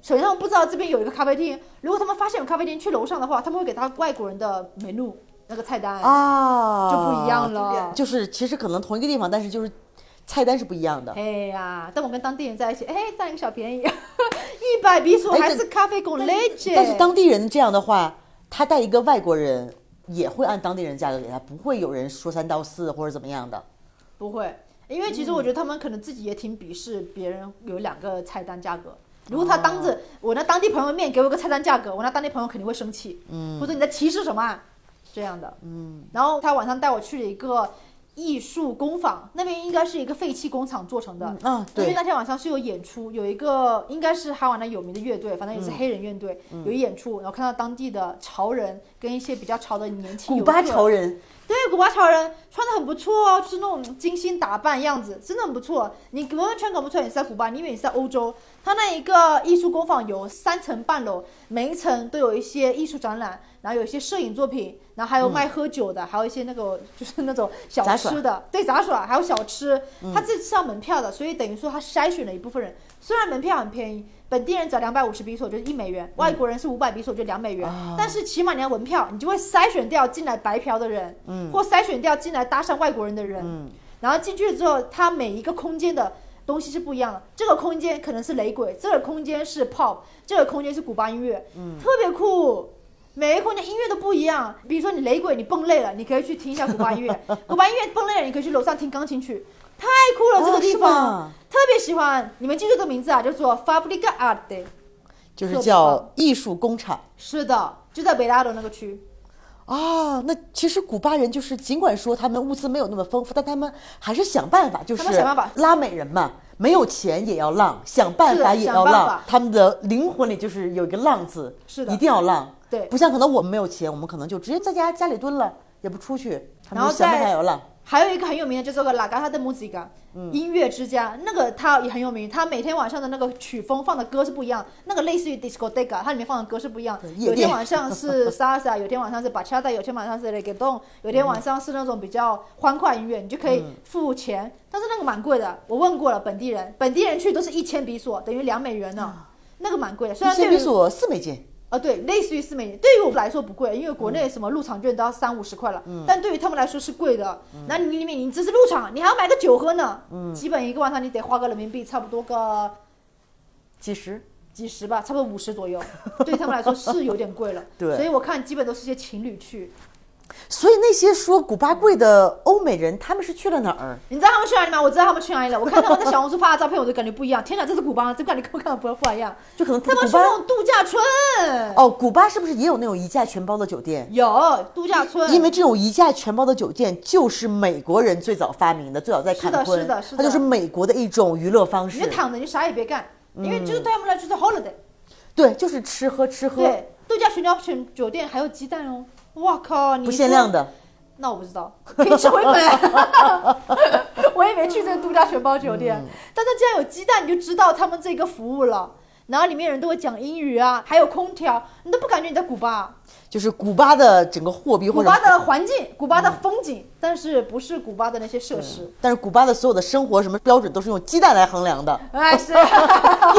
B: 首先，他们不知道这边有一个咖啡厅。如果他们发现有咖啡厅，去楼上的话，他们会给他外国人的 menu 那个菜单，
A: 啊，
B: 就不一样了
A: 就是其实可能同一个地方，但是就是菜单是不一样的。
B: 哎呀，但我跟当地人在一起，哎，占一个小便宜， <laughs> 一百比索
A: 哎
B: 还
A: 但
B: 是咖啡跟 l
A: 哎但是当地人这样的话，他带一个外国人也会按当地人价格给他，不会有人说三道四或者怎么样的。
B: 不会，因为其实我觉得他们可能自己也挺鄙视别人有两个菜单价格。如果他当
A: 哦
B: 着我那当地朋友面给我个菜单价格，我那当地朋友肯定会生气，嗯，或者你在歧视什么、啊、这样的，嗯。然后他晚上带我去了一个艺术工坊，那边应该是一个废弃工厂做成的，
A: 啊，
B: 因为
A: 对，
B: 那天晚上是有演出，有一个应该是哈瓦那有名的乐队，反正也是
A: 嗯
B: 黑人乐队、有演出，然后看到当地的潮人跟一些比较潮的年轻
A: 古
B: 游客
A: 巴潮人
B: 对，古巴潮人穿的很不错哦，就是那种精心打扮样子，真的很不错。你完完全搞不出来你是在古巴，你以为你是在欧洲。它那一个艺术工坊有三层半楼，每一层都有一些艺术展览，然后有一些摄影作品，然后还有卖喝酒的，还有一些那个就是那种小
A: 嗯杂
B: 吃的，对杂耍，还有小吃。它这是要门票的，所以等于说它筛选了一部分人。虽然门票很便宜，本地人只要两百五十比索，就是一美元；外国人是五百比索，就两美元。但是起码你要门票，你就会筛选掉进来白嫖的人，或筛选掉进来搭讪外国人的人。然后进去之后，它每一个空间的东西是不一样的。这个空间可能是雷鬼，这个空间是 pop，这个空间是古巴音乐，特别酷。每一个空间音乐都不一样，比如说你雷鬼，你蹦累了，你可以去听一下古巴
A: <laughs>
B: 音乐；古巴音乐蹦累了，你可以去楼上听钢琴曲，太酷了！这个
A: 哦
B: 地
A: 是
B: 方、
A: 吗
B: 特别喜欢。你们记住这个名字啊，叫做 Fabrica Arte。
A: 就是
B: 特别
A: 叫
B: 棒
A: 艺术工厂
B: 是的，就在北大的那个区。
A: 啊。那其实古巴人就是，尽管说他们物资没有那么丰富，但他们还是想办法，就是
B: 他们想办法
A: 拉美人嘛，没有钱也要浪，想办法
B: 是啊
A: 也
B: 想
A: 要
B: 办
A: 浪
B: 法。
A: 他们的灵魂里就是有一个浪字，
B: 是的
A: 一定要浪。
B: 对
A: 不像可能我们没有钱，我们可能就直接在家家里蹲了，也不出去，他
B: 然
A: 们
B: 后
A: 想不
B: 在
A: 开油了。
B: 还有一个很有名的叫做个 La Gata de Musica，、音
A: 嗯
B: 乐之家，那个它也很有名。它每天晚上的那个曲风放的歌是不一样，那个类似于 discoteca，它里面放的歌是不一样。
A: 夜店
B: 有天晚上是 <laughs> salsa，有天晚上是 bachata，有天晚上是 reggaeton，有天晚上是那种比较欢快音乐，你就可以付钱。但是那个蛮贵的，我问过了本地人，本地人去都是一千比索，等于两美元呢、那个蛮贵的，虽然
A: 啊一
B: 对
A: 千
B: 于
A: 比索四美金，
B: 啊，对，类似于四美元，对于我们来说不贵，因为国
A: 嗯
B: 内什么入场券都要三五十块了，但对于他们来说是贵的。
A: 嗯
B: 那你里面你只是入场，你还要买个酒喝呢，基本一个晚上你得花个人民币差不多个
A: 几十。
B: 几十吧，差不多五十
A: <laughs>
B: 左右，对他们来说是有点贵了。
A: 对
B: 所以我看基本都是些情侣去，
A: 所以那些说古巴贵的欧美人，他们是去了哪儿？
B: 你知道他们去哪里吗？我知道他们去哪里了，我看他们在小红书发的照片，我就感觉不一样。天哪，这是古巴吗，这感觉跟我看的不不一样。
A: 就可能
B: 他们
A: 古
B: 去那
A: 巴
B: 种度假村，
A: 哦，古巴是不是也有那种一价全包的酒店？
B: 有度假村，
A: 因为这种一价全包的酒店就是美国人最早发明的，最早在
B: 是的
A: 坎昆，
B: 是的是的
A: 它就是美国的一种娱乐方
B: 你
A: 式
B: 就。躺着，你啥也别干，
A: 嗯
B: 因为就是对他们来说就是 holiday。
A: 对，就是吃喝吃喝，
B: 对，度假全家选酒店还有鸡蛋哦。哇靠！你
A: 不限量
B: 的？
A: 的。
B: 那我不知道，可以吃回本。 <laughs> 我也没去这个度假全包酒
A: 嗯
B: 店，但它既然有鸡蛋，你就知道他们这个服务了。然后里面人都会讲英语啊，还有空调，你都不感觉你在古巴。啊
A: 就是古巴的整个货币
B: 古
A: 或者
B: 巴的环境，
A: 嗯
B: 古巴的风景，但是不是古巴的那些设施。
A: 但是古巴的所有的生活什么标准都是用鸡蛋来衡量
B: <laughs>
A: 的，
B: 哎，是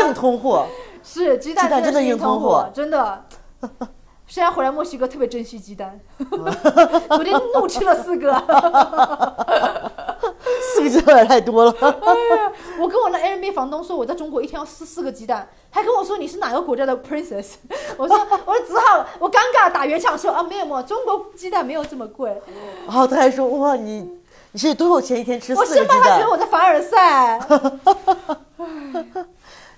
A: 硬通货。
B: 是，鸡蛋
A: 鸡蛋真的
B: 是
A: 硬
B: 硬通
A: 通
B: 货
A: 货，
B: 真的。 <laughs> 虽然回来墨西哥特别珍惜
A: <laughs>
B: 鸡蛋，昨天怒吃了四个。
A: 四个鸡蛋有点太多了。
B: <laughs> 我跟我那 Airbnb 房东说，我在中国一天要撕四个鸡蛋，还跟我说你是哪个国家的 princess。我 <laughs> 说，我说只好我尴尬打圆场说啊，没有没有，中国鸡蛋没有这么贵。
A: 然后他还说：“哇，你你是多少钱一天吃
B: 我
A: 四个
B: 生
A: 鸡
B: 怕他觉
A: 蛋
B: 得？”我在凡尔赛。
A: <laughs>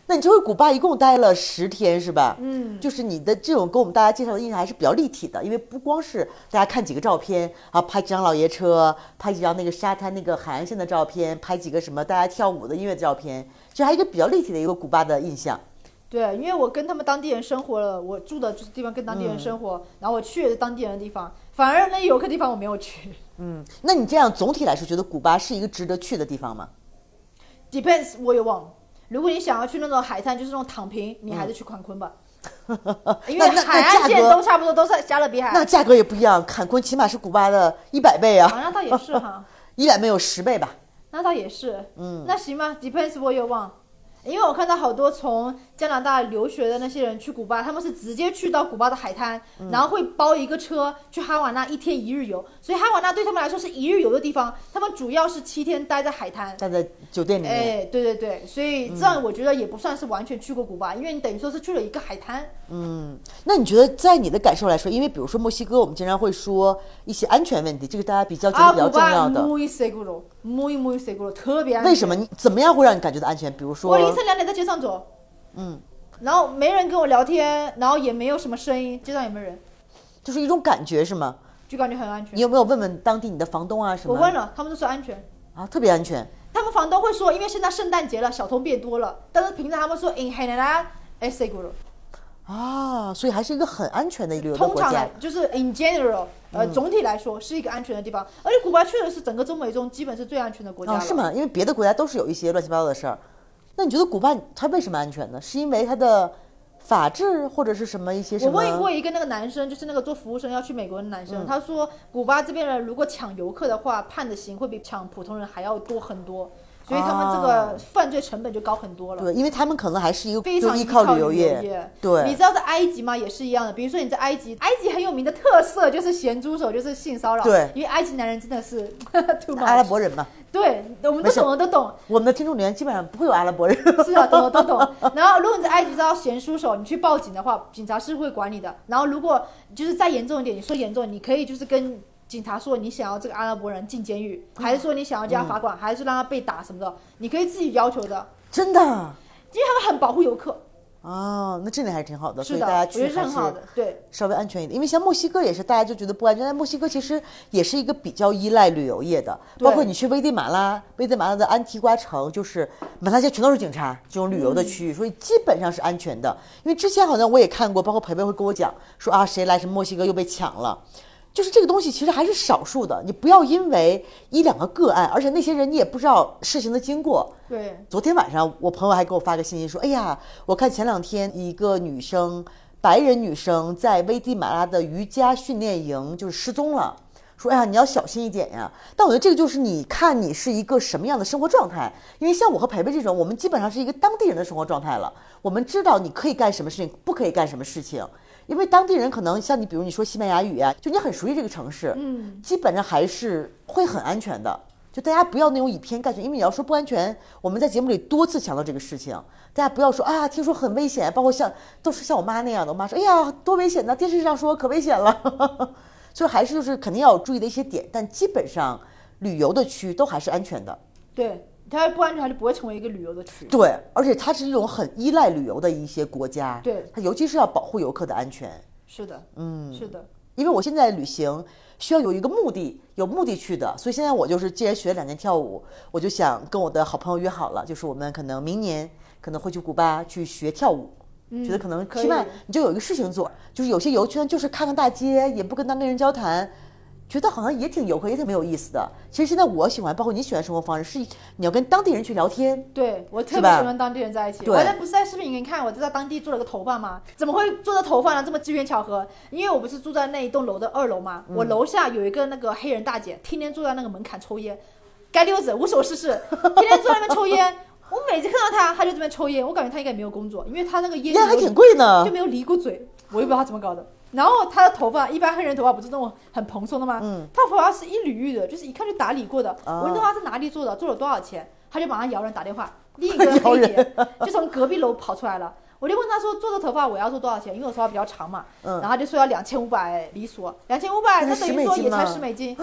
A: 那你就回古巴一共待了十天是吧？嗯，就是你的这种给我们大家介绍的印象还是比较立体的，因为不光是大家看几个照片啊，拍几张老爷车，拍几张那个沙滩那个海岸线的照片，拍几个什么大家跳舞的音乐的照片，这还有一个比较立体的一个古巴的印象。
B: 对，因为我跟他们当地人生活了，我住的就是地方跟当地人生
A: 嗯
B: 活，然后我去也是当地人的地方，反而那游客地方我没有去。
A: 那你这样总体来说，觉得古巴是一个值得去的地方吗？
B: Depends what you want。如果你想要去那种海滩，就是那种躺平，你还是去坎
A: <laughs>
B: 昆吧，因为
A: 那那
B: 海
A: 那
B: 岸
A: 价
B: 线
A: 格
B: 都差不多，都在加勒比海
A: 那。价格也不一样，坎昆起码是古巴的一百倍啊，
B: 好像倒也是哈。
A: 一百倍有十倍吧。
B: 那倒也是，嗯，那行吧，depends what you want。因为我看到好多从加拿大留学的那些人去古巴，他们是直接去到古巴的海滩，
A: 嗯
B: 然后会包一个车去哈瓦那一天一日游，所以哈瓦那对他们来说是一日游的地方，他们主要是七天待在海滩。
A: 但在酒店里面，
B: 哎，对对对，所以这样我觉得也不算是完全去过古巴，因为你等于说是去了一个海滩。
A: 那你觉得在你的感受来说，因为比如说墨西哥，我们经常会说一些安全问题，这个大家比较觉
B: 啊，
A: 得比较
B: 古
A: 重
B: 巴
A: 要的。
B: muy seguro，muy muy seguro，特别安全。
A: 为什么？你怎么样会让你感觉到安全？比如说
B: 我，凌晨两点在街上走，
A: 嗯，
B: 然后没人跟我聊天，然后也没有什么声音，街上也没人，
A: 就是一种感觉是吗？
B: 就感觉很安全
A: 你。有没有问问当地你的房东啊什么？
B: 我问了，他们都说安全。
A: 啊，特别安全。
B: 他们房东会说，因为现在圣诞节了，小偷变多了，但是平常他们说哎 in Canada is seguro，
A: 啊，所以还是一个很安全的一个旅游的
B: 通
A: 国
B: 常
A: 家嗯
B: 来。就是 in general，呃，总体来说是一个安全的地方。而且古巴确实是整个中美中基本是最安全的国家
A: 啊，
B: 了。
A: 是？吗？因为别的国家都是有一些乱七八糟的事儿。那你觉得古巴它为什么安全呢？是因为它的法治或者是什么一些什
B: 我
A: 么？嗯
B: 问过一个那个男生，就是那个做服务生要去美国的男生，他说古巴这边人如果抢游客的话，判的刑会比抢普通人还要多很多，所以他们这个犯罪成本就高很多了。
A: 啊对，因为他们可能还是一个
B: 非
A: 就
B: 常
A: 依
B: 依
A: 靠
B: 旅
A: 游
B: 业。你
A: 对
B: 知道在埃及吗？也是一样的。比如说你在埃及，埃及很有名的特色就是咸猪手，就是性骚扰。
A: 对
B: 因为埃及男人真的是 <laughs> too
A: 阿拉
B: much。
A: 伯人嘛，
B: 对，我们都
A: 没事
B: 懂的都懂，
A: 我们的听众里面基本上不会有阿拉伯人。 <laughs>
B: 是啊，懂的都懂。然后如果你在埃及遭咸猪手，你去报警的话，警察是会管你的。然后如果就是再严重一点，你说严重，你可以就是跟。警察说你想要这个阿拉伯人进监狱，
A: 嗯
B: 还是说你想要加罚款，还是说让他被打什么的，你可以自己要
A: 嗯
B: 求的，
A: 真的啊，
B: 因为他们很保护游客。
A: 哦那这点还是挺好的，所
B: 是
A: 以
B: 的，
A: 大家
B: 我觉
A: 去
B: 得是
A: 还
B: 很好
A: 是
B: 的。对，
A: 稍微安全一点。因为像墨西哥也是，大家就觉得不安全，但墨西哥其实也是一个比较依赖旅游业的，
B: 对
A: 包括你去危地马拉，危地马拉的安提瓜城就是满大街全都是警察，这种旅游的
B: 嗯
A: 区域，所以基本上是安全的。因为之前好像我也看过，包括培培会跟我讲说啊，谁来什么墨西哥又被抢了。就是这个东西其实还是少数的，你不要因为一两个个案，而且那些人你也不知道事情的经过。
B: 对，
A: 昨天晚上我朋友还给我发个信息说，哎呀，我看前两天一个女生，白人女生在危地马拉的瑜伽训练营就是失踪了。说，哎呀，你要小心一点呀！但我觉得这个就是你看你是一个什么样的生活状态，因为像我和培培这种，我们基本上是一个当地人的生活状态了。我们知道你可以干什么事情，不可以干什么事情，因为当地人可能像你，比如你说西班牙语啊，就你很熟悉这个城市，嗯，基本上还是会很安全的。就大家不要那种以偏概全，因为你要说不安全，我们在节目里多次强调这个事情，大家不要说啊，听说很危险，包括像都是像我妈那样的，我妈说，哎呀，多危险呢，电视上说可危险了， <laughs> 所以还是就是肯定要有注意的一些点，但基本上旅游的区都还是安全的，
B: 对，它不安全，它就不会成为一个旅游的区。
A: 对，而且它是一种很依赖旅游的一些国家，
B: 对，
A: 它尤其是要保护游客的安全，
B: 是的，嗯，是的，
A: 因为我现在旅行需要有一个目的，有目的去的，所以现在我就是既然学了两年跳舞，我就想跟我的好朋友约好了，就是我们可能明年可能会去古巴去学跳舞。
B: 嗯
A: 觉得可能
B: 可以
A: 起码你就有一个事情做，就是有些游圈就是看看大街，也不跟当地人交谈，觉得好像也挺游客，也挺没有意思的。其实现在我喜欢，包括你喜欢生活方式，是你要跟当地人去聊天，
B: 对我
A: 是
B: 特别
A: 吧
B: 喜欢当地人在一起。
A: 对
B: 我那不是在视频给你看，我就在当地做了个头发嘛，怎么会做到头发呢？这么机缘巧合，因为我不是住在那一栋楼的二楼
A: 嗯
B: 嘛，我楼下有一个那个黑人大姐，天天坐在那个门槛抽烟，街溜子无所
A: <laughs>
B: 事事，天天坐在那边抽烟。我每次看到她，她就这边抽烟，我感觉她应该也没有工作，因为她那个烟
A: 烟还
B: 油
A: 挺贵呢
B: 就。没有离过嘴，我也不知道他怎么搞的。然后他的头发，一般黑人头发不是那种很蓬松的吗？嗯，他头发是一缕缕的，就是一看就打理过的。
A: 啊
B: 我问他是哪里做的，做了多少钱，他就马上摇人打电话，
A: <laughs>
B: 另一个黑姐就从隔壁楼跑出来了。我就问他说做这头发我要做多少钱，因为我头发比较长嘛，
A: 嗯
B: 然后他就说要两千五百离索，两千五百
A: 那
B: 那
A: 是
B: 等
A: 10
B: 于
A: 美
B: 说
A: 金
B: 也才
A: 吗
B: 十
A: <gasps>
B: 美金，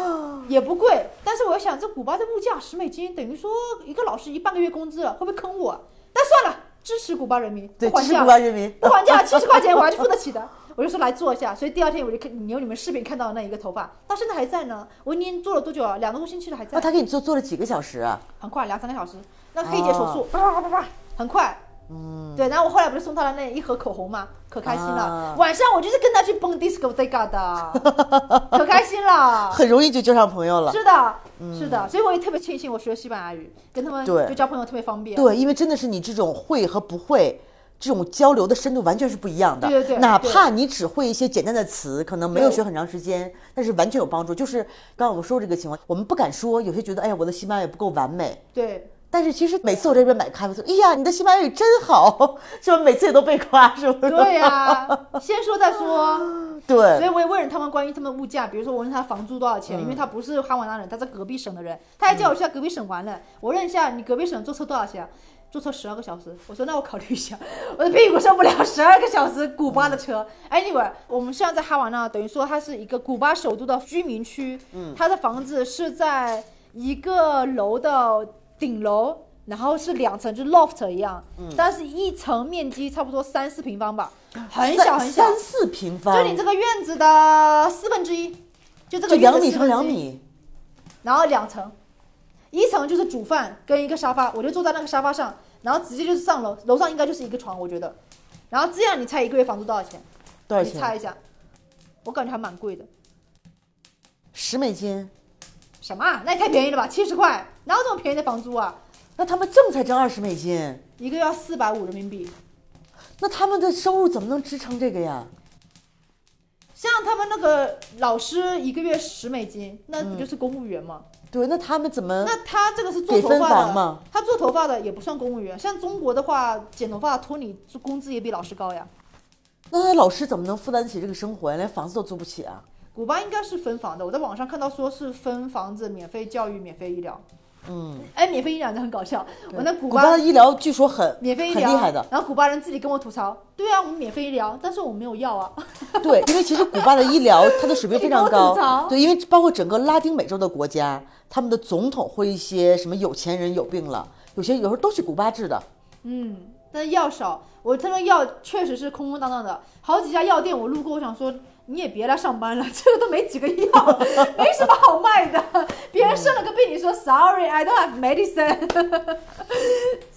B: 也不贵。但是我想这古巴的物价十美金等于说一个老师一半个月工资了，会不会坑我？但算了，支持古巴人民，不
A: 对，<laughs>
B: 还
A: 支持
B: 价
A: 古。巴人民。
B: 不还价七十块钱我还是付得起的。 <laughs> 我就说来做一下，所以第二天我就看你有你们视频看到的那一个头发，到现在还在呢。我已经做了多久啊？两个多星期了还
A: 那 <laughs>
B: 在，
A: 他给你做做了几个小时啊？
B: 很快两三个小时。那个黑姐手术，叭叭叭叭叭，很快。嗯，对，然后我后来不是送她了那一盒口红嘛，可开心了
A: 啊。
B: 晚上我就是跟她去蹦 disco
A: <laughs>
B: Dega 的，可开心了。
A: 很容易就交上朋友了。
B: 是的，是的，所以我也特别庆幸我学了西班牙语，跟他们
A: 对
B: 就交朋友特别方便。
A: 对，因为真的是你这种会和不会，这种交流的深度完全是不一样的。
B: 对对对
A: 哪
B: 对
A: 怕你只会一些简单的词，可能没有
B: 对
A: 学很长时间，但是完全有帮助。就是刚刚我们说这个情况，我们不敢说，有些觉得哎呀我的西班牙语不够完美。
B: 对，
A: 但是其实每次我这边买咖啡，说哎呀，你的西班牙语真好， <laughs> 是吧？每次也都被夸，是不是？
B: 对呀，先说再说。
A: 对
B: 所以我也问了他们关于他们物价，比如说我问他房租多少钱，因为他不是哈瓦那人，他是隔壁省的人，他还叫我去他隔壁省玩了。我问一下你隔壁省坐车多少钱啊？坐车十二个小时，我说那我考虑一下，我的屁股受不了十二个小时古巴的车。Anyway，我们现在在哈瓦那，等于说它是一个古巴首都的居民区，它的房子是在一个楼的顶楼，然后是两层，就 loft 一样，但是一层面积差不多三四平方吧，很小
A: 三
B: 很小，
A: 三四平方，
B: 就你这个院子的四分之一，就这个
A: 嗯就
B: 院
A: 两
B: 子
A: 米
B: 四
A: 乘
B: 分之一
A: 两，米，
B: 然后两层，一层就是煮饭跟一个沙发，我就坐在那个沙发上，然后直接就是上楼，楼上应该就是一个床，我觉得。然后这样你猜一个月房租多少钱？
A: 多少
B: 你猜
A: 钱？
B: 一下，我感觉还蛮贵的。
A: 十美金。
B: 什么啊、那也太便宜了吧，七十块，哪有这么便宜的房租啊？
A: 那他们挣才挣二十美金，
B: 一个月要四百五人民币。
A: 那他们的收入怎么能支撑这个呀？
B: 像他们那个老师一个月十美金，那
A: 嗯
B: 不就是公务员吗？
A: 对，那他们怎么？
B: 那他这个是做
A: 给
B: 头
A: 分
B: 发
A: 房
B: 的
A: 吗，
B: 他做头发的也不算公务员。像中国的话，剪头发托你工资也比老师高呀。
A: 那他老师怎么能负担得起这个生活呀？连房子都租不起啊？
B: 古巴应该是分房的，我在网上看到说是分房子、免费教育、免费医疗。嗯，哎，免费医疗真的很搞笑。我那古
A: 古
B: 巴
A: 巴的医疗据说很
B: 免费医
A: 很
B: 疗，
A: 厉害的
B: 然后古巴人自己跟我吐槽，对啊，我们免费医疗，但是我没有要啊。
A: 对，因为其实古巴的医
B: <laughs>
A: 疗它的水平非常
B: 自己跟我吐槽
A: 高，对，因为包括整个拉丁美洲的国家，他们的总统会一些什么有钱人有病了，有些有时候都去古巴治的，
B: 嗯，但是药少，我他说药确实是空空荡荡的，好几家药店我路过，我想说你也别来上班了，这个都没几个药，没什么好卖的。别人生了个病，你说 sorry I don't have medicine，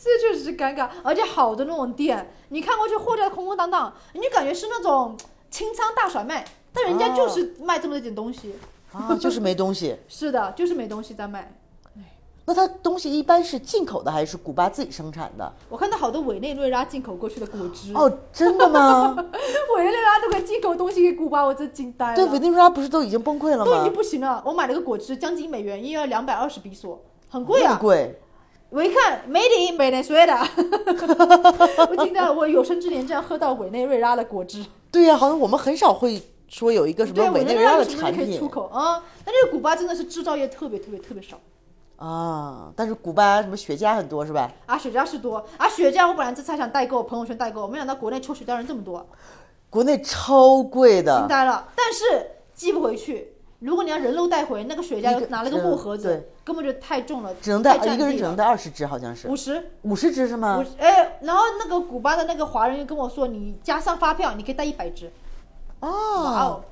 B: 这确实是尴尬。而且好的那种店，你看过去货架空空荡荡，你就感觉是那种清仓大甩卖。但人家就是卖这么点东西，
A: 啊， <laughs> 就是没东西。
B: 是的，就是没东西在卖。
A: 那它东西一般是进口的还是古巴自己生产的？
B: 我看到好多委内瑞拉进口过去的果汁，
A: 哦，真的
B: <laughs>
A: 吗？
B: 委内瑞拉都可以进口东西给古巴，我真惊呆了。
A: 对，委内瑞拉不是都已经崩溃了
B: 都已经
A: 吗？
B: 不行了。我买了个果汁，将近一美元，因为两百二十比索，很贵
A: 那么
B: 啊。
A: 贵，
B: 我一看，Made
A: <laughs>
B: in Venezuela，我听到我有生之年这样喝到委内瑞拉的果汁。
A: 对呀、好像我们很少会说有一个什
B: 对，
A: 么
B: 委
A: 委内
B: 内瑞
A: 瑞
B: 拉
A: 拉
B: 的
A: 的
B: 是不是
A: 产
B: 可以
A: 品
B: 出口啊、但是古巴真的是制造业特别特别特别少
A: 啊。但是古巴什么雪茄很多是吧？
B: 啊，雪茄是多啊，雪茄我本来这次还想代购，朋友圈代购，没想到国内抽雪茄人这么多，
A: 国内超贵
B: 惊
A: 的，
B: 呆了。但是寄不回去，如果你要人肉带回，那个雪
A: 一
B: 茄
A: 个
B: 拿了个
A: 嗯
B: 木盒子
A: 对，
B: 根本就太重了，
A: 只能带
B: 太占
A: 一个人
B: 地
A: 只能
B: 了
A: 带二十支，好像是
B: 五十。
A: 五十支是
B: 我
A: 吗？
B: 哎，然后那个古巴的那个华人又跟我说，你加上发票，你可以带一百只。哇
A: 啊，
B: 哦，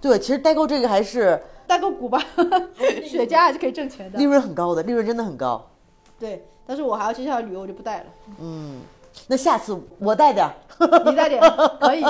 A: 对，其实代购这个还是
B: 代购古巴
A: 哦
B: <laughs> 雪茄还是可以挣钱
A: 利
B: 的。
A: 润很高的，利润真的很高。
B: 对，但是我还要接下来旅游，我就不带了。
A: 那下次我带点儿，
B: <laughs> 你带点可以。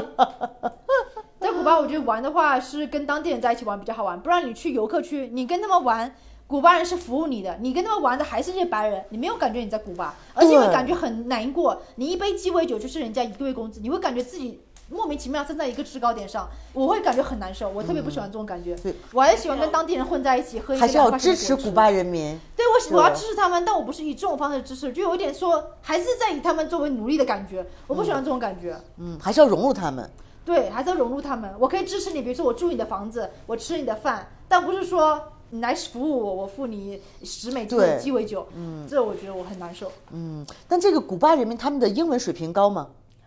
B: 在古巴，我觉得玩的话是跟当地人在一起玩比较好玩，不然你去游客区，你跟他们玩，古巴人是服务你的，你跟他们玩的还是那些白人，你没有感觉你在古巴，而且会
A: 对
B: 感觉很难过。你一杯鸡尾酒就是人家一个月工资，你会感觉自己。莫名其妙站在一个制高点上，我会感觉很难受，我特别不喜欢这种感觉。
A: 对
B: 我还是喜欢跟当地人混在一起，喝一
A: 还
B: 杯
A: 是要
B: 凉快
A: 支
B: 水
A: 持
B: 果汁
A: 古巴人民。
B: 对我喜，我要
A: 对
B: 支持他们，但我不是以这种方式支持，就有一点说还是在以他们作为奴隶的感觉，我不喜欢这种感觉。
A: 嗯，还是要融入他们。
B: 对，还是要融入他们。我可以支持你，比如说我住你的房子，我吃你的饭，但不是说你来服务我，我付你十美金的
A: 对
B: 鸡尾酒。嗯，这我觉得我很难受。
A: 嗯，但这个古巴人民他们的英文水平高吗？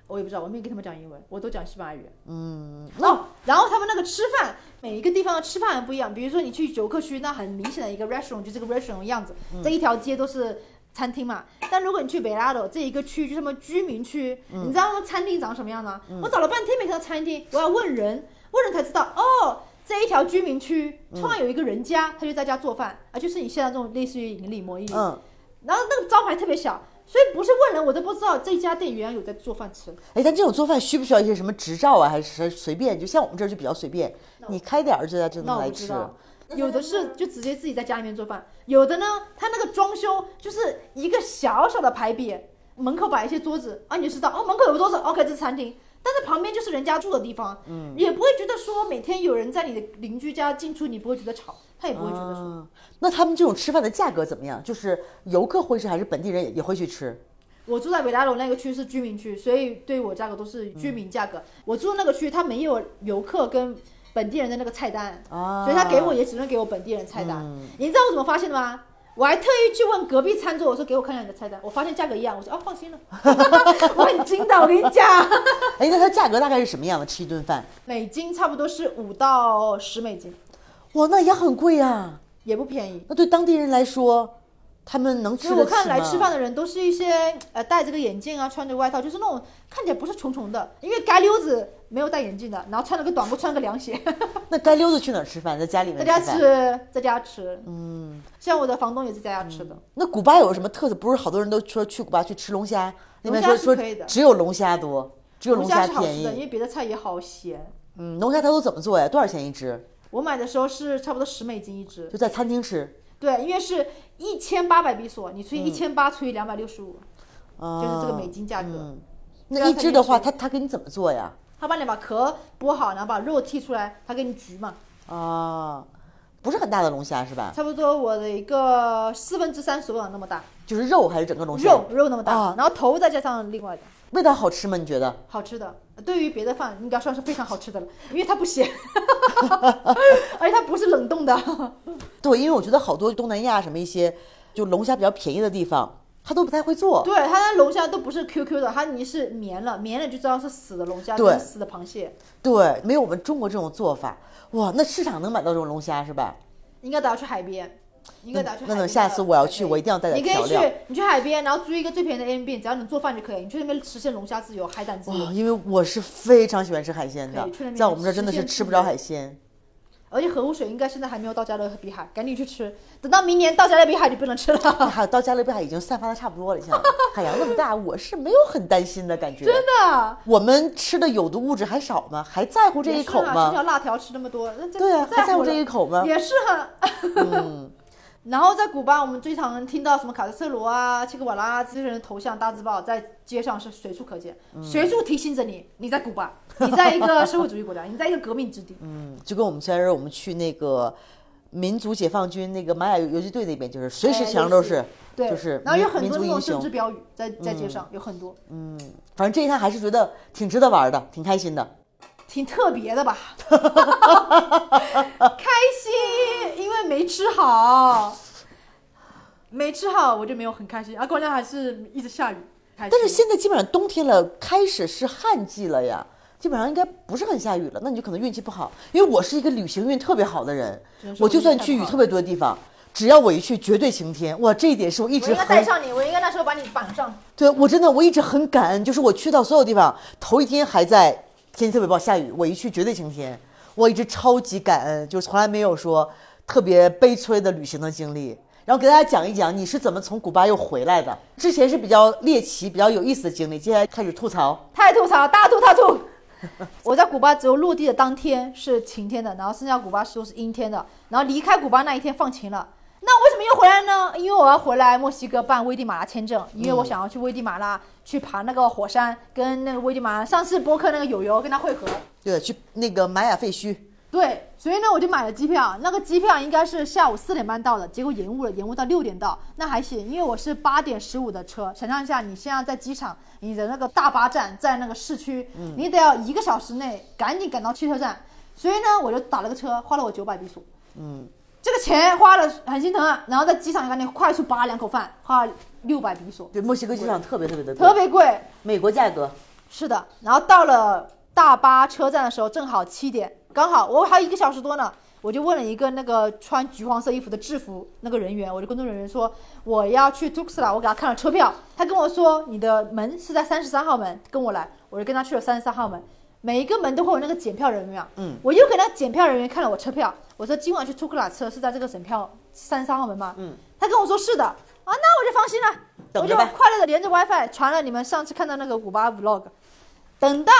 B: 我也不知道，我没跟他们讲英文，我都讲西班牙语。
A: 嗯，
B: 哦，然后他们那个吃饭，每一个地方的吃饭还不一样。比如说你去游客区，那很明显的一个 restaurant 就这个 restaurant 的样子，这一条街都是餐厅嘛。但如果你去北拉多这一个区，就是他们居民区，你知道他们餐厅长什么样吗？
A: 嗯
B: 我找了半天没看到餐厅，我要问人，问人才知道哦。这一条居民区突然有一个人家，他就在家做饭，啊，就是你现在这种类似于引领模一，
A: 嗯，
B: 然后那个招牌特别小，所以不是问人我都不知道这家店原来有在做饭吃。
A: 哎，但这种做饭需不需要一些什么执照啊？还是随便？就像我们这儿就比较随便，你开点儿就在这
B: 那
A: 能
B: 我
A: 来
B: 不知
A: 吃。
B: 道，有的是就直接自己在家里面做饭，有的呢，他那个装修就是一个小小的牌匾，门口摆一些桌子，啊，你就知道哦，门口有个桌子，OK，这是餐厅。但是旁边就是人家住的地方，嗯，也不会觉得说每天有人在你的邻居家进出，你不会觉得吵，他也不会觉得说，
A: 嗯，那他们这种吃饭的价格怎么样？就是游客会吃，还是本地人也也会去吃？
B: 我住在维拉罗那个区是居民区，所以对我价格都是居民价格。我住的那个区，它没有游客跟本地人的那个菜单，
A: 啊
B: 所以他给我也只能给我本地人菜单。你知道我怎么发现的吗？我还特意去问隔壁餐桌，我说给我看一下你的菜单，我发现价格一样，我说哦放心了，我很惊的，我跟你讲，
A: 哎，那它价格大概是什么样的？吃一顿饭，
B: 美金差不多是五到十美金，
A: 哇，那也很贵啊。
B: 也不便宜。
A: 那对当地人来说，他们能
B: 所以
A: 吃
B: 我
A: 得起吗？
B: 看来吃饭的人都是一些呃戴着个眼镜啊，穿着外套，就是那种看起来不是穷穷的，因为街溜子没有戴眼镜的，然后穿了个短裤，穿了个凉鞋，
A: 那该溜子去哪儿吃饭？在家里
B: <laughs> 在
A: 面
B: 家
A: 吃饭。
B: 吃，在家吃。嗯，像我的房东也是在家吃的。
A: 那古巴有什么特色？不是好多人都说去古巴去吃龙虾，那边
B: 龙虾
A: 说
B: 是
A: 说
B: 可以的
A: 只有龙虾多，只有
B: 龙
A: 虾
B: 是好
A: 便
B: 吃的，因
A: 宜。
B: 为别的菜也好咸。
A: 嗯，龙虾它都怎么做呀？多少钱一只？
B: 我买的时候是差不多十美金一只，
A: 就在餐厅吃。
B: 对，因为是一千八百比索，你除以一千八除以两百六十五，
A: 啊、
B: 就是这个美金价格。
A: 嗯
B: 这样
A: 那一
B: 才
A: 只
B: 能
A: 的话，
B: 吃
A: 它它给你怎么做呀？
B: 他帮你把壳剥好，然后把肉剔出来，他给你焗嘛。
A: 啊，不是很大的龙虾是吧？
B: 差不多我的一个四分之三手掌那么大，
A: 就是肉还是整个龙虾？
B: 肉肉那么大，
A: 啊
B: 然后头再加上另外的。
A: 味道好吃吗？你觉得？
B: 好吃的，对于别的饭应该算是非常好吃的了，因为它不咸， <laughs> 而且它不是冷冻的。
A: 对，因为我觉得好多东南亚什么一些就龙虾比较便宜的地方，它都不太会做。
B: 对，它那龙虾都不是 QQ 的，它你是绵了，绵了就知道是死的龙虾
A: 对
B: 跟死的螃蟹，
A: 对，没有我们中国这种做法。哇，那市场能买到这种龙虾是吧？
B: 应该得要去海边，应该得要去海
A: 那等
B: 边的。
A: 下次我要去
B: 对
A: 我一定要带点
B: 你可以
A: 调
B: 去
A: 料，
B: 你去海边，然后租一个最便宜的 a m b n 只要你做饭就可以，你去那边实现龙虾自由、海胆自由。
A: 哇，因为我是非常喜欢吃海鲜的
B: 对去那边，
A: 在我们这儿真的
B: 实
A: 是
B: 现
A: 吃不
B: 自
A: 着
B: 由
A: 海鲜。
B: 而且核污水应该现在还没有到加勒比海，赶紧去吃，等到明年到加勒比海就不能吃了。
A: 哎呀，到加勒比海已经散发的差不多
B: <laughs>
A: 了，现在海洋那么大，我是没有很担心的感觉。
B: 真的，
A: 我们吃的有毒物质还少吗？还在乎这一口
B: 也是啊，吃
A: 吗？
B: 条辣条吃那么多，那这
A: 对啊，
B: 不
A: 还在
B: 乎
A: 乎
B: 了
A: 这一口吗？嗯
B: 也是很。 <laughs> 然后在古巴，我们最常听到什么卡斯特罗啊、切格瓦拉啊这些人的头像大字报在街上是随处可见，
A: 嗯
B: 随处提醒着你，你在古巴，你在一个社会主义国家，你在一个革命之地。
A: 嗯，就跟我们前儿我们去那个民族解放军那个玛雅游击队那边，就是
B: 哎
A: 随时墙上都是，
B: 对，
A: 就是
B: 然后有
A: 民
B: 很
A: 民族
B: 多那
A: 英
B: 种政
A: 雄嗯
B: 治标语在在街上，有很多，
A: 反正这一趟还是觉得挺值得玩的，挺开心的。
B: 挺特别的吧？ <laughs> 开心，因为没吃好，没吃好我就没有很开心，啊而关键还是一直下雨，但
A: 但是现在基本上冬天了，开始是旱季了呀，基本上应该不是很下雨了。那你就可能运气不好，因为我是一个旅行运特别好的人
B: 只能，说
A: 我就
B: 运气
A: 算
B: 太
A: 去
B: 不
A: 雨
B: 好
A: 特别多的地方，只要我一去，绝对晴天。哇，这一点是我一
B: 我
A: 直
B: 应该
A: 很
B: 带上你，我应该那时候把你绑上。
A: 对我真的我一直很感恩，就是我去到所有地方，头一天还在天气特别不好下雨，我一去绝对晴天，我一直超级感恩，就是从来没有说特别悲催的旅行的经历。然后给大家讲一讲你是怎么从古巴又回来的。之前是比较猎奇、比较有意思的经历，接下来开始吐槽。
B: 太吐槽，大吐特吐。 <laughs> 我在古巴只有落地的当天是晴天的，然后剩下古巴都是阴天的。然后离开古巴那一天放晴了，那为什么又回来呢？因为我要回来墨西哥办危地马拉签证，因为我想要去危地马拉去爬那个火山，跟那个危地马拉上次播客那个友友跟他会合。
A: 对，去那个玛雅废墟，
B: 对，所以呢，我就买了机票。那个机票应该是下午四点半到的，结果延误了，延误到六点到，那还行，因为我是八点十五的车。想象一下，你现在在机场，你的那个大巴站在那个市区，你得要一个小时内赶紧赶到汽车站。所以呢，我就打了个车，花了我九百比索。这个钱花了很心疼啊。然后在机场赶紧快速扒两口饭，花了六百比索，
A: 对，墨西哥机场特别特别的
B: 特
A: 贵，
B: 别贵。
A: 美国价格。
B: 是的，然后到了大巴车站的时候，正好七点，刚好我还有一个小时多呢，我就问了一个那个穿橘黄色衣服的制服那个人员，我就跟工作人员说我要去 Tuxla，我给他看了车票，他跟我说你的门是在三十三号门，跟我来，我就跟他去了三十三号门。每一个门都会有那个检票人员，嗯，我又给那检票人员看了我车票，我说今晚去 t u 拉 l a 车是在这个检票三十三号门吗？嗯，他跟我说是的，啊，那我就放心了，
A: 等
B: 我就
A: 着呗
B: 快乐的连着 WiFi 传了你们上次看到那个古巴 Vlog，等到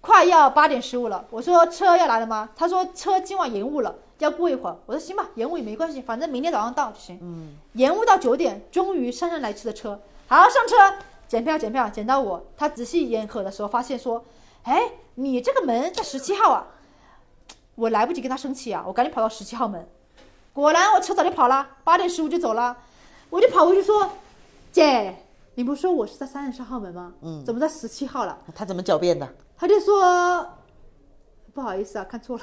B: 快要八点十五了，我说车要来了吗？他说车今晚延误了，要过一会儿。我说行吧，延误也没关系，反正明天早上到就行。嗯，延误到九点，终于姗姗来迟的车，好上车，检票检票检到我，他仔细验核的时候发现说，哎，你这个门在十七号啊，我来不及跟他生气啊，我赶紧跑到十七号门，果然我车早就跑了，八点十五就走了，我就跑回去说，姐，你不是说我是在三十三号门吗？嗯，怎么在十七号了？
A: 他怎么狡辩的？
B: 他就说不好意思啊，看错了，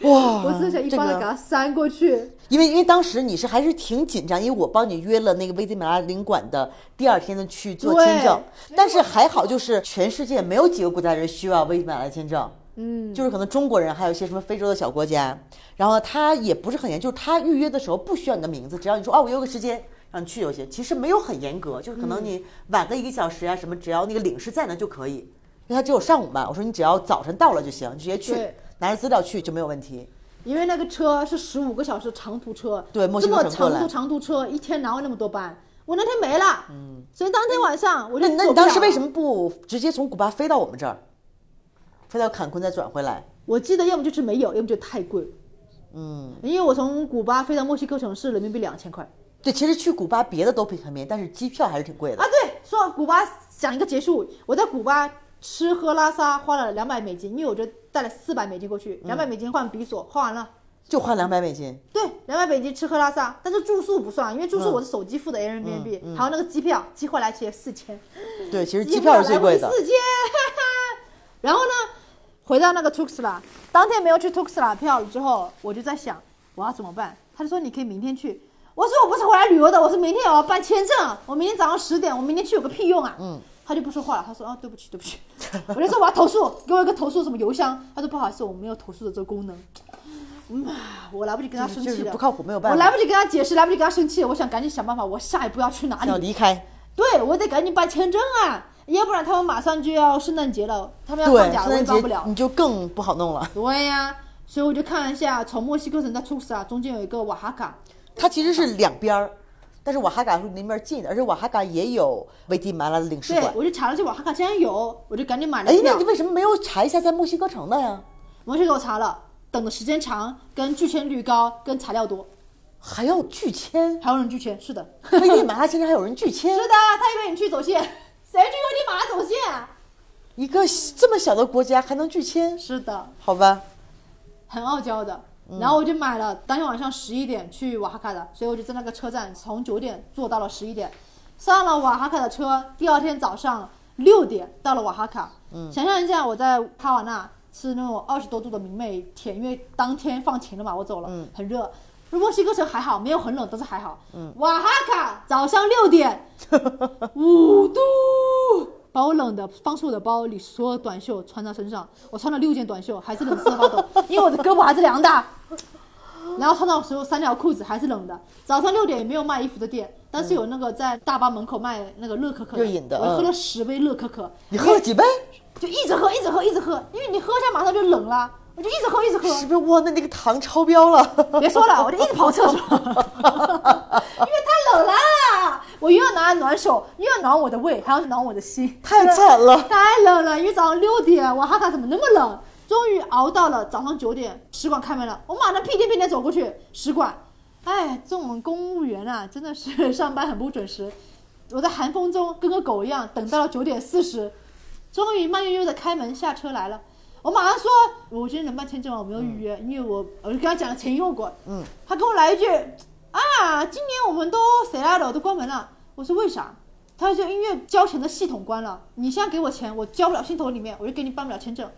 A: 哇，
B: 我只是想一
A: 这
B: 巴
A: 个
B: 掌给他扇过去。
A: 因为因为当时你是还是挺紧张，因为我帮你约了那个危地马拉领馆的第二天的去做
B: 对
A: 签证
B: 所以，
A: 但是还好就是全世界没有几个国家人需要危地马拉签证。嗯，就是可能中国人，还有一些什么非洲的小国家，然后他也不是很严，就是他预约的时候不需要你的名字，只要你说哦，我有个时间让你去就行。其实没有很严格，就是可
B: 嗯
A: 能你晚个一个小时啊什么，只要那个领事在那就可以，因为他只有上午嘛。我说你只要早晨到了就行，你直接去
B: 对
A: 拿着资料去就没有问题。
B: 因为那个车是十五个小时长途车，
A: 对墨西
B: 这
A: 哥
B: 么
A: 城过
B: 长
A: 来
B: 途长途车一天哪有那么多班？我那天没了，嗯，所以当天晚上我就
A: 那那你当时为什
B: 么？
A: 么不直接从古巴飞到我们这儿，飞到坎昆再转回来？
B: 我记得要么就是没有，要么就太贵，嗯，因为我从古巴飞到墨西哥城市人民币两千块啊，
A: 对，其实去古巴别的都很便宜，但是机票还是挺贵的。
B: 对，说到古巴讲一个结束，我在古巴吃喝拉撒花了两百美金，因为我就带了四百美金过去，两百美金换比索，花完了。
A: 就花两百美金，
B: 对，两百美金吃喝拉撒，但是住宿不算，因为住宿我是手机付的 Airbnb，、还有那个机票，机票来其实四千，
A: 对，其实机票是最贵的
B: 四。千。然后呢，回到那个 Tuxla，当天没有去 Tuxla 票了之后，我就在想我要怎么办。他就说你可以明天去，我说我不是回来旅游的，我是明天我要办签证，我明天早上十点，我明天去有个屁用啊。嗯。他就不说话了，他说啊对不起对不起， <laughs> 我就说我要投诉，给我一个投诉什么邮箱，他说不好意思我没有投诉的这个功能。嗯，我来不及跟他
A: 就是
B: 生气了，
A: 就是不靠谱没有办法
B: 我来不及跟他解释，来不及跟他生气，我想赶紧想办法，我下一步要去哪里
A: 要？离开，
B: 对，我得赶紧办签证啊，要不然他们马上就要圣诞节了，他们要
A: 对
B: 放，假
A: 圣
B: 了，我也
A: 诞
B: 办不
A: 节
B: 了。
A: 你就更不好弄了。
B: 对呀、所以我就看了一下，从墨西哥城到图萨中间有一个瓦哈卡，
A: 它其实是两边儿，但是瓦哈嘎是离那边近的，而且瓦哈嘎也有危地马拉的领事
B: 对
A: 馆。
B: 我就查了下瓦哈卡竟然有，我就赶紧买了
A: 哎，那
B: 票
A: 你。为什么没有查一下在墨西哥城的呀？
B: 我去给我查了，等的时间长，跟拒签率高，跟材料多，
A: 还要拒签？
B: 还有人拒签，是的，
A: 危地马拉竟然还有人拒签
B: <laughs> 是？的，他以为你去走线，谁去危地马拉走线啊？
A: 一个这么小的国家还能拒签？
B: 是的，
A: 好吧，
B: 很傲娇的。然后我就买了，当天晚上十一点去瓦哈卡的，所以我就在那个车站从九点坐到了十一点，上了瓦哈卡的车，第二天早上六点到了瓦哈卡。嗯，想象一下，我在哈瓦那吃那种二十多度的明媚甜，因为当天放晴了嘛，我走了，很热。墨西哥城还好，没有很冷，但是还好。嗯，瓦哈卡早上六点，五度，把我冷的放出我的包里所有短袖穿到身上，我穿了六件短袖，还是冷得瑟发抖，因为我的胳膊还是凉的。然后穿到所有三条裤子还是冷的。早上六点也没有卖衣服的店，但是有那个在大巴门口卖那个热可可
A: 热饮的
B: 我喝
A: 嗯
B: 了十杯热可可，
A: 你喝了几杯？
B: 就一直喝一直喝一直喝，因为你喝下马上就冷了，我就一直喝一直喝。
A: 是不是哇？那那个糖超标了？
B: 别说了，我就一直跑厕所，因为太冷啦，我又要拿暖手，又要暖我的胃，还要暖我的心，
A: 太惨了！
B: 太冷了。因为早上六点，瓦哈卡怎么那么冷？终于熬到了早上九点，使馆开门了，我马上屁颠屁颠走过去，使馆。哎，这种公务员啊，真的是上班很不准时。我在寒风中跟个狗一样，等到了九点四十，终于慢悠悠的开门下车来了。我马上说，我今天能办签证吗？我没有预约，因为我我就跟他讲了前因后果。
A: 嗯，
B: 他跟我来一句啊，今年我们都谁来了，都关门了。我说为啥？他说因为交钱的系统关了，你现在给我钱，我交不了系统里面，我就给你办不了签证。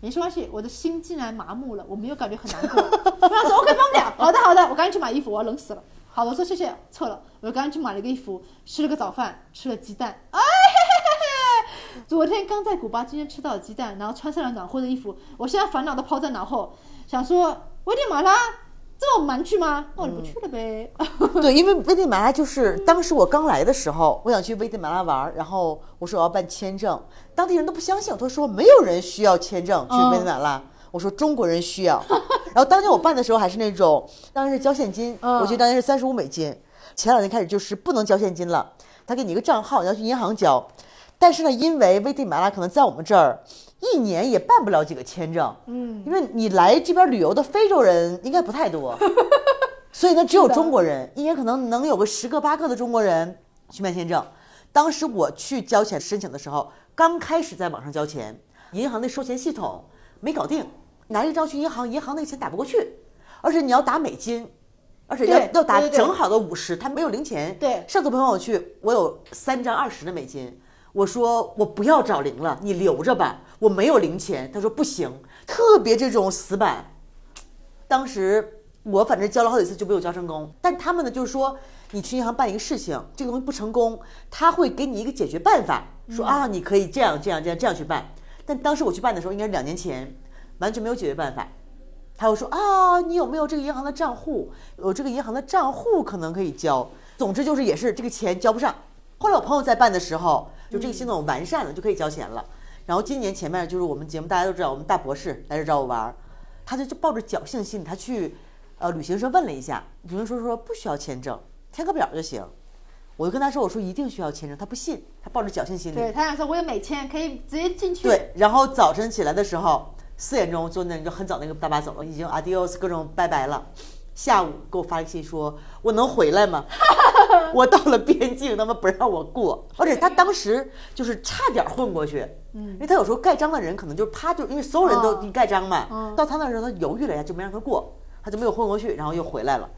B: 没关系，我的心竟然麻木了，我没有感觉很难过。我想说 OK 办不了，好的好的，我赶紧去买衣服，我要冷死了。好的，我说谢谢，撤了。我就赶紧去买了个衣服，吃了个早饭，吃了鸡蛋。哎嘿嘿嘿嘿，昨天刚在古巴，今天吃到了鸡蛋，然后穿上了暖和的衣服。我现在烦恼的抛在脑后，想说危地马拉啊这么蛮去吗？那我就不去了呗。
A: <laughs> 对，因为危地马拉就是当时我刚来的时候，我想去危地马拉玩儿，然后我说我要办签证，当地人都不相信，他说没有人需要签证去
B: 嗯
A: 危地马拉。我说中国人需要， <laughs> 然后当年我办的时候还是那种，当时是交现金，
B: 嗯
A: 我记得当年是三十五美金，前两年开始就是不能交现金了，他给你一个账号，你要去银行交，但是呢，因为危地马拉可能在我们这儿一年也办不了几个签证，
B: 嗯，
A: 因为你来这边旅游的非洲人应该不太
B: <laughs>
A: 多，所以呢，只有中国人，一年可能能有个十个八个的中国人去办签证。当时我去交钱申请的时候，刚开始在网上交钱，银行那收钱系统没搞定，拿一张去银行，银行那个钱打不过去，而且你要打美金，而且要
B: 对
A: 要打
B: 对对对
A: 正好的五十，他没有零钱。
B: 对
A: 上次朋友去，我有三张二十的美金，我说我不要找零了，你留着吧，我没有零钱。他说不行，特别这种死板。当时我反正交了好几次就没有交成功，但他们呢就是说，你去银行办一个事情，这个东西不成功，他会给你一个解决办法，说啊你可以这样这样这样这样去办。但当时我去办的时候应该是两年前，完全没有解决办法。他会说啊，你有没有这个银行的账户？有这个银行的账户可能可以交。总之就是也是这个钱交不上。后来我朋友在办的时候，就这个系统完善了，就可以交钱了。然后今年前面就是我们节目大家都知道，我们大博士来这找我玩儿，他就就抱着侥幸心理，他去呃旅行社问了一下，旅行社说不需要签证，填个表就行。我就跟他说，我说一定需要签证，他不信，他抱着侥幸心理。
B: <laughs> 对他想说，我有美签，可以直接进去。
A: 对，然后早晨起来的时候，四点钟就那就很早那个大巴走了，已经 adios 各种拜拜了。下午给我发信息说，我能回来
B: <laughs>
A: 吗？我到了边境，他们不让我过，而且他当时就是差点混过去，嗯，因为他有时候盖章的人可能就啪就，因为所有人都
B: 哦
A: 一盖章嘛，
B: 嗯
A: 到他那儿的时候他犹豫了一下，就没让他过，他就没有混过去，然后又回来了。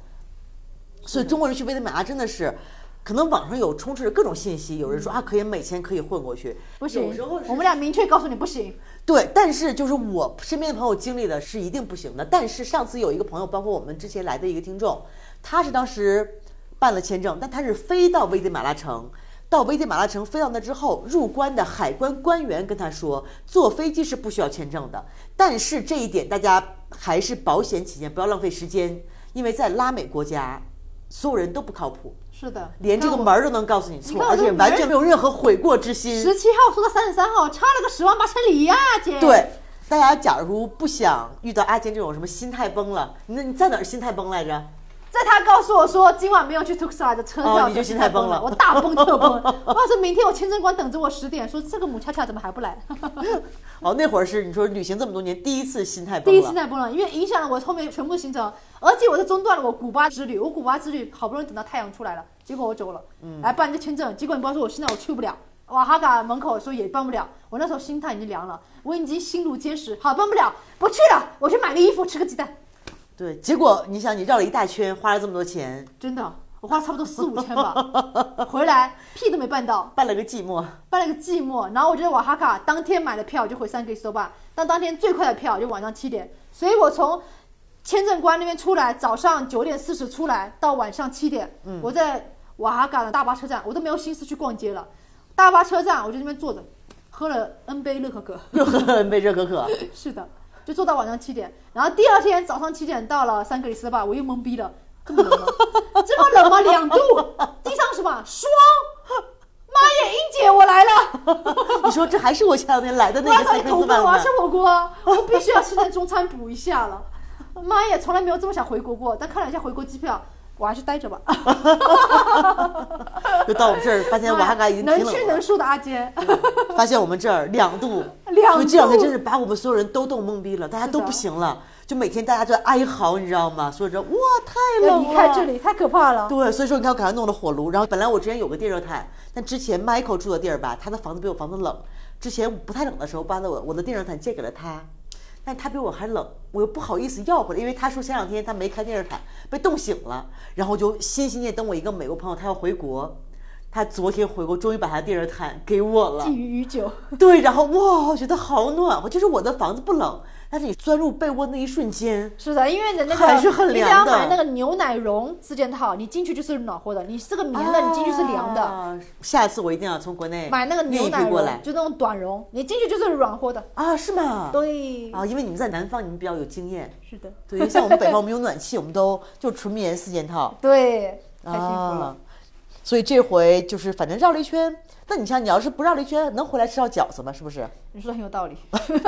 A: 所以中国人去危地马拉真的是，可能网上有充斥着各种信息，有
B: 嗯
A: 人说啊可以美签可以混过去，
B: 不行
A: 有时候，是
B: 我们俩明确告诉你不行。
A: 对，但是就是我身边的朋友经历的是一定不行的。但是上次有一个朋友，包括我们之前来的一个听众，他是当时办了签证，但他是飞到危地马拉城，到危地马拉城飞到那之后，入关的海关官员跟他说，坐飞机是不需要签证的。但是这一点大家还是保险起见，不要浪费时间，因为在拉美国家，所有人都不靠谱，
B: 是的，
A: 连这个门儿都能告诉你
B: 你
A: 错，
B: 看我
A: 而
B: 这
A: 且
B: 门
A: 完
B: 儿
A: 全没有任何悔过之心。
B: 十七号说到三十三号，差了个十万八千里呀、姐。
A: 对，大家假如不想遇到阿坚这种什么心态崩了，那你在哪儿心态崩来着？
B: 在他告诉我说今晚没有去 Tuxla 的车
A: 哦
B: 票，
A: 你就心态
B: 态
A: 崩了
B: 了，我大崩
A: <laughs>
B: 特崩。我要是明天我签证官等着我十点，说这个母恰恰怎么还不来？
A: 哦，那会儿是你说旅行这么多年第一次心态崩
B: 第
A: 了，
B: 一次太崩了，因为影响了我后面全部行程，而且我是中断了我古巴之旅。我古巴之旅好不容易等到太阳出来了，结果我走了，
A: 嗯
B: 哎来办这签证，结果你告诉我现在我去不了。瓦哈嘎门口说也办不了，我那时候心态已经凉了，我已经心如坚石，好办不了，不去了，我去买个衣服，吃个鸡蛋，
A: 对，结果你想你绕了一大圈，花了这么多钱，
B: 真的，我花了差不多四五
A: <laughs>
B: 千吧，回来屁都没办到，
A: 办了个寂寞。 <laughs>
B: 办了个寂寞，然后我就在瓦哈卡当天买了票，就回三克里斯多巴，但当天最快的票就晚上七点，所以我从签证官那边出来，早上九点四十出来到晚上七点，我在瓦哈卡的大巴车站，我都没有心思去逛街了，大巴车站我就在那边坐着，喝了 N 杯热可 <coughs> 可，
A: 又喝杯热可可，
B: 是的，就坐到晚上七点，然后第二天早上七点到了三克里斯多巴，我又懵逼了，这么冷吗？这么冷吗？两度，地上什么霜？妈耶，英姐我来了！
A: 你说这还是我前两天来的
B: 我要
A: 那个
B: 找
A: 三
B: 你
A: 克
B: 投
A: 斯
B: 奔，
A: 班
B: 我要
A: 吗
B: 吃？火锅啊，我必须要吃点中餐补一下
A: <laughs>
B: 了。妈耶，从来没有这么想回国过，但看了一下回国机票，我还是待
A: <laughs>
B: 着吧。
A: 就到我们这儿，发现瓦哈嘎已经
B: 能
A: 挺
B: 屈
A: 冷
B: 能
A: 了，
B: 伸的阿坚， <laughs>
A: 发现我们这儿两度，
B: 两
A: 就这两天
B: 度
A: 真是把我们所有人都冻懵逼了，大家
B: 是
A: 都
B: 的
A: 不行了，就每天大家就在哀嚎，你知道吗？说着哇太
B: 要
A: 冷
B: 离开
A: 了
B: 这里太可
A: <laughs>
B: 怕了。
A: 对，所以说你看我给他弄了火炉，然后本来我之前有个电热毯，但之前 Michael 住的地儿吧，他的房子比我房子冷，之前不太冷的时候，把我我的电热毯借给了他，但他比我还冷，我又不好意思要回来，因为他说前两天他没开电热毯，被冻醒了，然后我就心心念等我一个美国朋友，他要回国。他昨天回国，终于把他的电热毯给我了
B: 觊。觎已久，
A: 对，然后哇，我觉得好暖和。就是我的房子不冷，但是你钻入被窝那一瞬间，
B: 是的，因为你的那个
A: 还是很凉的
B: 你得要买那个牛奶绒自建套，你进去就是暖和的，你这个棉的，你进去是凉的。
A: 啊。下次我一定要从国内
B: 买那个
A: 运
B: 牛
A: 一批
B: 奶绒
A: 过来，
B: 就那种短绒，你进去就是软和的。
A: 啊，是吗？
B: 对，
A: 啊，因为你们在南方，你们比较有经验。
B: 是的，
A: 对，因为像我们北方，我们有暖气，我们都就纯棉四件套。
B: 对，太幸福了
A: 啊。，所以这回就是反正绕了一圈。那你像你要是不绕了一圈，能回来吃到饺子吗？是不
B: <laughs>
A: 是？
B: 你说的很有道理。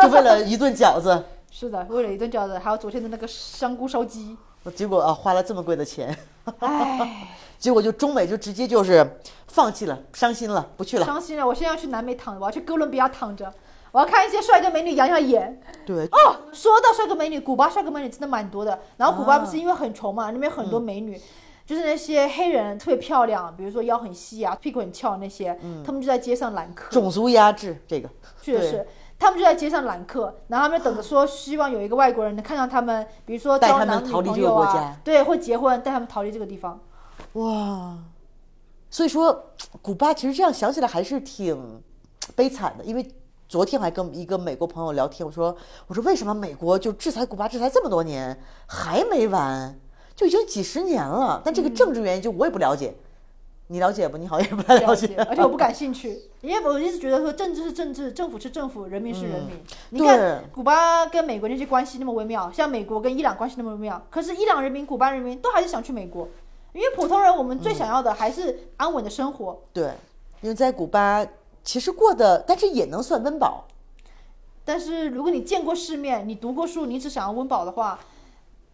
A: 就为了一顿饺子，
B: 是的，为了一顿饺子，还有昨天的那个香菇烧鸡，
A: 我结果啊花了这么贵的钱，
B: 唉，
A: 结果就中美就直接就是放弃了，伤心了，不去了。
B: <laughs> 伤心了。我现在要去南美躺，我要去哥伦比亚躺着，我要看一些帅哥美女养养眼。
A: 对，
B: 哦，说到帅哥美女，古巴帅哥美女真的蛮多的。然后古巴不是因为很穷嘛，那边很多美
A: 嗯
B: 女。就是那些黑人特别漂亮，比如说腰很细啊，屁股很翘那些，
A: 嗯
B: 他们就在街上揽客。
A: 种族压制这个，
B: 确
A: 对
B: 实，他们就在街上揽客，然后他们就等着说，希望有一个外国人能看上他们，比如说
A: 带
B: 交
A: 他们
B: 男女
A: 逃离
B: 朋
A: 这个
B: 友
A: 国
B: 啊
A: 家，
B: 对，或结婚，带他们逃离这个地方。
A: 哇，所以说，古巴其实这样想起来还是挺悲惨的，因为昨天我还跟一个美国朋友聊天，我说我说为什么美国就制裁古巴制裁这么多年还没完，就已经几十年了，但这个政治原因就我也不了解，你了解不？你好像也不太
B: 嗯了
A: 解哦嗯
B: 解，，而且我不感兴趣，因为我一直觉得说政治是政治，政府是政府，人民是人民。你看
A: 嗯对
B: 古巴跟美国那些关系那么微妙，像美国跟伊朗关系那么微妙，可是伊朗人民、古巴人民都还是想去美国，因为普通人我们
A: 嗯
B: 最想要的还是安稳的生活。
A: 对，因为在古巴其实过的，但是也能算温饱，
B: 但是如果你见过世面，你读过书，你只想要温饱的话，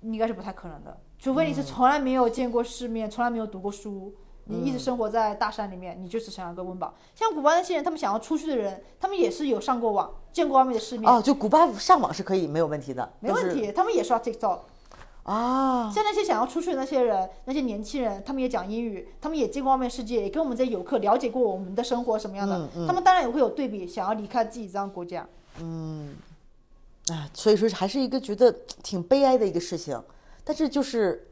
B: 你应该是不太可能的，除非你
A: 嗯
B: 是从来没有见过世面，从来没有读过书。你一直生活在大山里面，你就只想要个温饱。像古巴那些人，他们想要出去的人，他们也是有上过网，见过外面的世面，
A: 哦，就古巴上网是可以没有问题的，
B: 没问
A: 都是
B: 题。他们也刷 TikTok。
A: 啊。
B: 像那些想要出去的那些人，那些年轻人，他们也讲英语，他们也见过外面世界，也跟我们这些游客了解过我们的生活什么样的。
A: 嗯
B: 他们当然也会有对比，想要离开自己这样的
A: <laughs>
B: 国家。
A: 啊，所以说还是一个觉得挺悲哀的一个事情，但是就是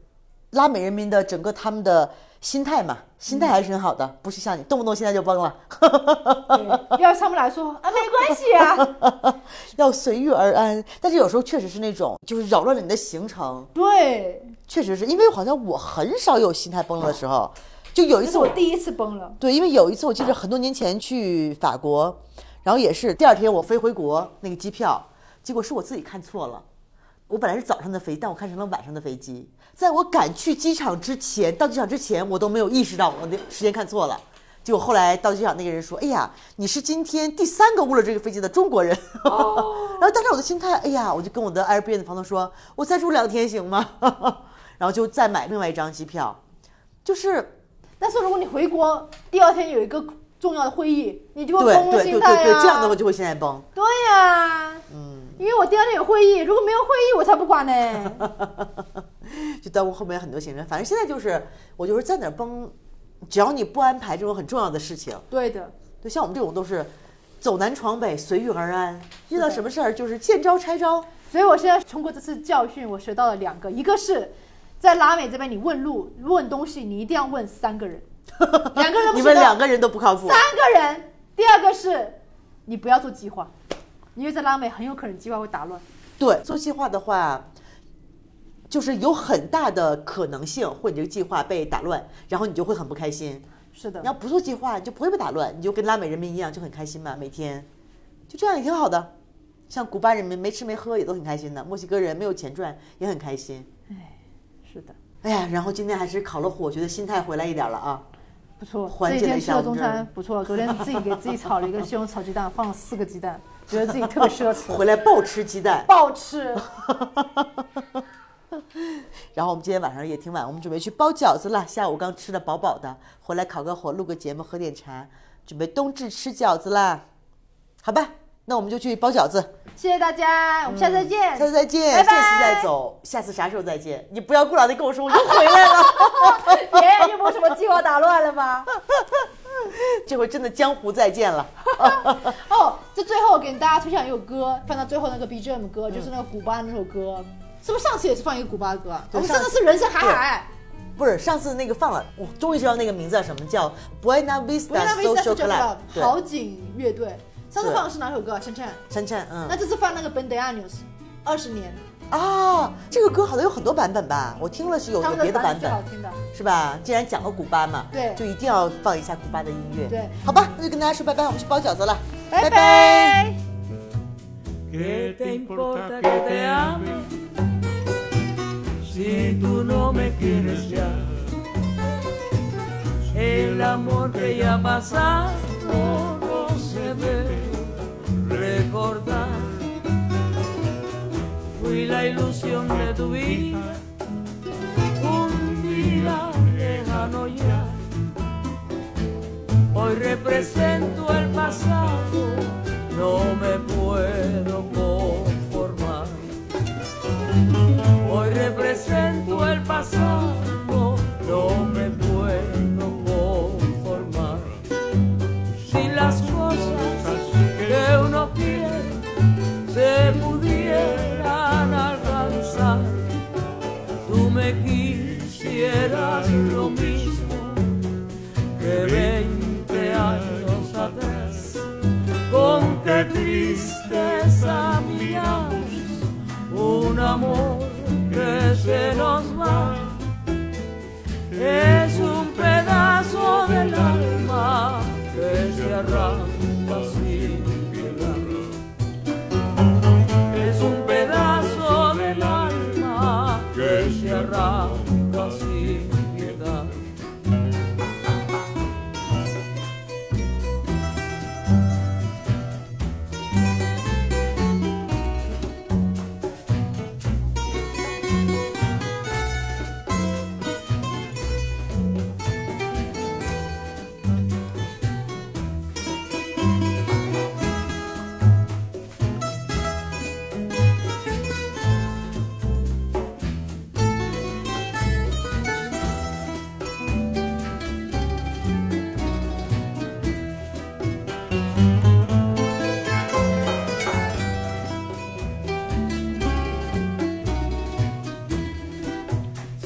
A: 拉美人民的整个他们的心态嘛，心态还是很好的，不是像你动不动现在就崩了，
B: 对，要是他们来说啊，没关系啊，
A: 要随遇而安。但是有时候确实是那种就是扰乱了你的行程，
B: 对，
A: 确实是因为好像我很少有心态崩了的时候，就有一次
B: 这是
A: 我
B: 我第一次崩了。
A: 对，因为有一次我记得很多年前去法国，然后也是第二天我飞回国那个机票，结果是我自己看错了。我本来是早上的飞，但我看成了晚上的飞机。在我赶去机场之前，到机场之前，我都没有意识到我的时间看错了。结果后来到机场那个人说：“哎呀，你是今天第三个误了这个飞机的中国人。 <laughs> 然后当时我的心态，哎呀，我就跟我的 Airbnb 的房东说：“我再住两天行吗？” <laughs> 然后就再买另外一张机票，就是
B: 但是如果你回国第二天有一个重要的会议，你就会
A: 对
B: 崩了
A: 对对
B: 心
A: 对
B: 态啊
A: 对，
B: 呀。
A: 这样的我嗯就会现在崩。
B: 对呀、因为我第二天有会议，如果没有会议我才不管
A: <laughs>
B: 呢。
A: 就耽误后面很多行程。反正现在就是，我就是在哪儿崩，只要你不安排这种很重要的事情，
B: 对的，
A: 就像我们这种都是走南闯北，随遇而安，遇到什么事儿就是见招拆招。
B: 所以我现在通过这次教训，我学到了两个，一个是在拉美这边你问路问东西，你一定要问
A: <laughs>
B: 三个人，两个人啊不
A: 你
B: 行
A: 们
B: 的，
A: 两个人都不靠谱，
B: 三个人。第二个是你不要做计划，因为在拉美很有可能计划会打乱。
A: 对，做计划的话，就是有很大的可能性会你这个计划被打乱，然后你就会很不开心。
B: 是的
A: 你，要不做计划，你就不会被打乱，你就跟拉美人民一样，就很开心嘛，每天就这样也挺好的。像古巴人民没吃没喝也都很开心的，墨西哥人没有钱赚也很开心。
B: 是的，
A: 哎呀，然后今天还是烤了火，觉得心态回来一点了啊。
B: 不错，
A: 缓
B: 这
A: 解
B: 几
A: 了
B: 天
A: 一
B: 吃
A: 下
B: 了
A: 我
B: 中
A: 们这
B: 餐，不错。昨天自己给自己炒了一个西红柿炒鸡蛋，放了四个鸡蛋，觉得自己特别奢侈，
A: 回来 <laughs> 暴吃鸡蛋，
B: 暴吃。
A: 然后我们今天晚上也挺晚，我们准备去包饺子了。下午刚吃的饱饱的，回来烤个火，录个节目，喝点茶，准备冬至吃饺子啦。好吧，那我们就去包饺子，
B: 谢谢大家，我们下次再见。
A: 嗯下次再见，
B: 拜拜
A: 这次再走，下次啥时候再见？你不要过两天跟我说我又回来了，
B: <laughs> 别又不是什么计划打乱了吗？
A: 这回真的江湖再见了。
B: 哦，这最后给大家推荐一首歌，放到最后那个 BGM 歌，就是那个古巴的那首歌，是不是上次也是放一个古巴歌啊？我
A: 对
B: 们
A: 上
B: 上次是人生海海，
A: 不是上次那个放了，我终于知道那个名字叫什么，叫 Buena
B: 不是
A: Vista
B: 那 v i s
A: Social
B: t
A: Club
B: a。
A: 对，
B: 好景乐队。上次放的是哪首歌啊？晨晨，
A: 晨晨，嗯
B: 那。这次放那个 b e n d a n o s 二十年，
A: 啊，这个歌好像有很多版本吧？我听了是有
B: 他
A: 有
B: 们
A: 别
B: 的
A: 的版
B: 版本最
A: 本
B: 好，听的。
A: 是吧？既然讲了古巴嘛，
B: 对
A: 就一定要放一下古巴的音乐。
B: 对，
A: 好吧，那就跟大家说拜拜，我们去包饺子了，
B: 拜拜。
C: ¿Qué te importa que te ame si tú no me quieres ya? El amor que ya pasado no se debe recordar. Fui la ilusión de tu vida, un día lejano ya. Hoy represento el pasado, no me puedo conformar. Hoy represento el pasado, no me puedo conformar. Si las cosas que uno quiere se pudieran alcanzar, tú me quisieras lo mismo que 20 años atrás. Con qué tristeza miramos un amor que se nos va. Es un pedazo del alma que se arranca sin piedad. Es un pedazo del alma que se arranca sin piedad.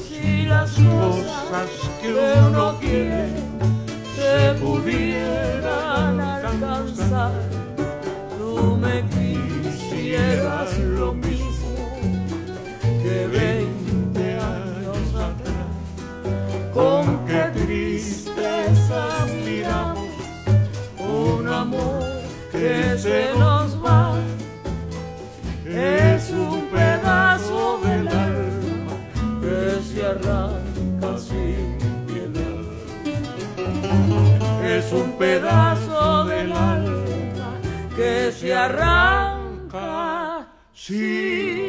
C: Si las cosas que uno quiere se pudieran alcanzar, tú me quisieras lo mismo que 20 años atrás. Con qué tristeza miramos un amor que se nos va. Es un pedazo del alma que se arranca sin piedad. es un pedazo del alma que se arranca sin